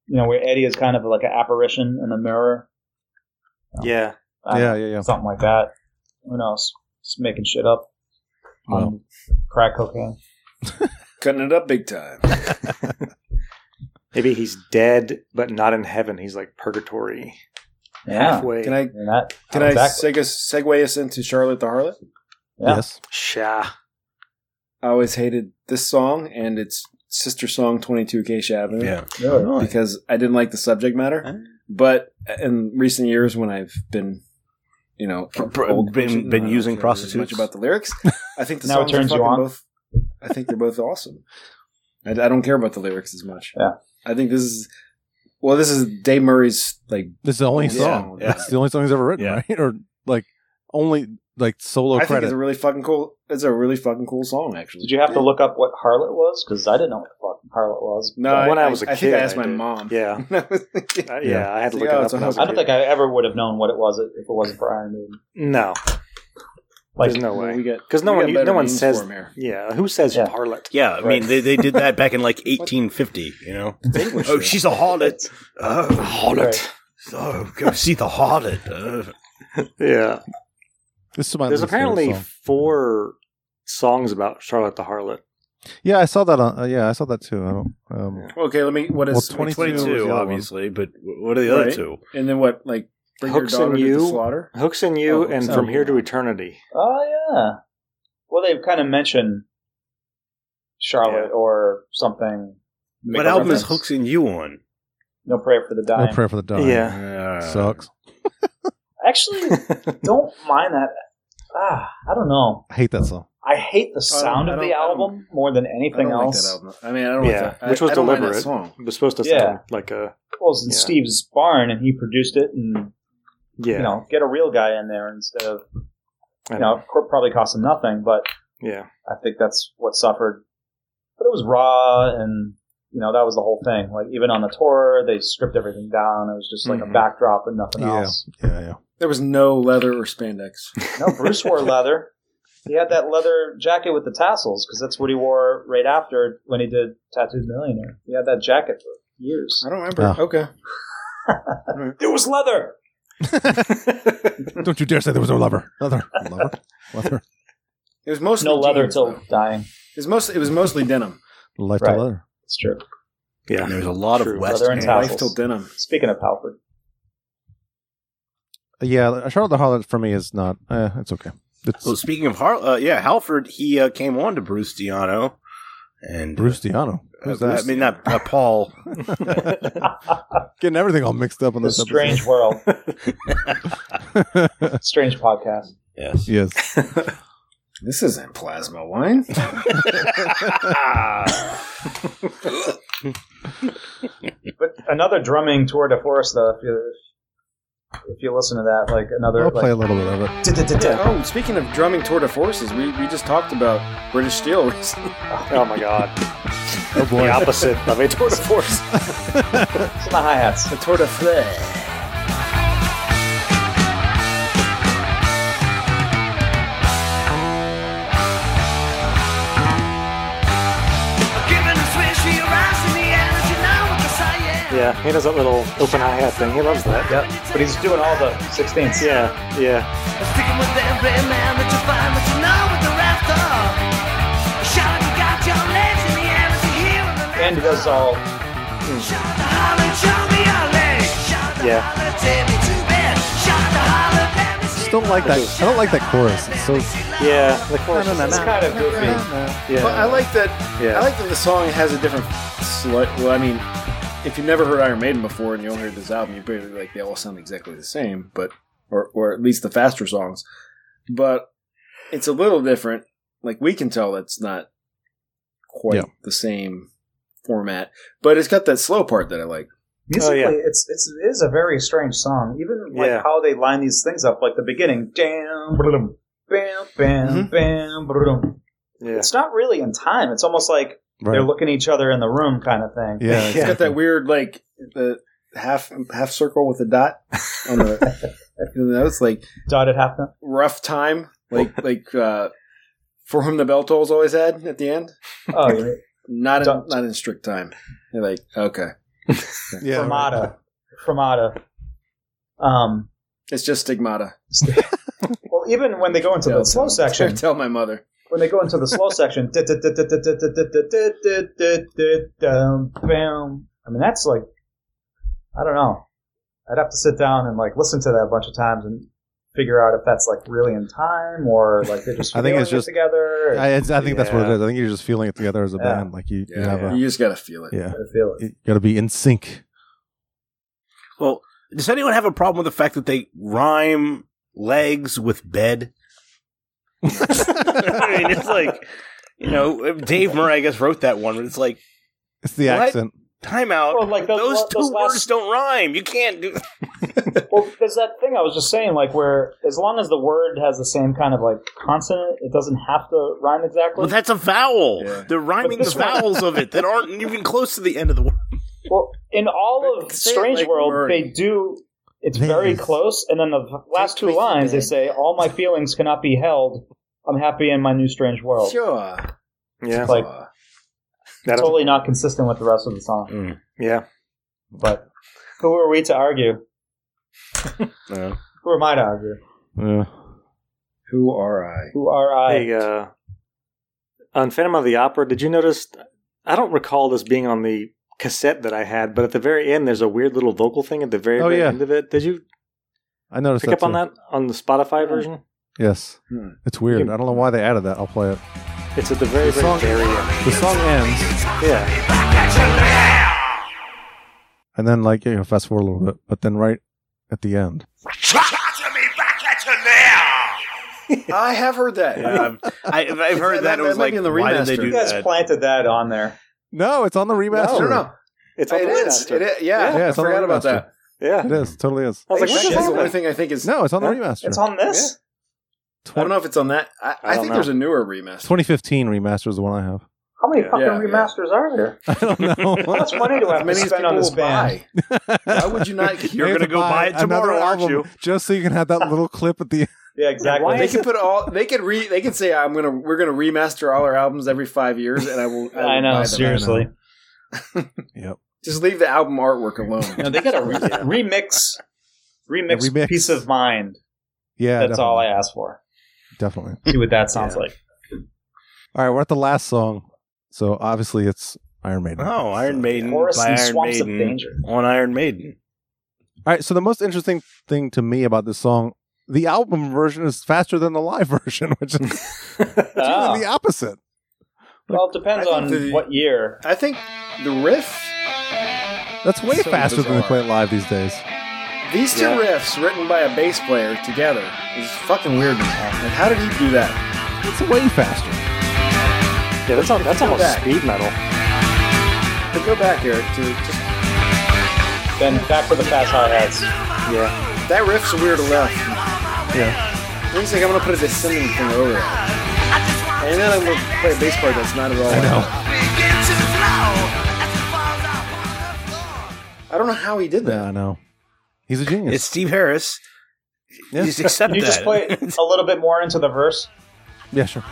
[SPEAKER 2] you know, where Eddie is kind of like an apparition in the mirror.
[SPEAKER 5] Yeah.
[SPEAKER 2] I don't
[SPEAKER 1] yeah, yeah, yeah.
[SPEAKER 2] know, something like that. Who knows? Just making shit up on
[SPEAKER 1] Well.
[SPEAKER 2] crack cocaine.
[SPEAKER 3] Cutting it up big time.
[SPEAKER 5] Maybe he's dead, but not in heaven. He's like purgatory.
[SPEAKER 2] Yeah,
[SPEAKER 5] Halfway.
[SPEAKER 3] Can I
[SPEAKER 2] and that
[SPEAKER 3] can I
[SPEAKER 2] Oh, exactly.
[SPEAKER 3] seg- segue us into Charlotte the Harlot?
[SPEAKER 2] Yeah.
[SPEAKER 1] Yes.
[SPEAKER 5] Sha.
[SPEAKER 3] I always hated this song and its sister song 22 Acacia Avenue
[SPEAKER 4] Yeah.
[SPEAKER 2] Really?
[SPEAKER 3] because I didn't like the subject matter.
[SPEAKER 4] Huh?
[SPEAKER 3] But in recent years, when I've been, you know,
[SPEAKER 4] Pr- pr-
[SPEAKER 3] old
[SPEAKER 4] been-
[SPEAKER 3] person,
[SPEAKER 4] been
[SPEAKER 3] I don't
[SPEAKER 4] using
[SPEAKER 3] care as much
[SPEAKER 4] prostitutes.
[SPEAKER 3] about the lyrics, I think the
[SPEAKER 2] Now it
[SPEAKER 3] songs are
[SPEAKER 2] turns you
[SPEAKER 3] fucking
[SPEAKER 2] on?
[SPEAKER 3] both. I think they're both awesome. I, I don't care about the lyrics as much.
[SPEAKER 2] Yeah.
[SPEAKER 3] I think this is well, this is Dave Murray's like
[SPEAKER 1] This is the only
[SPEAKER 3] Yeah,
[SPEAKER 1] song.
[SPEAKER 3] yeah.
[SPEAKER 1] That's the only song he's ever written,
[SPEAKER 8] Yeah.
[SPEAKER 1] right? Or like only like solo
[SPEAKER 3] I think
[SPEAKER 1] credit.
[SPEAKER 3] it's a really fucking cool it's a really fucking cool song actually.
[SPEAKER 2] Did you have to look up what Harlot was? Because I didn't know what the fuck Harlot was.
[SPEAKER 3] No,
[SPEAKER 5] When
[SPEAKER 3] I,
[SPEAKER 5] I
[SPEAKER 3] I
[SPEAKER 5] was a
[SPEAKER 3] I think I
[SPEAKER 5] kid,
[SPEAKER 3] asked
[SPEAKER 5] I
[SPEAKER 3] my
[SPEAKER 5] did.
[SPEAKER 3] mom.
[SPEAKER 5] Yeah. Uh, yeah,
[SPEAKER 1] Yeah.
[SPEAKER 5] I had to
[SPEAKER 3] So,
[SPEAKER 5] look
[SPEAKER 3] yeah,
[SPEAKER 5] it
[SPEAKER 3] it's
[SPEAKER 5] up.
[SPEAKER 3] a
[SPEAKER 5] when I was a
[SPEAKER 2] I don't
[SPEAKER 5] kid.
[SPEAKER 2] think I ever would have known what it was if it wasn't for Iron Maiden.
[SPEAKER 5] No,
[SPEAKER 2] Like,
[SPEAKER 5] there's no way.
[SPEAKER 3] got
[SPEAKER 5] 'Cause no
[SPEAKER 3] we
[SPEAKER 5] one-
[SPEAKER 3] got
[SPEAKER 5] you- no
[SPEAKER 3] better
[SPEAKER 5] one
[SPEAKER 3] names
[SPEAKER 5] says-
[SPEAKER 3] for 'em here.
[SPEAKER 5] Yeah, who says
[SPEAKER 2] Yeah.
[SPEAKER 5] harlot?
[SPEAKER 8] Yeah, I
[SPEAKER 2] Right.
[SPEAKER 8] mean they, they did that back in like 1850. You know, oh she's a harlot. Oh,
[SPEAKER 2] Right.
[SPEAKER 8] Oh, go see the harlot. Uh,
[SPEAKER 5] Yeah,
[SPEAKER 1] this is my
[SPEAKER 5] there's
[SPEAKER 1] least favorite
[SPEAKER 5] apparently
[SPEAKER 1] song.
[SPEAKER 5] four songs about Charlotte the harlot.
[SPEAKER 1] yeah, I saw that. On, uh, yeah, I saw that too. I don't. Um,
[SPEAKER 3] Okay, let me what is
[SPEAKER 1] Well, 22 was the other
[SPEAKER 8] 22,
[SPEAKER 1] one.
[SPEAKER 8] obviously, but what are the other
[SPEAKER 3] Right.
[SPEAKER 8] two?
[SPEAKER 3] and then what like bring
[SPEAKER 5] Hooks
[SPEAKER 3] your
[SPEAKER 5] and
[SPEAKER 3] daughter to
[SPEAKER 5] You.
[SPEAKER 3] the slaughter?
[SPEAKER 5] Hooks and you,
[SPEAKER 3] Oh,
[SPEAKER 5] and
[SPEAKER 3] so-
[SPEAKER 5] from here to eternity.
[SPEAKER 2] Oh yeah. Well, they kind of mention Charlotte
[SPEAKER 5] Yeah.
[SPEAKER 2] or something. Make
[SPEAKER 8] What
[SPEAKER 2] a
[SPEAKER 8] album is
[SPEAKER 2] reference.
[SPEAKER 8] Hooks and You on?
[SPEAKER 2] No prayer for the
[SPEAKER 1] no
[SPEAKER 2] dying.
[SPEAKER 1] prayer for the dying.
[SPEAKER 5] Yeah.
[SPEAKER 8] Uh,
[SPEAKER 1] sucks.
[SPEAKER 2] Actually, don't mind that. Ah, I don't know.
[SPEAKER 1] I hate that song.
[SPEAKER 2] I hate the
[SPEAKER 3] don't-
[SPEAKER 2] sound
[SPEAKER 3] I
[SPEAKER 2] of the
[SPEAKER 3] don't- I don't-
[SPEAKER 2] album more than anything
[SPEAKER 3] I don't
[SPEAKER 2] else.
[SPEAKER 3] like that album. I mean, I don't
[SPEAKER 5] Yeah,
[SPEAKER 3] like that.
[SPEAKER 5] which
[SPEAKER 3] I,
[SPEAKER 5] was
[SPEAKER 3] I don't mind that
[SPEAKER 5] deliberate.
[SPEAKER 3] song.
[SPEAKER 5] It was supposed to
[SPEAKER 2] Yeah.
[SPEAKER 5] sound like a
[SPEAKER 2] It was in
[SPEAKER 5] Yeah.
[SPEAKER 2] Steve's barn, and he produced it, and
[SPEAKER 5] yeah.
[SPEAKER 2] you know, get a real guy in there instead of
[SPEAKER 5] I
[SPEAKER 2] you know, it co- probably cost him nothing, but
[SPEAKER 5] yeah,
[SPEAKER 2] I think that's what suffered. But it was raw, and you know, that was the whole thing. Like even on the tour, they stripped everything down. It was just like
[SPEAKER 3] Mm-hmm.
[SPEAKER 5] Mhm.
[SPEAKER 2] a backdrop and nothing
[SPEAKER 1] Yeah.
[SPEAKER 2] else.
[SPEAKER 1] Yeah, yeah.
[SPEAKER 3] There was no leather or spandex.
[SPEAKER 2] No, Bruce wore leather. He had that leather jacket with the tassels because that's what he wore right after when he did Tattooed Millionaire. He had that jacket for years.
[SPEAKER 3] I don't remember.
[SPEAKER 1] Oh.
[SPEAKER 3] Okay.
[SPEAKER 2] It was leather.
[SPEAKER 1] Don't you dare say there was no lover. Leather. Lover. Leather.
[SPEAKER 3] It was mostly
[SPEAKER 2] No leather
[SPEAKER 3] jeans,
[SPEAKER 2] till
[SPEAKER 3] though.
[SPEAKER 2] dying.
[SPEAKER 3] it was mostly it was mostly denim.
[SPEAKER 1] Life
[SPEAKER 2] Right.
[SPEAKER 1] to leather.
[SPEAKER 2] It's true.
[SPEAKER 5] yeah.
[SPEAKER 8] There's a lot
[SPEAKER 5] True.
[SPEAKER 8] of West
[SPEAKER 2] Leather and
[SPEAKER 8] Ham.
[SPEAKER 2] tassels.
[SPEAKER 3] Life till denim.
[SPEAKER 2] Speaking of Halford,
[SPEAKER 1] Yeah, Charlotte the Harlot for me is not. Eh, it's okay. It's
[SPEAKER 8] Well, speaking of Har, uh, yeah, Halford, he uh, came on to Bruce Diano, and
[SPEAKER 1] Bruce Diano.
[SPEAKER 8] uh,
[SPEAKER 1] Who's that?
[SPEAKER 8] I mean, not uh, Paul.
[SPEAKER 1] Getting everything all mixed up on
[SPEAKER 2] the
[SPEAKER 1] this
[SPEAKER 2] strange world,
[SPEAKER 1] episode.
[SPEAKER 2] strange podcast.
[SPEAKER 8] yes.
[SPEAKER 1] yes.
[SPEAKER 3] This isn't plasma wine.
[SPEAKER 2] But another drumming tour de force, though. If you if you listen to that, like another
[SPEAKER 1] I'll play a
[SPEAKER 2] like,
[SPEAKER 1] little bit of it.
[SPEAKER 3] Yeah, oh, speaking of drumming tour de forces, we, we just talked about British Steel recently.
[SPEAKER 5] Oh my god,
[SPEAKER 1] Oh boy.
[SPEAKER 5] the opposite of a tour de force.
[SPEAKER 2] it's in the hi hats.
[SPEAKER 3] The tour de force.
[SPEAKER 5] Yeah, he does that little open hi hat thing. He loves that.
[SPEAKER 2] Yep. But he's doing all the sixteenths.
[SPEAKER 5] Yeah, yeah.
[SPEAKER 6] Sticking with every man that you find, but you know what they're after. Shout out, you got your legs in the air as you hear 'em and
[SPEAKER 2] And he does all
[SPEAKER 6] Shout out to Holland, show me your legs. Shout out to
[SPEAKER 5] Yeah.
[SPEAKER 6] Holland, take me to bed. Shout out to Holland, let me
[SPEAKER 1] I
[SPEAKER 6] see
[SPEAKER 1] just don't like that. I don't like that chorus. It's so.
[SPEAKER 5] Yeah, the chorus.
[SPEAKER 2] it's kind of goofy.
[SPEAKER 5] Yeah,
[SPEAKER 3] But I like that. I
[SPEAKER 5] Yeah.
[SPEAKER 3] like that the song has a different. Slight, well, I mean, if you've never heard Iron Maiden before and you only heard this album, you probably like they all sound exactly the same, but or or at least the faster songs. But it's a little different. Like we can tell that's not quite
[SPEAKER 1] Yeah.
[SPEAKER 3] the same format, but it's got that slow part that I like.
[SPEAKER 2] Musically,
[SPEAKER 5] yeah.
[SPEAKER 2] it's it's it is a very strange song. Even like
[SPEAKER 5] Yeah.
[SPEAKER 2] how they line these things up, like the beginning, damn, bam, bam, bam, bam, bam.
[SPEAKER 5] yeah.
[SPEAKER 2] It's not really in time. It's almost like
[SPEAKER 1] Right.
[SPEAKER 2] they're looking at each other in the room, kind of thing.
[SPEAKER 1] Yeah.
[SPEAKER 3] It's got
[SPEAKER 1] exactly.
[SPEAKER 3] that weird like the half half circle with a dot on the. you know, it's like
[SPEAKER 2] Dotted half note.
[SPEAKER 3] rough time, like like uh, for whom the bell tolls always had at the end.
[SPEAKER 2] Oh, yeah.
[SPEAKER 3] Not in,
[SPEAKER 2] Don't-
[SPEAKER 3] not in strict time. You're like okay,
[SPEAKER 1] Yeah.
[SPEAKER 2] Fermata. Fermata. Um,
[SPEAKER 3] it's just stigmata.
[SPEAKER 2] well, even when they go into
[SPEAKER 3] Tell-
[SPEAKER 2] the slow section,
[SPEAKER 3] Tell my mother.
[SPEAKER 2] when they go into the slow section, bam. I mean, that's like, I don't know. I'd have to sit down and like listen to that a bunch of times and figure out if that's like really in time or like they're just
[SPEAKER 1] I think it's
[SPEAKER 2] feeling it
[SPEAKER 1] just-
[SPEAKER 2] together.
[SPEAKER 1] I, it's- I think that's what it
[SPEAKER 5] Yeah.
[SPEAKER 1] is. I think you're just feeling it together as a
[SPEAKER 2] Yeah.
[SPEAKER 1] band. Like you, you
[SPEAKER 3] Yeah,
[SPEAKER 1] have a.
[SPEAKER 3] you just gotta feel it.
[SPEAKER 1] Yeah.
[SPEAKER 2] I feel it.
[SPEAKER 1] You got to be in sync.
[SPEAKER 8] Well, does anyone have a problem with the fact that they rhyme legs with bed? I mean, it's like you know, Dave Murray, I guess, wrote that one, but it's like
[SPEAKER 1] It's the
[SPEAKER 8] What?
[SPEAKER 1] accent.
[SPEAKER 8] Timeout.
[SPEAKER 2] Well, like those-
[SPEAKER 8] those, two
[SPEAKER 2] those last-
[SPEAKER 8] words don't rhyme. You can't do.
[SPEAKER 2] Well, there's that thing I was just saying, like where as long as the word has the same kind of like consonant, it doesn't have to rhyme exactly.
[SPEAKER 8] Well, that's a
[SPEAKER 2] Oh.
[SPEAKER 8] vowel.
[SPEAKER 3] Yeah.
[SPEAKER 8] They're rhyming
[SPEAKER 2] But
[SPEAKER 8] the
[SPEAKER 2] this one-
[SPEAKER 8] vowels of it that aren't even close to the end of the word.
[SPEAKER 2] Well, in all of
[SPEAKER 3] But say it
[SPEAKER 2] Strange
[SPEAKER 3] like
[SPEAKER 2] World,
[SPEAKER 3] Murray.
[SPEAKER 2] they do. It's very
[SPEAKER 9] Yes.
[SPEAKER 2] close, and then the v- last two
[SPEAKER 9] me to
[SPEAKER 2] lines they
[SPEAKER 9] bed.
[SPEAKER 2] say, "All my feelings cannot be held. I'm happy in my new strange world."
[SPEAKER 3] Sure.
[SPEAKER 5] Yeah,
[SPEAKER 2] Like
[SPEAKER 5] that
[SPEAKER 2] totally not consistent with the rest of the song.
[SPEAKER 3] Mm,
[SPEAKER 5] yeah.
[SPEAKER 2] But who are we to argue?
[SPEAKER 4] No.
[SPEAKER 2] Who am I to argue?
[SPEAKER 1] Yeah.
[SPEAKER 3] Who are I?
[SPEAKER 2] Who are I?
[SPEAKER 5] Hey, uh, on Phantom of the Opera, did you notice? I don't recall this being on the cassette that I had, but at the very end, there's a weird little vocal thing at the very,
[SPEAKER 1] Oh,
[SPEAKER 5] very
[SPEAKER 1] yeah.
[SPEAKER 5] end of it. Did you
[SPEAKER 1] I noticed
[SPEAKER 5] pick up on
[SPEAKER 1] too.
[SPEAKER 5] that on the Spotify version?
[SPEAKER 1] Yes.
[SPEAKER 3] Hmm.
[SPEAKER 1] It's weird.
[SPEAKER 5] You-
[SPEAKER 1] I don't know why they added that. I'll play it.
[SPEAKER 5] It's at the very,
[SPEAKER 1] The
[SPEAKER 5] very,
[SPEAKER 1] song-
[SPEAKER 5] very end.
[SPEAKER 1] The song ends,
[SPEAKER 5] Yeah,
[SPEAKER 1] and then like you know, fast forward a little bit, but then right at the end,
[SPEAKER 3] I have heard that. Uh,
[SPEAKER 8] I, I've I've heard that,
[SPEAKER 3] That- that
[SPEAKER 8] it was
[SPEAKER 3] might
[SPEAKER 8] like,
[SPEAKER 3] be in the
[SPEAKER 8] why did they
[SPEAKER 3] remaster.
[SPEAKER 8] do
[SPEAKER 2] you guys
[SPEAKER 8] that?
[SPEAKER 2] planted that on there.
[SPEAKER 1] no, it's on the
[SPEAKER 3] I
[SPEAKER 1] remaster.
[SPEAKER 3] don't know.
[SPEAKER 5] it's on
[SPEAKER 3] It
[SPEAKER 5] the
[SPEAKER 3] is.
[SPEAKER 5] remaster.
[SPEAKER 3] It is. Yeah,
[SPEAKER 1] Yeah,
[SPEAKER 3] I
[SPEAKER 1] it's on the
[SPEAKER 3] forgot about
[SPEAKER 1] remaster.
[SPEAKER 3] that.
[SPEAKER 5] Yeah,
[SPEAKER 1] It is. Totally is.
[SPEAKER 5] I was like, what
[SPEAKER 3] Shit,
[SPEAKER 5] the
[SPEAKER 3] that's
[SPEAKER 5] hell?
[SPEAKER 3] the only thing I think is.
[SPEAKER 1] No, it's on the
[SPEAKER 5] Huh?
[SPEAKER 1] remaster.
[SPEAKER 2] It's on this.
[SPEAKER 3] I don't know if it's on that. I,
[SPEAKER 5] I
[SPEAKER 3] I,
[SPEAKER 5] don't
[SPEAKER 3] think
[SPEAKER 5] know.
[SPEAKER 3] there's a newer remaster.
[SPEAKER 1] 2015 remaster is the one I have.
[SPEAKER 2] How many
[SPEAKER 5] Yeah.
[SPEAKER 2] fucking
[SPEAKER 3] Yeah, yeah.
[SPEAKER 2] remasters are there?
[SPEAKER 1] I don't know.
[SPEAKER 2] How much money do I have to
[SPEAKER 3] Many
[SPEAKER 2] spend on this
[SPEAKER 3] people
[SPEAKER 2] band?
[SPEAKER 3] buy. Why would you not?
[SPEAKER 1] They have
[SPEAKER 8] gonna
[SPEAKER 1] to
[SPEAKER 8] go buy it
[SPEAKER 1] another
[SPEAKER 8] tomorrow, aren't
[SPEAKER 1] album
[SPEAKER 8] you?
[SPEAKER 1] Just so you can have that little clip at the end.
[SPEAKER 2] Yeah, exactly.
[SPEAKER 5] Why
[SPEAKER 3] They can put all. They could re. They could say, "I'm gonna. We're gonna remaster all our albums every five years," and I will. will
[SPEAKER 2] I
[SPEAKER 3] buy
[SPEAKER 2] know,
[SPEAKER 3] them.
[SPEAKER 2] seriously.
[SPEAKER 1] Yep.
[SPEAKER 3] Just leave the album artwork alone.
[SPEAKER 2] No, they got a re- remix, remix,
[SPEAKER 1] remix.
[SPEAKER 2] peace of mind.
[SPEAKER 1] Yeah.
[SPEAKER 2] That's
[SPEAKER 1] definitely.
[SPEAKER 2] all I ask for.
[SPEAKER 1] Definitely.
[SPEAKER 2] See what that sounds like.
[SPEAKER 1] All right, we're at the last song. So obviously it's Iron Maiden.
[SPEAKER 8] Oh, Iron Maiden
[SPEAKER 2] Forests
[SPEAKER 8] by
[SPEAKER 2] and
[SPEAKER 8] Iron
[SPEAKER 2] swamps of
[SPEAKER 8] Maiden
[SPEAKER 2] danger.
[SPEAKER 8] on Iron Maiden.
[SPEAKER 1] All right, so the most interesting thing to me about this song, the album version is faster than the live version, which is
[SPEAKER 2] Ah.
[SPEAKER 1] the uh, opposite.
[SPEAKER 2] Well, it depends
[SPEAKER 3] I
[SPEAKER 2] on
[SPEAKER 3] think the-
[SPEAKER 2] what year.
[SPEAKER 3] I think the riff.
[SPEAKER 1] That's way
[SPEAKER 3] So
[SPEAKER 1] faster than they
[SPEAKER 3] bizarre.
[SPEAKER 1] play it live these days.
[SPEAKER 3] These two riffs written by a bass player together is fucking weird. to me. Like, how did he do that?
[SPEAKER 1] It's way faster.
[SPEAKER 5] yeah, that's on, that's almost
[SPEAKER 3] back.
[SPEAKER 5] speed metal.
[SPEAKER 3] But go back, Eric. To just
[SPEAKER 2] Then back to the fast hi hats.
[SPEAKER 5] Yeah,
[SPEAKER 3] that riff's weird enough. Yeah. Looks like I'm gonna put a descending thing over it, and then I'm gonna play a bass part that's not at all. I know. I don't know how he did
[SPEAKER 1] Yeah, I
[SPEAKER 3] that.
[SPEAKER 1] know. He's a genius.
[SPEAKER 8] It's Steve Harris.
[SPEAKER 1] Yeah.
[SPEAKER 8] Just accept
[SPEAKER 2] Can you
[SPEAKER 8] that.
[SPEAKER 2] just play a little bit more into the verse?
[SPEAKER 1] yeah, sure.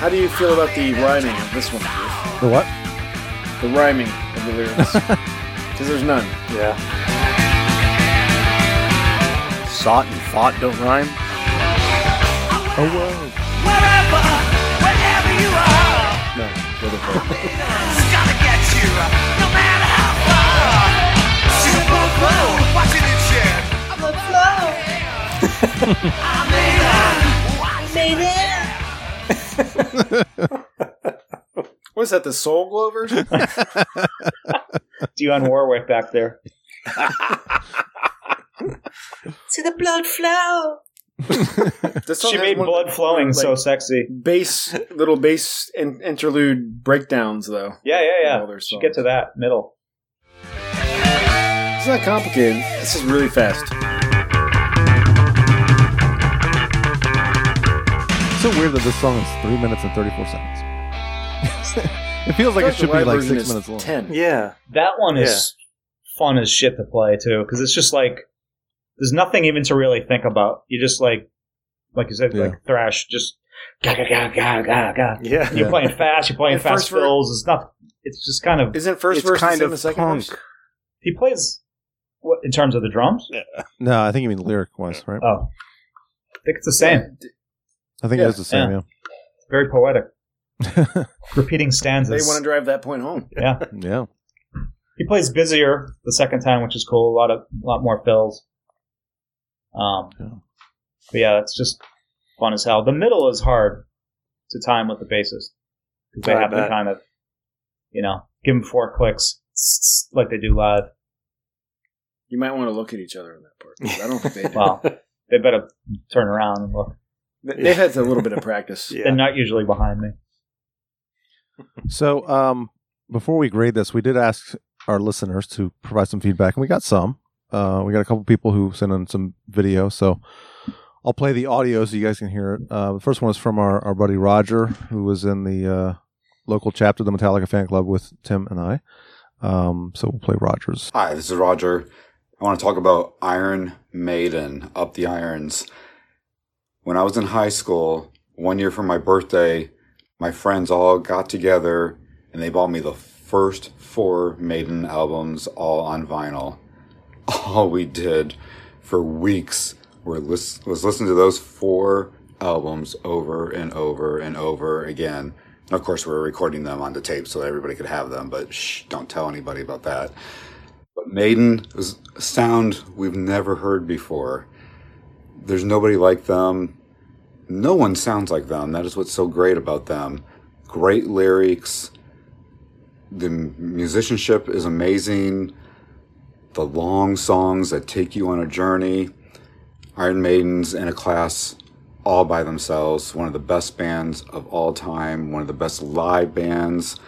[SPEAKER 3] How do you feel about the rhyming of this one?
[SPEAKER 1] The what?
[SPEAKER 3] The rhyming of the lyrics, because there's none.
[SPEAKER 5] yeah.
[SPEAKER 8] Sought and fought don't rhyme.
[SPEAKER 3] No. What is that? The Soul Glow version?
[SPEAKER 2] Dionne Warwick back there.
[SPEAKER 6] See the blood flow.
[SPEAKER 3] This song
[SPEAKER 2] She
[SPEAKER 3] has
[SPEAKER 2] made
[SPEAKER 3] one of
[SPEAKER 2] blood
[SPEAKER 3] the-
[SPEAKER 2] flowing
[SPEAKER 3] like,
[SPEAKER 2] so sexy.
[SPEAKER 3] bass little bass in- interlude breakdowns though.
[SPEAKER 2] Yeah, yeah,
[SPEAKER 3] All
[SPEAKER 2] yeah.
[SPEAKER 3] their
[SPEAKER 2] She get to that middle.
[SPEAKER 3] It's not complicated. This is really fast.
[SPEAKER 1] It's so weird that this song is three minutes and thirty-four seconds. it feels like it should be like six minutes long.
[SPEAKER 3] Ten.
[SPEAKER 5] Yeah.
[SPEAKER 2] That one is fun as shit to play too, because it's just like there's nothing even to really think about. You just like, like you said,
[SPEAKER 1] Yeah.
[SPEAKER 2] like thrash, just ga ga ga ga ga ga.
[SPEAKER 5] Yeah.
[SPEAKER 2] You're playing fast. You're playing
[SPEAKER 3] And
[SPEAKER 2] fast
[SPEAKER 3] first ver-
[SPEAKER 2] fills. It's not. It's just kind of.
[SPEAKER 3] Isn't first
[SPEAKER 8] It's
[SPEAKER 3] verse
[SPEAKER 8] kind
[SPEAKER 3] the same
[SPEAKER 8] of
[SPEAKER 3] as second
[SPEAKER 8] punk.
[SPEAKER 3] verse?
[SPEAKER 2] He plays what, in terms of the drums.
[SPEAKER 1] No, I think you mean lyric-wise, right?
[SPEAKER 2] Oh, I think it's the same.
[SPEAKER 1] I think it
[SPEAKER 3] yeah,
[SPEAKER 1] is the same.
[SPEAKER 2] yeah.
[SPEAKER 1] Yeah.
[SPEAKER 2] Very poetic. Repeating
[SPEAKER 3] They
[SPEAKER 2] stanzas.
[SPEAKER 3] want to drive that point home.
[SPEAKER 2] yeah,
[SPEAKER 1] Yeah.
[SPEAKER 2] he plays busier the second time, which is cool. A lot of a lot more fills. Um,
[SPEAKER 1] Yeah.
[SPEAKER 2] but yeah, it's just fun as hell. The middle is hard to time with the basses. 'Cause They
[SPEAKER 5] I
[SPEAKER 2] have to
[SPEAKER 5] bet.
[SPEAKER 2] kind of, you know, give them four clicks like they do live.
[SPEAKER 3] You might want to look at each other in that part. 'cause I don't think they do.
[SPEAKER 2] Well, they better turn around and look.
[SPEAKER 3] They- They've had a little bit of practice.
[SPEAKER 2] They're
[SPEAKER 5] Yeah.
[SPEAKER 2] not usually behind me.
[SPEAKER 1] So, um, before we grade this, we did ask our listeners to provide some feedback, and we got some. Uh, we got a couple people who sent in some video, so I'll play the audio so you guys can hear it. Uh, the first one is from our, our buddy Roger, who was in the uh, local chapter of the Metallica fan club with Tim and I. Um, so we'll play Rogers.
[SPEAKER 10] Hi, this is Roger. I want to talk about Iron Maiden, Up the Irons. When I was in high school, one year for my birthday, my friends all got together and they bought me the first four Maiden albums all on vinyl. All we did for weeks were lis- was listen to those four albums over and over and over again. And of course, we were recording them on the tape so that everybody could have them, but shh, don't tell anybody about that. But Maiden is a sound we've never heard before. There's nobody like them. No one sounds like them. That is what's so great about them. Great lyrics. The musicianship is amazing. The long songs that take you on a journey. Iron Maiden's in a class all by themselves. One of the best bands of all time. One of the best live bands.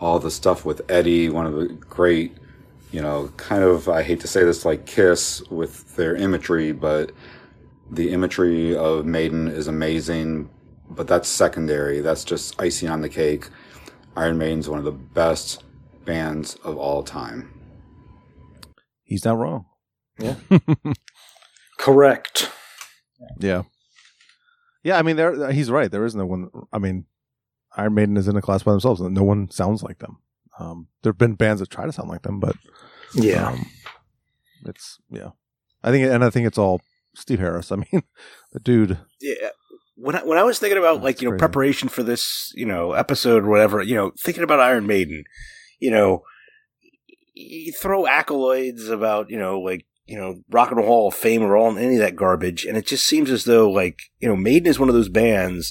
[SPEAKER 10] All the stuff with Eddie, one of the great you know, kind of, I hate to say this, like Kiss with their imagery, but the imagery of Maiden is amazing, but that's secondary. That's just icing on the cake. Iron Maiden's one of the best bands of all time.
[SPEAKER 1] He's not wrong.
[SPEAKER 5] Yeah.
[SPEAKER 3] Correct.
[SPEAKER 1] Yeah. Yeah, I mean, there he's right. There is no one. I mean, Iron Maiden is in a class by themselves, and no one sounds like them. Um, there have been bands that try to sound like them, but
[SPEAKER 5] Yeah.
[SPEAKER 1] Um, it's yeah. I think, and I think it's all Steve Harris. I mean, the dude.
[SPEAKER 4] yeah. When I, when I was thinking about
[SPEAKER 1] That's
[SPEAKER 4] like you know
[SPEAKER 1] crazy.
[SPEAKER 4] preparation for this you know episode or whatever you know thinking about Iron Maiden, you know, you throw accolades about you know like you know rock and roll Hall of Fame or all any of that garbage, and it just seems as though like you know Maiden is one of those bands.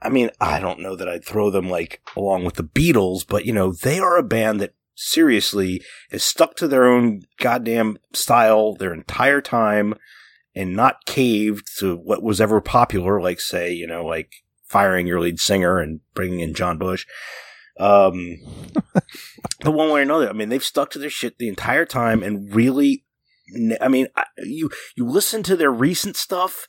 [SPEAKER 4] I mean, I don't know that I'd throw them like along with the Beatles, but you know they are a band that seriously is stuck to their own goddamn style their entire time and not caved to what was ever popular, like say, you know, like firing your lead singer and bringing in John Bush. Um, but one way or another, I mean, they've stuck to their shit the entire time and really, ne- I mean, I, you you listen to their recent stuff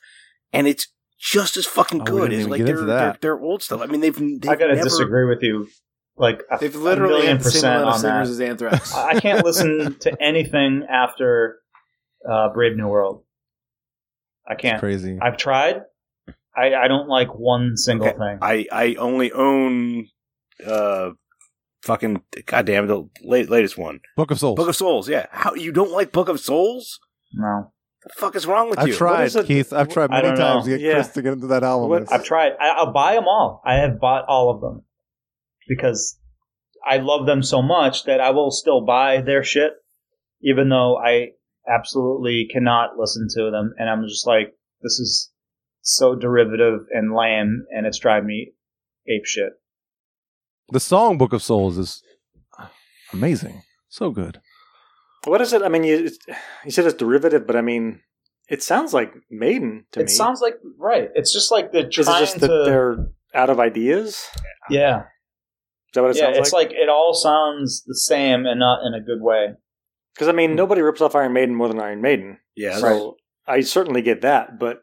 [SPEAKER 4] and it's just as fucking
[SPEAKER 1] Oh, we
[SPEAKER 4] good
[SPEAKER 1] didn't
[SPEAKER 4] as
[SPEAKER 1] even
[SPEAKER 4] like
[SPEAKER 1] get
[SPEAKER 4] their,
[SPEAKER 1] into
[SPEAKER 4] their
[SPEAKER 1] that.
[SPEAKER 4] their old stuff. I mean, they've, they've
[SPEAKER 2] I gotta
[SPEAKER 4] never-
[SPEAKER 2] disagree with you. Like a,
[SPEAKER 3] They've
[SPEAKER 2] a
[SPEAKER 3] literally
[SPEAKER 2] million
[SPEAKER 3] had the same
[SPEAKER 2] percent
[SPEAKER 3] amount of
[SPEAKER 2] on
[SPEAKER 3] singers
[SPEAKER 2] that.
[SPEAKER 3] as Anthrax.
[SPEAKER 2] I I can't listen to anything after uh, Brave New World. I can't.
[SPEAKER 1] Crazy.
[SPEAKER 2] I've tried. I, I don't like one single
[SPEAKER 4] Okay.
[SPEAKER 2] thing.
[SPEAKER 4] I I only own uh fucking goddamn the late, latest one,
[SPEAKER 1] Book of Souls.
[SPEAKER 4] Book of Souls. Yeah, how you don't like Book of Souls?
[SPEAKER 2] no,
[SPEAKER 4] The fuck is wrong with
[SPEAKER 1] I've
[SPEAKER 4] you?
[SPEAKER 5] What
[SPEAKER 1] tried,
[SPEAKER 5] is it-
[SPEAKER 1] Keith. I've tried
[SPEAKER 2] I
[SPEAKER 1] many
[SPEAKER 2] don't know.
[SPEAKER 1] times to get
[SPEAKER 5] Yeah.
[SPEAKER 1] Chris to get into that album.
[SPEAKER 5] What-
[SPEAKER 1] It's-
[SPEAKER 2] I've tried. I, I'll buy them all. I have bought all of them because I love them so much that I will still buy their shit, even though I absolutely cannot listen to them. And I'm just like, this is so derivative and lame, and it's driving me ape shit.
[SPEAKER 1] the song Book of Souls is amazing. So good.
[SPEAKER 5] What is it? I mean, you it's- you said it's derivative, but I mean, it sounds like Maiden to
[SPEAKER 2] it
[SPEAKER 5] me.
[SPEAKER 2] sounds like right. It's just like they're
[SPEAKER 5] is it
[SPEAKER 2] trying
[SPEAKER 5] just that
[SPEAKER 2] to.
[SPEAKER 5] they're out of ideas? Is
[SPEAKER 2] yeah,
[SPEAKER 5] that what it
[SPEAKER 2] yeah.
[SPEAKER 5] sounds
[SPEAKER 2] It's like? it all sounds the same and not in a good way.
[SPEAKER 5] Because I mean, nobody rips off Iron Maiden more than Iron Maiden.
[SPEAKER 4] Yeah,
[SPEAKER 5] so I certainly get that, but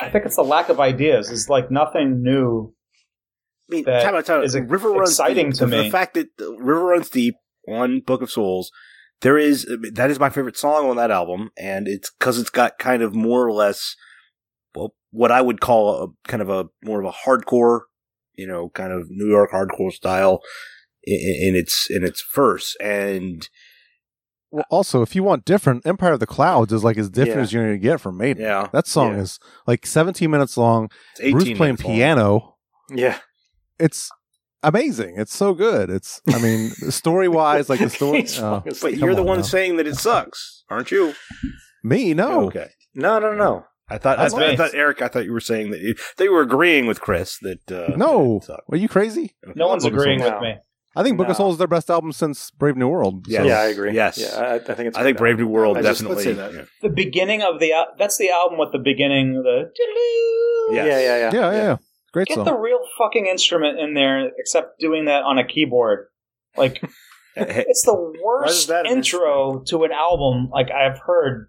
[SPEAKER 2] I think it's the lack of ideas. It's like nothing new.
[SPEAKER 4] I mean,
[SPEAKER 2] that
[SPEAKER 4] time out, time out.
[SPEAKER 2] is ex-
[SPEAKER 4] River runs
[SPEAKER 2] exciting
[SPEAKER 4] deep.
[SPEAKER 2] to
[SPEAKER 4] the,
[SPEAKER 2] me.
[SPEAKER 4] The fact that the River runs deep on Book of Souls, there is that is my favorite song on that album, and it's because it's got kind of more or less, well, what I would call a kind of a more of a hardcore, you know, kind of New York hardcore style in, in its in its verse, and
[SPEAKER 1] Well, also, if you want different, Empire of the Clouds is like as different
[SPEAKER 5] Yeah.
[SPEAKER 1] as you're going to get from Maiden.
[SPEAKER 4] yeah,
[SPEAKER 1] That song
[SPEAKER 5] Yeah.
[SPEAKER 1] is like 17 minutes long.
[SPEAKER 4] it's 18
[SPEAKER 1] Bruce playing
[SPEAKER 4] minutes long.
[SPEAKER 1] piano.
[SPEAKER 5] yeah,
[SPEAKER 1] It's amazing. It's so good. It's I mean, story wise, like the story.
[SPEAKER 5] He's
[SPEAKER 1] Uh,
[SPEAKER 5] fucking
[SPEAKER 4] But
[SPEAKER 5] asleep.
[SPEAKER 1] Come
[SPEAKER 4] you're the
[SPEAKER 1] on
[SPEAKER 4] one
[SPEAKER 1] now.
[SPEAKER 4] saying that it sucks, aren't you?
[SPEAKER 1] me no.
[SPEAKER 4] Okay.
[SPEAKER 5] no, no, no.
[SPEAKER 4] I thought I,
[SPEAKER 1] That's
[SPEAKER 4] thought- I
[SPEAKER 2] nice.
[SPEAKER 4] thought Eric. I thought you were saying that you, that you were agreeing with Chris that uh,
[SPEAKER 1] No.
[SPEAKER 4] that it sucked.
[SPEAKER 1] Are you crazy?
[SPEAKER 2] No one's
[SPEAKER 1] Book of
[SPEAKER 2] agreeing
[SPEAKER 1] Souls.
[SPEAKER 2] with me.
[SPEAKER 1] I think Book of
[SPEAKER 2] No.
[SPEAKER 1] Souls is their best album since Brave New World.
[SPEAKER 8] Yes.
[SPEAKER 5] Yeah, I agree.
[SPEAKER 8] Yes.
[SPEAKER 5] Yeah, I, I think it's.
[SPEAKER 8] I think Brave New World
[SPEAKER 3] I just-
[SPEAKER 8] definitely.
[SPEAKER 3] let's say that.
[SPEAKER 8] yeah.
[SPEAKER 2] The beginning of the al- that's the album with the beginning the
[SPEAKER 8] Yes.
[SPEAKER 5] Yeah, yeah, yeah.
[SPEAKER 1] Yeah, yeah, yeah. Great
[SPEAKER 2] get
[SPEAKER 1] song.
[SPEAKER 2] the real fucking instrument in there, except doing that on a keyboard. Like
[SPEAKER 8] Hey,
[SPEAKER 2] it's the
[SPEAKER 3] is
[SPEAKER 2] worst
[SPEAKER 3] that an
[SPEAKER 2] intro to an album like I've heard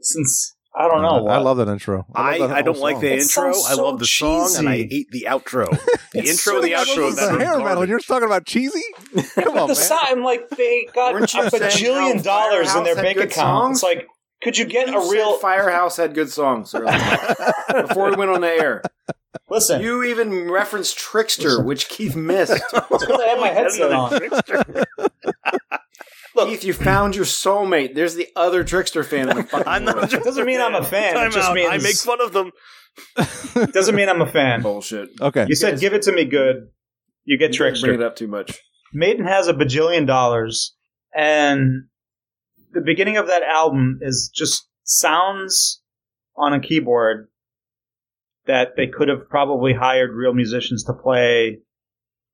[SPEAKER 2] since I don't
[SPEAKER 1] Uh,
[SPEAKER 2] know.
[SPEAKER 1] I
[SPEAKER 2] what.
[SPEAKER 1] love that intro.
[SPEAKER 8] I,
[SPEAKER 1] love that
[SPEAKER 8] I don't
[SPEAKER 1] whole
[SPEAKER 8] like
[SPEAKER 1] song.
[SPEAKER 8] the
[SPEAKER 2] It
[SPEAKER 8] intro.
[SPEAKER 2] sounds
[SPEAKER 8] I
[SPEAKER 2] so
[SPEAKER 8] love the song, and I
[SPEAKER 2] cheesy.
[SPEAKER 8] hate the outro. The
[SPEAKER 2] It's
[SPEAKER 8] intro, the
[SPEAKER 2] so
[SPEAKER 8] outro,
[SPEAKER 2] cheesy.
[SPEAKER 8] and
[SPEAKER 1] the
[SPEAKER 8] that
[SPEAKER 2] It's
[SPEAKER 8] are
[SPEAKER 1] hair metal.
[SPEAKER 8] garbage.
[SPEAKER 1] You're talking about cheesy? Come on,
[SPEAKER 2] the
[SPEAKER 1] Oh, man.
[SPEAKER 2] sign like they got
[SPEAKER 3] Weren't you
[SPEAKER 2] a
[SPEAKER 3] saying
[SPEAKER 2] bajillion
[SPEAKER 3] how
[SPEAKER 2] dollars in their
[SPEAKER 3] Firehouse
[SPEAKER 2] bank
[SPEAKER 3] had good
[SPEAKER 2] account.
[SPEAKER 3] songs?
[SPEAKER 2] It's like, could you get
[SPEAKER 3] You
[SPEAKER 2] a
[SPEAKER 3] said
[SPEAKER 2] real
[SPEAKER 3] Firehouse had good songs earlier, before we went on the air.
[SPEAKER 2] listen?
[SPEAKER 3] You even referenced Trickster, which Keith missed.
[SPEAKER 2] it's 'cause I had my headset on.
[SPEAKER 3] Keith, you found your soulmate. There's the other Trickster fan in the fucking
[SPEAKER 8] I'm not.
[SPEAKER 3] world.
[SPEAKER 8] It
[SPEAKER 2] Doesn't mean I'm a fan. It just means
[SPEAKER 8] I make fun of them.
[SPEAKER 2] Doesn't mean I'm a fan.
[SPEAKER 3] bullshit.
[SPEAKER 1] Okay.
[SPEAKER 2] You said give it to me good. You get trickster.
[SPEAKER 3] Bring it up too much.
[SPEAKER 2] Maiden has a bajillion dollars, and the beginning of that album is just sounds on a keyboard that they could have probably hired real musicians to play.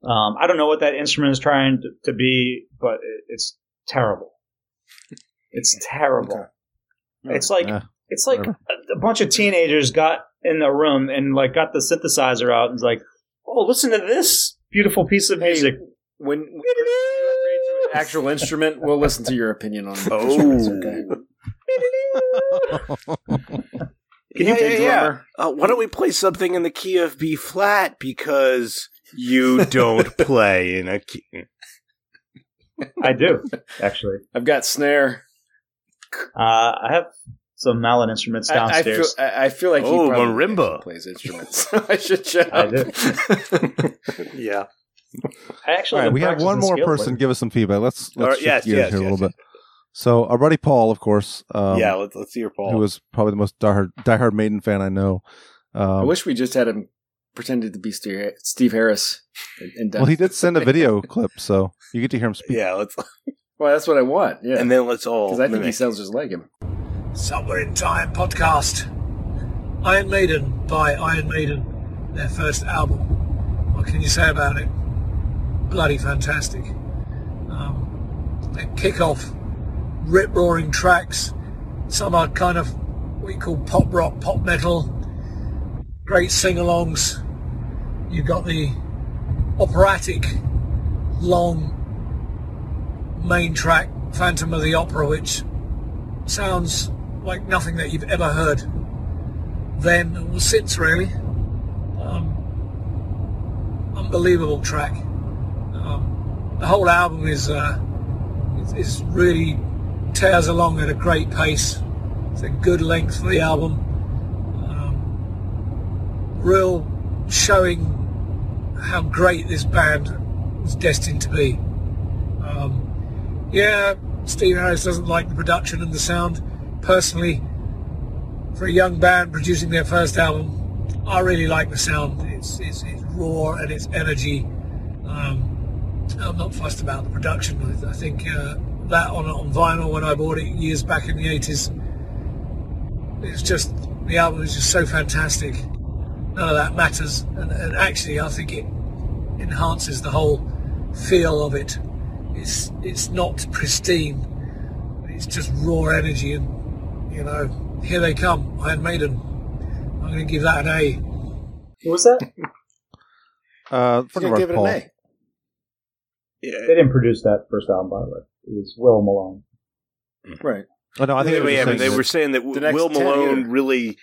[SPEAKER 2] Um, I don't know what that instrument is trying to, to be, but it, it's terrible. It's terrible. It's like
[SPEAKER 1] Yeah.
[SPEAKER 2] it's like
[SPEAKER 1] Whatever.
[SPEAKER 2] a, a bunch of teenagers got in the room and like got the synthesizer out and was like, "Oh, listen to this beautiful piece of
[SPEAKER 3] Hey,
[SPEAKER 2] music."
[SPEAKER 3] When when it's an actual instrument, we'll listen to your opinion on instruments. Okay.
[SPEAKER 8] Oh,
[SPEAKER 3] Can
[SPEAKER 8] Yeah,
[SPEAKER 3] you
[SPEAKER 8] yeah,
[SPEAKER 3] big
[SPEAKER 8] yeah.
[SPEAKER 3] drummer?
[SPEAKER 8] uh, why don't we play something in the key of B flat because you don't play in a key.
[SPEAKER 2] I do actually.
[SPEAKER 3] I've got snare.
[SPEAKER 2] Uh, I have some mallet instruments
[SPEAKER 3] I- I, feel,
[SPEAKER 2] downstairs.
[SPEAKER 3] I, I feel like he
[SPEAKER 8] Oh,
[SPEAKER 3] probably
[SPEAKER 8] marimba.
[SPEAKER 3] actually plays instruments. I should shut
[SPEAKER 2] I
[SPEAKER 3] up.
[SPEAKER 5] yeah.
[SPEAKER 2] I,
[SPEAKER 1] All
[SPEAKER 2] actually
[SPEAKER 1] right,
[SPEAKER 2] have
[SPEAKER 1] we have
[SPEAKER 2] practiced
[SPEAKER 1] one
[SPEAKER 2] and
[SPEAKER 1] more
[SPEAKER 2] scaled
[SPEAKER 1] person
[SPEAKER 2] with
[SPEAKER 1] give us some feedback. Let's
[SPEAKER 8] All right,
[SPEAKER 1] let's shift
[SPEAKER 8] yes,
[SPEAKER 1] gears
[SPEAKER 8] yes,
[SPEAKER 1] here a
[SPEAKER 8] yes,
[SPEAKER 1] little bit. So our buddy Paul, of course, um,
[SPEAKER 8] yeah, let's, let's hear Paul.
[SPEAKER 1] who was probably the most diehard, diehard Maiden fan I know.
[SPEAKER 3] I
[SPEAKER 1] Um,
[SPEAKER 3] wish we just had him pretended to be Steve Steve Harris. And, and done.
[SPEAKER 1] well, he did send a video clip, so you get to hear him speak.
[SPEAKER 8] yeah, let's
[SPEAKER 3] Well, that's what I want. Yeah,
[SPEAKER 8] and then let's all.
[SPEAKER 3] because I think he
[SPEAKER 8] mimic.
[SPEAKER 3] sounds just like him.
[SPEAKER 10] Somewhere in Time podcast. Iron Maiden by Iron Maiden, their first album. What can you say about it? Bloody fantastic. Um, they kick off rip roaring tracks. Some are kind of what you call pop rock, pop metal. Great sing alongs. You've got the operatic long main track, Phantom of the Opera, which sounds like nothing that you've ever heard then or since, really. Um, unbelievable track. Um, the whole album is, uh, is, is really tears along at a great pace. It's a good length for the album. Um, real showing how great this band was destined to be. Um, yeah, Steve Harris doesn't like the production and the sound. Personally, for a young band producing their first album, I really like the sound. It's, it's, it's raw and it's energy. Um, I'm not fussed about the production. I- I think uh, that on, on vinyl when I bought it years back in the 80s, it's just, the album is just so fantastic. None of that matters. And, and actually, I think it enhances the whole feel of it it's it's not pristine. It's just raw energy, and you know, here they come, Iron Maiden. I'm going to give that an A.
[SPEAKER 2] it. Who was that?
[SPEAKER 1] Uh, friend
[SPEAKER 3] He's
[SPEAKER 1] of
[SPEAKER 3] gonna
[SPEAKER 1] ours,
[SPEAKER 3] give it
[SPEAKER 1] Paul.
[SPEAKER 3] an A.
[SPEAKER 2] They didn't produce that first album, by the way. It was Will Malone.
[SPEAKER 3] Right.
[SPEAKER 1] Oh, no, I think
[SPEAKER 8] Yeah,
[SPEAKER 1] it was
[SPEAKER 8] yeah,
[SPEAKER 1] the
[SPEAKER 8] but they
[SPEAKER 1] same-
[SPEAKER 8] were saying that
[SPEAKER 3] the next
[SPEAKER 8] Will
[SPEAKER 3] 10
[SPEAKER 8] Malone
[SPEAKER 3] either.
[SPEAKER 8] really,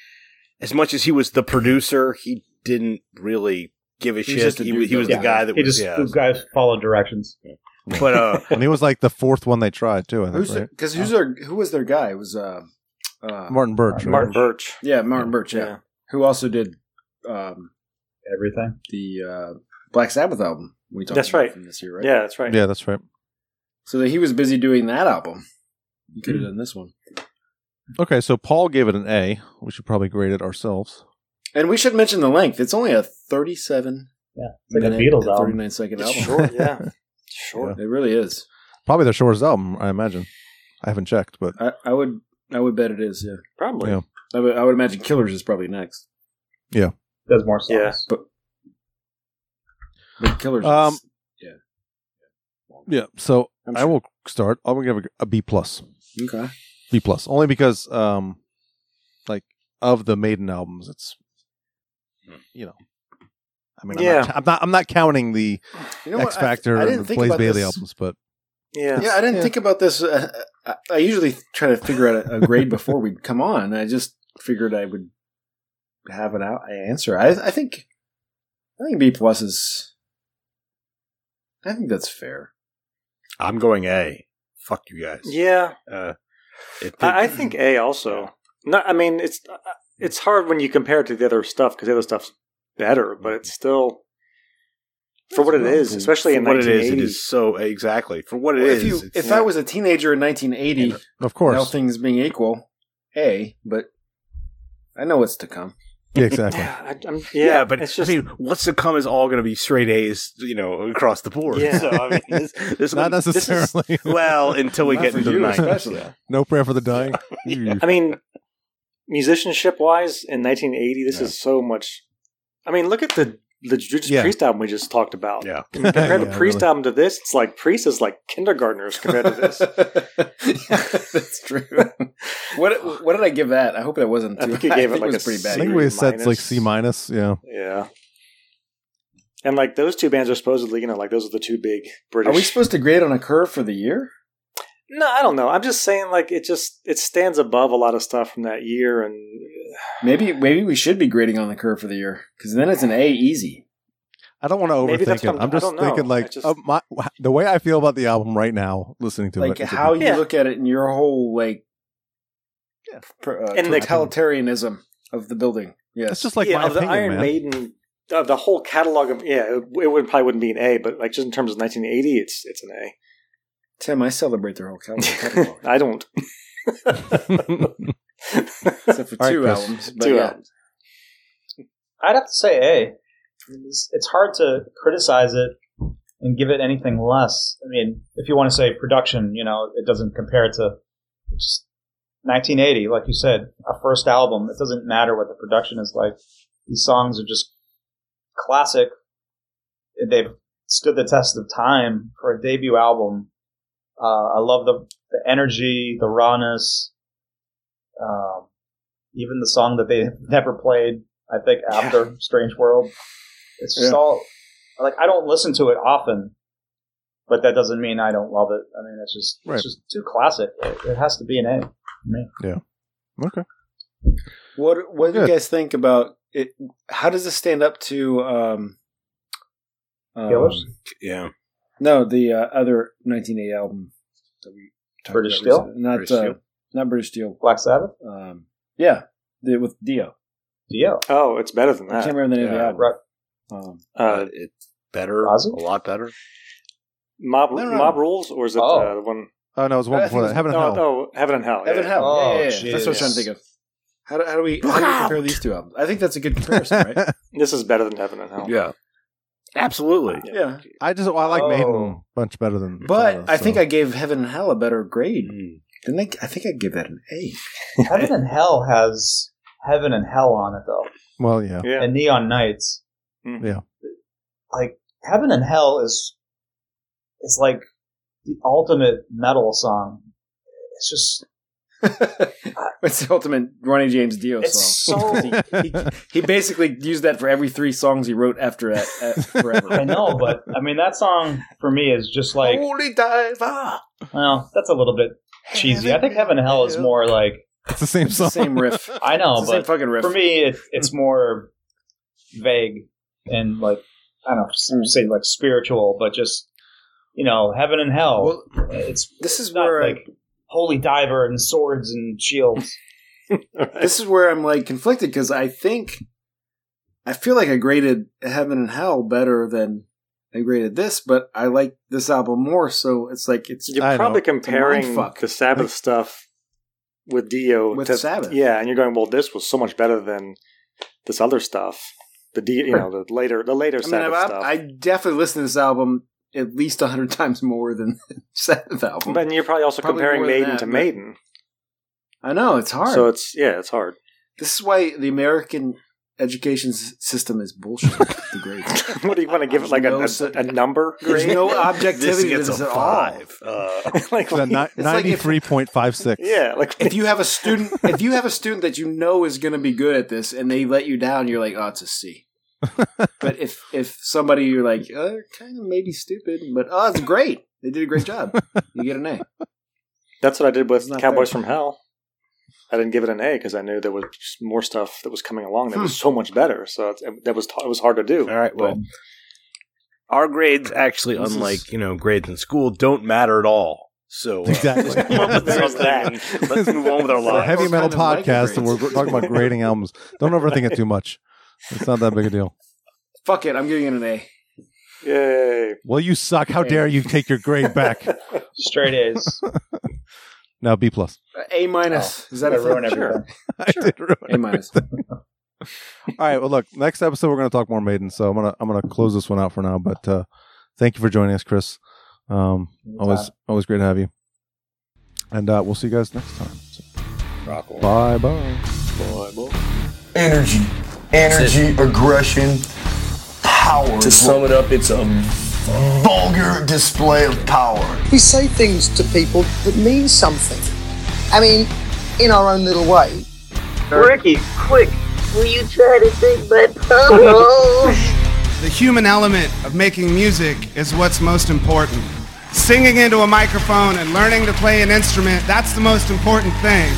[SPEAKER 8] as much as he was the producer, he didn't really give a
[SPEAKER 3] He was
[SPEAKER 8] shit.
[SPEAKER 3] just a
[SPEAKER 8] He,
[SPEAKER 3] dude
[SPEAKER 8] was- he was the
[SPEAKER 2] that-
[SPEAKER 8] guy that
[SPEAKER 2] He
[SPEAKER 8] was,
[SPEAKER 2] just
[SPEAKER 8] yeah.
[SPEAKER 2] those guys followed directions.
[SPEAKER 8] But uh,
[SPEAKER 1] and he was like the fourth one they tried too. I think
[SPEAKER 3] Who's
[SPEAKER 1] right?
[SPEAKER 3] because who's their who was their guy? It was uh, uh
[SPEAKER 1] Martin Birch. right?
[SPEAKER 5] Martin Birch.
[SPEAKER 3] yeah Martin Birch. Yeah.
[SPEAKER 5] Yeah.
[SPEAKER 3] who also did um
[SPEAKER 2] Everything.
[SPEAKER 3] the uh Black Sabbath album we talked
[SPEAKER 5] That's
[SPEAKER 3] about
[SPEAKER 5] right.
[SPEAKER 3] from this year, right?
[SPEAKER 5] Yeah, that's right.
[SPEAKER 1] Yeah, that's right.
[SPEAKER 3] So that he was busy doing that album. You could have done this one.
[SPEAKER 1] Okay, so Paul gave it an A. We should probably grade it ourselves.
[SPEAKER 3] And we should mention the length. It's only a 37
[SPEAKER 2] It's like a
[SPEAKER 3] minute
[SPEAKER 2] Beatles
[SPEAKER 3] and
[SPEAKER 2] album.
[SPEAKER 3] 39 second
[SPEAKER 5] It's
[SPEAKER 3] album.
[SPEAKER 5] short. Yeah, It's short.
[SPEAKER 3] It really is.
[SPEAKER 1] Probably their shortest album, I imagine. I haven't checked, but
[SPEAKER 3] I, I would I would bet it is, yeah.
[SPEAKER 5] Probably.
[SPEAKER 1] Yeah.
[SPEAKER 3] I would, I would imagine Killers is probably next.
[SPEAKER 2] There's more songs.
[SPEAKER 5] Yeah.
[SPEAKER 3] But Killers
[SPEAKER 1] Um,
[SPEAKER 3] is
[SPEAKER 1] Yeah. So
[SPEAKER 3] I'm
[SPEAKER 1] I will start. I'm gonna give a, a B plus.
[SPEAKER 3] Okay.
[SPEAKER 1] B plus only because um like of the Maiden albums it's you know I mean I'm,
[SPEAKER 5] Yeah.
[SPEAKER 1] not, I'm not I'm not counting the
[SPEAKER 3] You know what?
[SPEAKER 1] X
[SPEAKER 3] I-
[SPEAKER 1] Factor
[SPEAKER 3] I didn't
[SPEAKER 1] and the
[SPEAKER 3] think
[SPEAKER 1] Blaze
[SPEAKER 3] about
[SPEAKER 1] Bailey
[SPEAKER 3] this.
[SPEAKER 1] albums but
[SPEAKER 5] Yeah.
[SPEAKER 3] Yeah, I didn't
[SPEAKER 1] Yeah.
[SPEAKER 3] think about this. Uh, I, I usually try to figure out a, a grade before we come on. I just figured I would have an out an answer. I, I think, I think B plus is. I think that's fair.
[SPEAKER 8] I'm going A. Fuck you guys.
[SPEAKER 5] Yeah.
[SPEAKER 8] Uh, it-
[SPEAKER 5] I, I think A also. No, I mean it's uh, it's hard when you compare it to the other stuff because the other stuff's better, but it's still for what it is, especially
[SPEAKER 8] for
[SPEAKER 5] in
[SPEAKER 8] what it is, it
[SPEAKER 5] 1980.
[SPEAKER 8] is so exactly for what it
[SPEAKER 3] Well,
[SPEAKER 8] is.
[SPEAKER 3] if you,
[SPEAKER 8] it's-
[SPEAKER 3] if I was a teenager in 1980,
[SPEAKER 1] of
[SPEAKER 3] all
[SPEAKER 1] course
[SPEAKER 3] things being equal, A. But I know what's to come.
[SPEAKER 1] yeah exactly
[SPEAKER 5] Yeah, I, am yeah,
[SPEAKER 8] yeah, but
[SPEAKER 5] it's just
[SPEAKER 8] I mean, what's to come is all going to be straight A's, you know, across the board.
[SPEAKER 5] Yeah.
[SPEAKER 8] So I mean, this, this one-
[SPEAKER 1] not
[SPEAKER 8] this is-
[SPEAKER 1] necessarily
[SPEAKER 8] well, until we
[SPEAKER 3] Not
[SPEAKER 8] get
[SPEAKER 3] for
[SPEAKER 8] into the
[SPEAKER 3] you,
[SPEAKER 8] nineties.
[SPEAKER 3] especially.
[SPEAKER 1] no prayer for the dying You-
[SPEAKER 5] I mean, musicianship wise, in 1980, this is so much. I mean, look at the the Judas
[SPEAKER 1] Yeah.
[SPEAKER 5] Priest album we just talked about.
[SPEAKER 8] Yeah.
[SPEAKER 5] I mean, compared
[SPEAKER 1] Yeah,
[SPEAKER 5] to Priest
[SPEAKER 1] really.
[SPEAKER 5] album to this, it's like Priest is like kindergartners compared to this.
[SPEAKER 3] That's true. what what did I give that? I hope that wasn't
[SPEAKER 5] I
[SPEAKER 3] too.
[SPEAKER 5] think you gave it like
[SPEAKER 3] was
[SPEAKER 5] a
[SPEAKER 1] I
[SPEAKER 5] C.
[SPEAKER 1] think we said it's like
[SPEAKER 5] minus.
[SPEAKER 1] C minus yeah
[SPEAKER 5] yeah. And like those two bands are supposedly, you know, like those are the two big British.
[SPEAKER 3] Are we supposed to grade on a curve for the year?
[SPEAKER 5] No, I don't know. I'm just saying, like it just it stands above a lot of stuff from that year, and
[SPEAKER 3] Maybe maybe we should be grading on the curve for the year because then it's an A easy.
[SPEAKER 1] I don't want to
[SPEAKER 5] Maybe
[SPEAKER 1] overthink
[SPEAKER 5] that's
[SPEAKER 1] it
[SPEAKER 5] what I'm-
[SPEAKER 1] I'm just
[SPEAKER 5] I don't know.
[SPEAKER 1] thinking
[SPEAKER 5] I
[SPEAKER 1] like
[SPEAKER 5] just-
[SPEAKER 1] of my, the way I feel about the album right now listening to
[SPEAKER 3] Like
[SPEAKER 1] it it's a
[SPEAKER 3] how
[SPEAKER 1] B.
[SPEAKER 3] you
[SPEAKER 5] Yeah.
[SPEAKER 3] look at it in your whole like pr- uh,
[SPEAKER 5] And the-
[SPEAKER 3] totalitarianism of the building. Yes,
[SPEAKER 1] it's just like
[SPEAKER 5] yeah,
[SPEAKER 1] my
[SPEAKER 5] of the
[SPEAKER 1] opinion
[SPEAKER 5] Iron
[SPEAKER 1] man
[SPEAKER 5] Maiden, of the whole catalog of yeah, it, it would probably wouldn't be an A, but like just in terms of 1980, it's it's an A.
[SPEAKER 3] Tim, I celebrate their whole cal- catalog
[SPEAKER 5] I don't.
[SPEAKER 3] except for
[SPEAKER 1] All right,
[SPEAKER 3] two
[SPEAKER 1] Chris.
[SPEAKER 3] albums. But
[SPEAKER 5] Do
[SPEAKER 3] yeah.
[SPEAKER 5] albums.
[SPEAKER 2] I'd have to say A. It's, it's hard to criticize it and give it anything less. I mean, if you want to say production, you know, it doesn't compare to it's 1980, like you said, a first album. It doesn't matter what the production is like. These songs are just classic. They've stood the test of time for a debut album. Uh, I love the, the energy, the rawness, um, even the song that they never played. I think after Strange World, it's just
[SPEAKER 3] Yeah.
[SPEAKER 2] all like I don't listen to it often, but that doesn't mean I don't love it. I mean, it's just
[SPEAKER 1] Right.
[SPEAKER 2] it's just too classic. It, it has to be an A.
[SPEAKER 1] okay
[SPEAKER 3] What what do you
[SPEAKER 1] Good.
[SPEAKER 3] guys think about it? How does this stand up to um, um,
[SPEAKER 2] Killers?
[SPEAKER 8] Yeah.
[SPEAKER 3] No, the uh, other 1980 album that we talked
[SPEAKER 2] British
[SPEAKER 3] about
[SPEAKER 2] Steel?
[SPEAKER 3] recently. not
[SPEAKER 8] British
[SPEAKER 3] uh,
[SPEAKER 8] Steel.
[SPEAKER 3] not British Steel.
[SPEAKER 2] Black Sabbath,
[SPEAKER 3] Um, yeah, the, with Dio.
[SPEAKER 2] Dio,
[SPEAKER 5] Oh, it's better than
[SPEAKER 3] I can't
[SPEAKER 5] that.
[SPEAKER 3] remember the name
[SPEAKER 8] yeah,
[SPEAKER 3] of the
[SPEAKER 2] right.
[SPEAKER 3] album. Um,
[SPEAKER 5] Uh,
[SPEAKER 8] it's better,
[SPEAKER 2] Ozzy?
[SPEAKER 8] a lot better.
[SPEAKER 5] mob
[SPEAKER 3] No, no, no.
[SPEAKER 5] mob rules, or is it
[SPEAKER 2] Oh.
[SPEAKER 5] uh, the one?
[SPEAKER 1] oh no it was one
[SPEAKER 3] I
[SPEAKER 1] before
[SPEAKER 3] think
[SPEAKER 1] that
[SPEAKER 3] it
[SPEAKER 1] Heaven and
[SPEAKER 5] no,
[SPEAKER 1] Hell
[SPEAKER 5] no, heaven and hell.
[SPEAKER 3] Heaven
[SPEAKER 5] yeah.
[SPEAKER 3] Hell.
[SPEAKER 2] Oh,
[SPEAKER 3] yeah, yeah, yeah. That's what I was trying to think of. How do, how do we how do we compare these two albums? I think that's a good comparison, right?
[SPEAKER 5] This is better than heaven and hell.
[SPEAKER 8] Yeah. Absolutely.
[SPEAKER 3] yeah,
[SPEAKER 1] I just I like Maiden
[SPEAKER 2] Oh.
[SPEAKER 1] much better than
[SPEAKER 3] but
[SPEAKER 1] Solace,
[SPEAKER 3] I think
[SPEAKER 1] so.
[SPEAKER 3] I gave Heaven and Hell a better grade. Didn't I? I think I gave that an A.
[SPEAKER 2] Heaven and Hell has Heaven and Hell on it though,
[SPEAKER 1] well yeah
[SPEAKER 5] Yeah.
[SPEAKER 2] and Neon Nights.
[SPEAKER 5] Mm.
[SPEAKER 1] Yeah.
[SPEAKER 2] like Heaven and Hell is is like the ultimate metal song. It's just
[SPEAKER 3] It's the ultimate Ronnie James Dio
[SPEAKER 2] it's
[SPEAKER 3] song.
[SPEAKER 2] so
[SPEAKER 3] He basically used that for every three songs he wrote after that uh,
[SPEAKER 2] I
[SPEAKER 3] forever.
[SPEAKER 2] know, but I mean that song for me is just like
[SPEAKER 3] Holy diver.
[SPEAKER 2] well, that's a little bit cheesy. I think Heaven and Hell is more like
[SPEAKER 1] it's the same
[SPEAKER 3] It's the
[SPEAKER 1] song.
[SPEAKER 3] same riff.
[SPEAKER 2] I know,
[SPEAKER 3] It's the same
[SPEAKER 2] but
[SPEAKER 3] fucking riff.
[SPEAKER 2] for me it, it's more vague and like I don't know, say like spiritual, but just you know, heaven and hell.
[SPEAKER 3] Well,
[SPEAKER 2] it's
[SPEAKER 3] this is
[SPEAKER 2] not
[SPEAKER 3] where I-
[SPEAKER 2] like holy diver and swords and shields.
[SPEAKER 3] this is where I'm like conflicted because I think I feel like I graded Heaven and Hell better than I graded this, but I like this album more. So it's like it's
[SPEAKER 5] You're
[SPEAKER 1] I know.
[SPEAKER 5] probably
[SPEAKER 1] It's
[SPEAKER 5] comparing
[SPEAKER 3] mindfuck.
[SPEAKER 5] the Sabbath stuff with Dio
[SPEAKER 3] With
[SPEAKER 5] to
[SPEAKER 3] Sabbath.
[SPEAKER 5] Yeah, and you're going, well, this was so much better than this other stuff. The Dio, you know, the later, the later
[SPEAKER 3] I mean,
[SPEAKER 5] Sabbath
[SPEAKER 3] I,
[SPEAKER 5] stuff.
[SPEAKER 3] I definitely listen to this album at least a hundred times more than the Sabbath album.
[SPEAKER 5] but then you're probably also
[SPEAKER 3] Probably
[SPEAKER 5] comparing
[SPEAKER 3] more than
[SPEAKER 5] Maiden
[SPEAKER 3] that,
[SPEAKER 5] to
[SPEAKER 3] but-
[SPEAKER 5] Maiden,
[SPEAKER 3] I know it's hard.
[SPEAKER 5] so it's yeah, it's hard.
[SPEAKER 3] this is why the American education s- system is bullshit. the grades.
[SPEAKER 5] what do you want to give it like a,
[SPEAKER 3] No,
[SPEAKER 5] a,
[SPEAKER 3] so-
[SPEAKER 5] a number
[SPEAKER 3] There's
[SPEAKER 5] grade?
[SPEAKER 3] no objectivity to
[SPEAKER 4] gets
[SPEAKER 3] this
[SPEAKER 4] a
[SPEAKER 3] at all.
[SPEAKER 4] five. Uh,
[SPEAKER 5] like,
[SPEAKER 1] It's at ni-
[SPEAKER 3] like if-
[SPEAKER 1] 93.56.
[SPEAKER 5] yeah, like
[SPEAKER 3] If you have a student, if you have a student that you know is going to be good at this, and they let you down, you're like, oh, it's a C. but if if somebody you're like, uh, kind of maybe stupid, but oh, it's great. They did a great job. You get an A.
[SPEAKER 5] that's what I did
[SPEAKER 3] It's
[SPEAKER 5] with
[SPEAKER 3] not
[SPEAKER 5] Cowboys
[SPEAKER 3] fair.
[SPEAKER 5] from Hell. I didn't give it an A because I knew there was just more stuff that was coming along that
[SPEAKER 3] Hmm.
[SPEAKER 5] was so much better. So it's- it, that was t- it was hard to do.
[SPEAKER 4] All right. Well,
[SPEAKER 5] But-
[SPEAKER 4] our grades actually,
[SPEAKER 3] This is-
[SPEAKER 4] unlike you know grades in school, don't matter at all. So uh,
[SPEAKER 1] Exactly.
[SPEAKER 4] let's come up with
[SPEAKER 5] There's
[SPEAKER 4] something
[SPEAKER 5] that.
[SPEAKER 4] and Let's move on with our
[SPEAKER 1] It's a
[SPEAKER 4] lives.
[SPEAKER 1] heavy
[SPEAKER 3] Well,
[SPEAKER 1] metal
[SPEAKER 3] kind of like
[SPEAKER 1] podcast, and we're
[SPEAKER 3] grades.
[SPEAKER 1] talking about grading albums. Don't overthink it too much. It's not that big a deal.
[SPEAKER 3] Fuck it. I'm giving it an A.
[SPEAKER 5] Yay!
[SPEAKER 1] Well, you suck. How dare you take your grade back?
[SPEAKER 2] Straight A's.
[SPEAKER 1] Now B plus.
[SPEAKER 3] A minus. is that
[SPEAKER 2] Gotta Oh,
[SPEAKER 3] a
[SPEAKER 2] ruin
[SPEAKER 3] ruin
[SPEAKER 2] everything.
[SPEAKER 1] I did ruin
[SPEAKER 3] A minus.
[SPEAKER 1] All right. Well, look. Next episode, we're going to talk more Maiden. So I'm gonna I'm gonna close this one out for now. But uh, thank you for joining us, Chris. Um, always always great to have you. And uh, we'll see you guys next time. So, bye bye.
[SPEAKER 6] energy, energy, aggression, power. To sum it up, it's a vulgar display of power.
[SPEAKER 11] we say things to people that mean something. I mean, in our own little way.
[SPEAKER 12] Ricky, quick.
[SPEAKER 13] Will you try to take my power?
[SPEAKER 6] The human element of making music is what's most important. Singing into a microphone and learning to play an instrument, that's the most important thing.